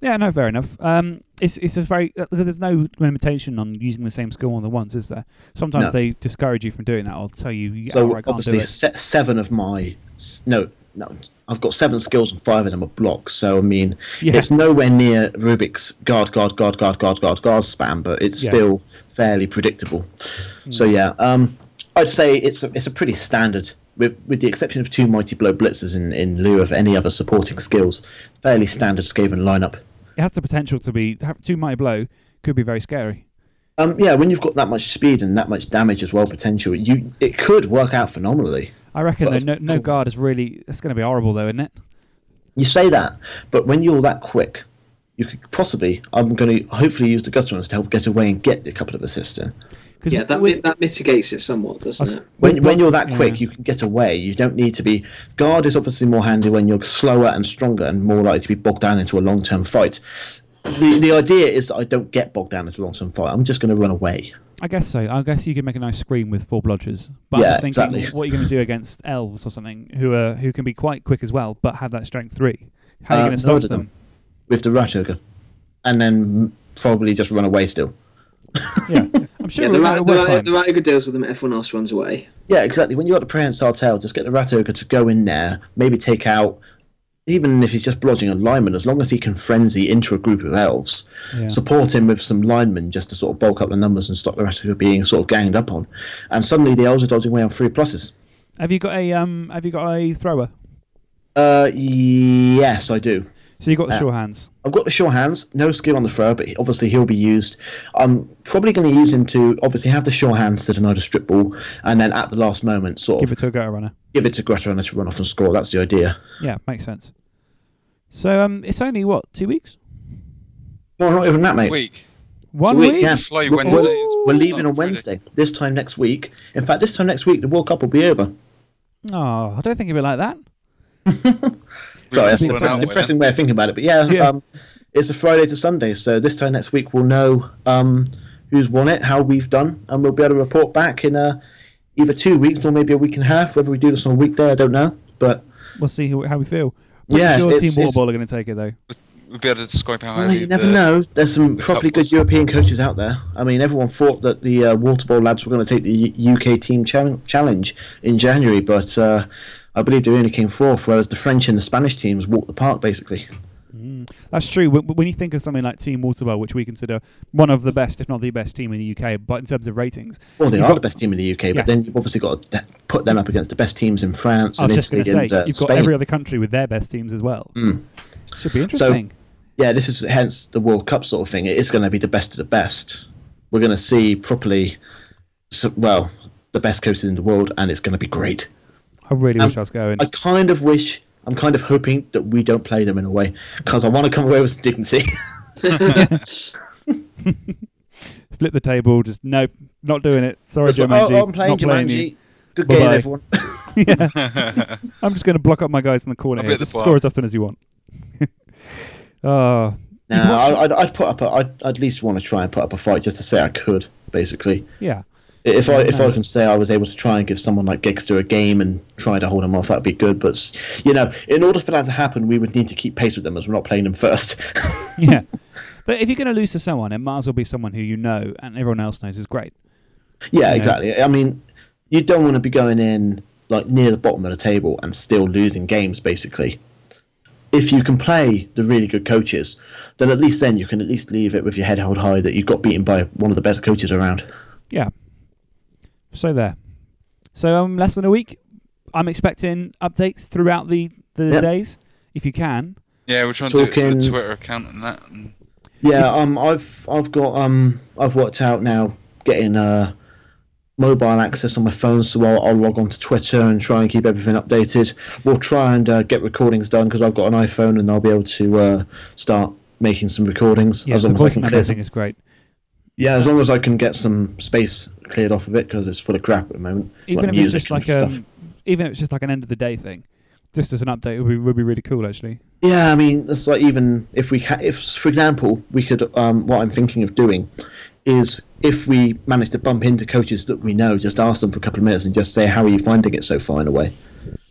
Yeah. No, fair enough. Um, it's it's a very uh, there's no limitation on using the same skill more than once, is there? Sometimes
No.
they discourage you from doing that. I'll tell you, you
So
outright can't do
obviously,
it.
se- seven of my s- no, no, I've got seven skills and five of them are blocks. So I mean,
Yeah.
it's nowhere near Rubik's guard, guard, guard, guard, guard, guard, guard spam, but it's
Yeah. Hmm.
still fairly predictable. So yeah, um, I'd say it's a, it's a pretty standard, with with the exception of two mighty blow blitzers in, in lieu of any other supporting skills, fairly standard Skaven lineup.
It has the potential to be to have too mighty blow could be very scary.
Um, yeah, when you've got that much speed and that much damage as well, potential, you it could work out phenomenally.
I reckon
But
though, no,
of
no
course-
guard is really. It's going to be horrible though, isn't it?
You say that, but when you're that quick, you could possibly. I'm going to hopefully use the gutter runs to help get away and get a couple of assists in.
Because
Yeah, that, mi- that mitigates it somewhat, doesn't it?
When, when you're that quick,
Yeah.
you can get away. You don't need to be. Guard is obviously more handy when you're slower and stronger and more likely to be bogged down into a long term fight. The, the idea is that I don't get bogged down into a long term fight. I'm just going to run away.
I guess so. I guess you could make a nice screen with four bludgers. But
Yeah,
I'm just thinking,
exactly.
what are you going to
[laughs]
do against elves or something who are who can be quite quick as well, but have that strength three? How are you
Uh,
going to
load
stop
of
them?
them. with the rat ogre, and then probably just run away still.
[laughs] yeah, I'm sure
Yeah,
we'll we'll
the right, the
work
right,
fine.
the right good deals with them. Everyone else
[laughs]
runs away.
Yeah, exactly. When you got the prehensile tail, just get the rat ogre to go in there, maybe take out, even if he's just blodging a lineman, as long as he can frenzy into a group of elves,
Yeah.
support him with some linemen just to sort of bulk up the numbers and stop the rat ogre being sort of ganged up on. And suddenly the elves are dodging away on three pluses.
Have you got a um? Have you got a thrower?
Uh, yes, I do.
So you got the
Uh,
sure hands.
I've got the sure hands, no skill on the throw, but he- obviously he'll be used. I'm probably going to use him to obviously have the sure hands to deny the strip ball, and then at the last moment, sort
Give
of
it to a gutter runner.
give it to Greta and let her run off and score. That's the idea.
Yeah, makes sense. So um, it's only what two weeks?
Well, not even that, mate.
Week.
One
week,
week?
Yeah,
Fly
we're,
Wednesday.
we're-
It's-
we're
it's
leaving
not
on
Friday.
Wednesday. This time next week. In fact, this time next week, the World Cup will be over.
Oh, I don't think it'd be like that.
Sorry, that's
Well,
a
now we're-
depressing way of thinking about it. But yeah,
Yeah.
Um, it's a Friday to Sunday, so this time next week we'll know um, who's won it, how we've done, and we'll be able to report back in uh, either two weeks or maybe a week and a half. Whether we do this on a weekday, I don't know. But
We'll see who, how we feel. What's
Yeah,
your
it's-
team
it's-
Waterball are going to take it though?
We'll be able to describe how.
well,
early
you never
the-
know. There's some
the
probably
cup
good
was.
European coaches out there. I mean, everyone thought that the uh, Water Bowl lads were going to take the U- UK team chal- challenge in January, but uh, I believe they only came fourth, whereas the French and the Spanish teams walked the park basically.
That's true. When, when you think of something like Team Waterball, which we consider one of the best, if not the best team in the UK, but in terms of ratings,
Well, they
You've
are
got-
the best team in the UK,
Yes.
but then you've obviously got to put them up against the best teams in France
I
and
was just going
Italy
to say
and uh,
you've got
Spain. Hmm.
every other country with their best teams as well. Should be interesting.
yeah, this is hence the World Cup sort of thing. It is going to be the best of the best. We're going to see properly, so, well, the best coaches in the world, and it's going to be great.
I really wish I
Um,
was going.
I kind of wish, I'm kind of hoping that we don't play them in a way because I want to come away with
[laughs]
some dignity.
Flip the table. Just nope, not doing it. Sorry,
It's like,
Jumanji.
oh, I'm playing
not playing you.
Jumanji. Good
Bye-bye.
game,
[laughs]
everyone.
I'm just going to block up my guys in the corner
I'll be
here.
at the
Just
bar.
score as often as you want. [laughs] oh,
no, I- I'd, I'd put up. A, I'd, I'd at least want to try and put up a fight just to say I could, basically.
yeah. [laughs]
If I if I can say I was able to try and give someone like Gegster a game and try to hold him off, that'd be good. But s- you know, in order for that to happen, we would need to keep pace with them as we're not playing them first. [laughs]
Yeah. but if you're going to lose to someone, it might as well be someone who you know and everyone else knows is great.
yeah, exactly. I mean, you don't want to be going in like near the bottom of the table and still losing games, basically. If you can play the really good coaches, then at least then you can at least leave it with your head held high that you got beaten by one of the best coaches around.
Yeah. So there. So um, less than a week. I'm expecting updates throughout the, the
Yep.
days, if you can.
Yeah, we're trying to do it with a
Talking-
Twitter account and that. And
Yeah, um, I've I've got um, I've worked out now getting uh, mobile access on my phone, so I'll, I'll log on to Twitter and try and keep everything updated. We'll try and uh, get recordings done because I've got an iPhone and I'll be able to uh, start making some recordings
Yeah,
as
the
long as I
voice
can
memo
clear.
thing is great.
Yeah, as long as I can get some space cleared off of it because it's full of crap at the moment,
Even
like
if it's
music
just like
and
um,
stuff.
even if it's just like an end of the day thing, just as an update would be would be really cool actually.
Yeah, I mean, it's like even if we ca- if for example we could um, what I'm thinking of doing is if we manage to bump into coaches that we know, just ask them for a couple of minutes and just say how are you finding it so far in a way.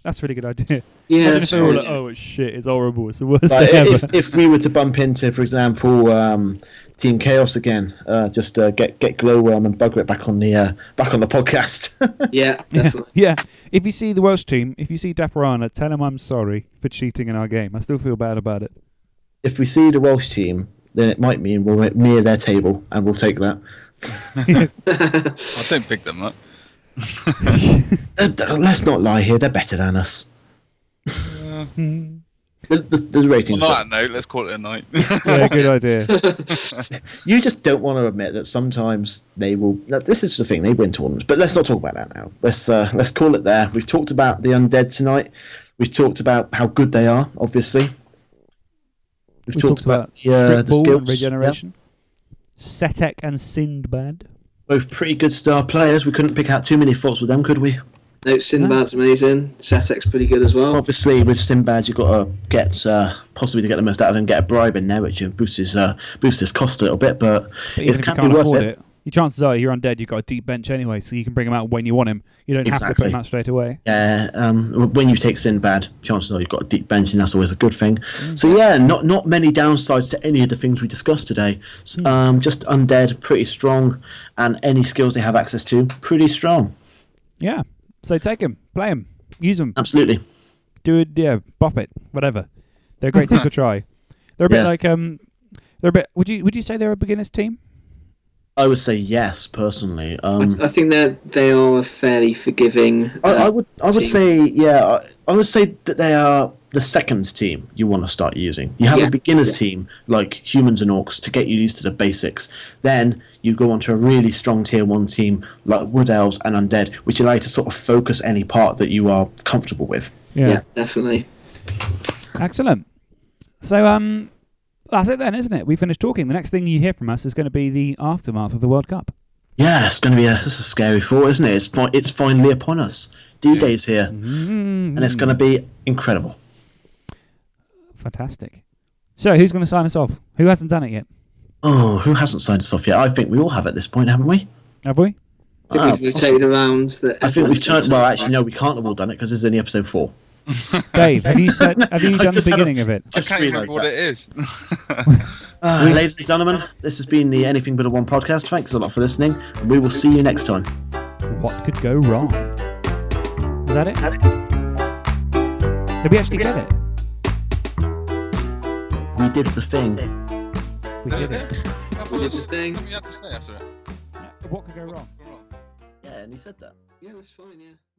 That's a really good idea.
[laughs] Yeah,
Imagine if
that's
they were all
true.
like, oh it's shit, it's horrible, it's the worst
Like,
day ever. [laughs]
if if we were to bump into, for example, um, Team Chaos again, uh, just uh, get get Glowworm and Bugger it back on the uh, back on the podcast. [laughs]
Yeah, definitely.
yeah, if you see the Welsh team, if you see Daparana, tell him I'm sorry for cheating in our game. I still feel bad about
[laughs]
it.
if we see the Welsh team, then it might mean we're near their table and we'll take that.
I don't pick them up.
Uh, d- let's not lie here. They're better than us.
Mm-hmm.
the, the, the ratings.
On
don't-
that note, let's call it a night.
yeah, good idea.
you just don't want to admit that sometimes they will. Now, this is the thing. They win tournaments, but let's not talk about that now. Let's uh, let's call it there. We've talked about the undead tonight. We've talked about how good they are. Obviously, we've,
We talked about
the, uh,
strip
the
ball
skills.
and
yeah.
regeneration. Setek and Sindbad.
both pretty good star players. We couldn't pick out too many faults with them, could we?
No, Sinbad's amazing. Satek's pretty good as well.
Obviously, with Sinbad, you've got to get uh, possibly to get the most out of him, get a bribe in there, which boosts his uh, boosts his cost a little bit, but,
But
it
even if you
can be
can't
worth
afford
it.
it, your chances are you're undead. You've got a deep bench anyway, so you can bring him out when you want him. You don't have to
Exactly.
put him out straight away.
Yeah, um, w- when you take Sinbad, chances are you've got a deep bench, and that's always a good thing.
Mm.
So yeah, not not many downsides to any of the things we discussed today. S
Mm.
Um, just undead, pretty strong, and any skills they have access to, pretty strong.
Yeah. So take him, play him, use him,
Absolutely.
do it. Yeah, bop it, whatever. They're a great
[laughs]
team to try. They're a bit
Yeah.
like um, they're a bit. Would you would you say they're a beginners team?
I would say yes, personally.
I,
Um,
th- I think that they are a fairly forgiving.
I, I
uh,
would I would
team.
say yeah I, I would say that they are the second team you want to start using. You have
Yeah.
a beginners team like humans and orcs to get you used to the basics. Then you go on to a really strong tier one team like wood elves and undead, which allow you to sort of focus any part that you are comfortable with.
yeah. definitely.
Excellent. So um, that's it then, isn't it? We finished talking. The next thing you hear from us is going to be the aftermath of the World Cup.
Yeah, it's going to be a, this is a scary thought, isn't it? It's fi- it's finally upon us. D Day's here,
Hmm,
and it's
Mm.
going to be incredible.
Fantastic. So who's going to sign us off? Who hasn't done it yet?
Oh, who hasn't signed us off yet? I think we all have at this point, haven't we?
Have [laughs] we?
I think
Ah,
we've rotated around. That
I think
everyone's
we've turned.
done
Well,
so
actually, no, we can't have all done it because it's only episode four.
Dave, have you said? Have you
I
done the
just had a-
beginning of it?
I
Just
can't
realised
remember what
that.
it is. [laughs]
Uh, ladies and gentlemen, this has been the Anything But a One podcast. Thanks a lot for listening, and we will see you next time.
What could go wrong? Is that it? Did we actually get it?
We did the thing.
We did it.
What
Well,
was
it's a
it?
thing.
Something you had to say after it.
What could go wrong?
Go on.
Yeah, and he said that.
Yeah, that's fine. Yeah.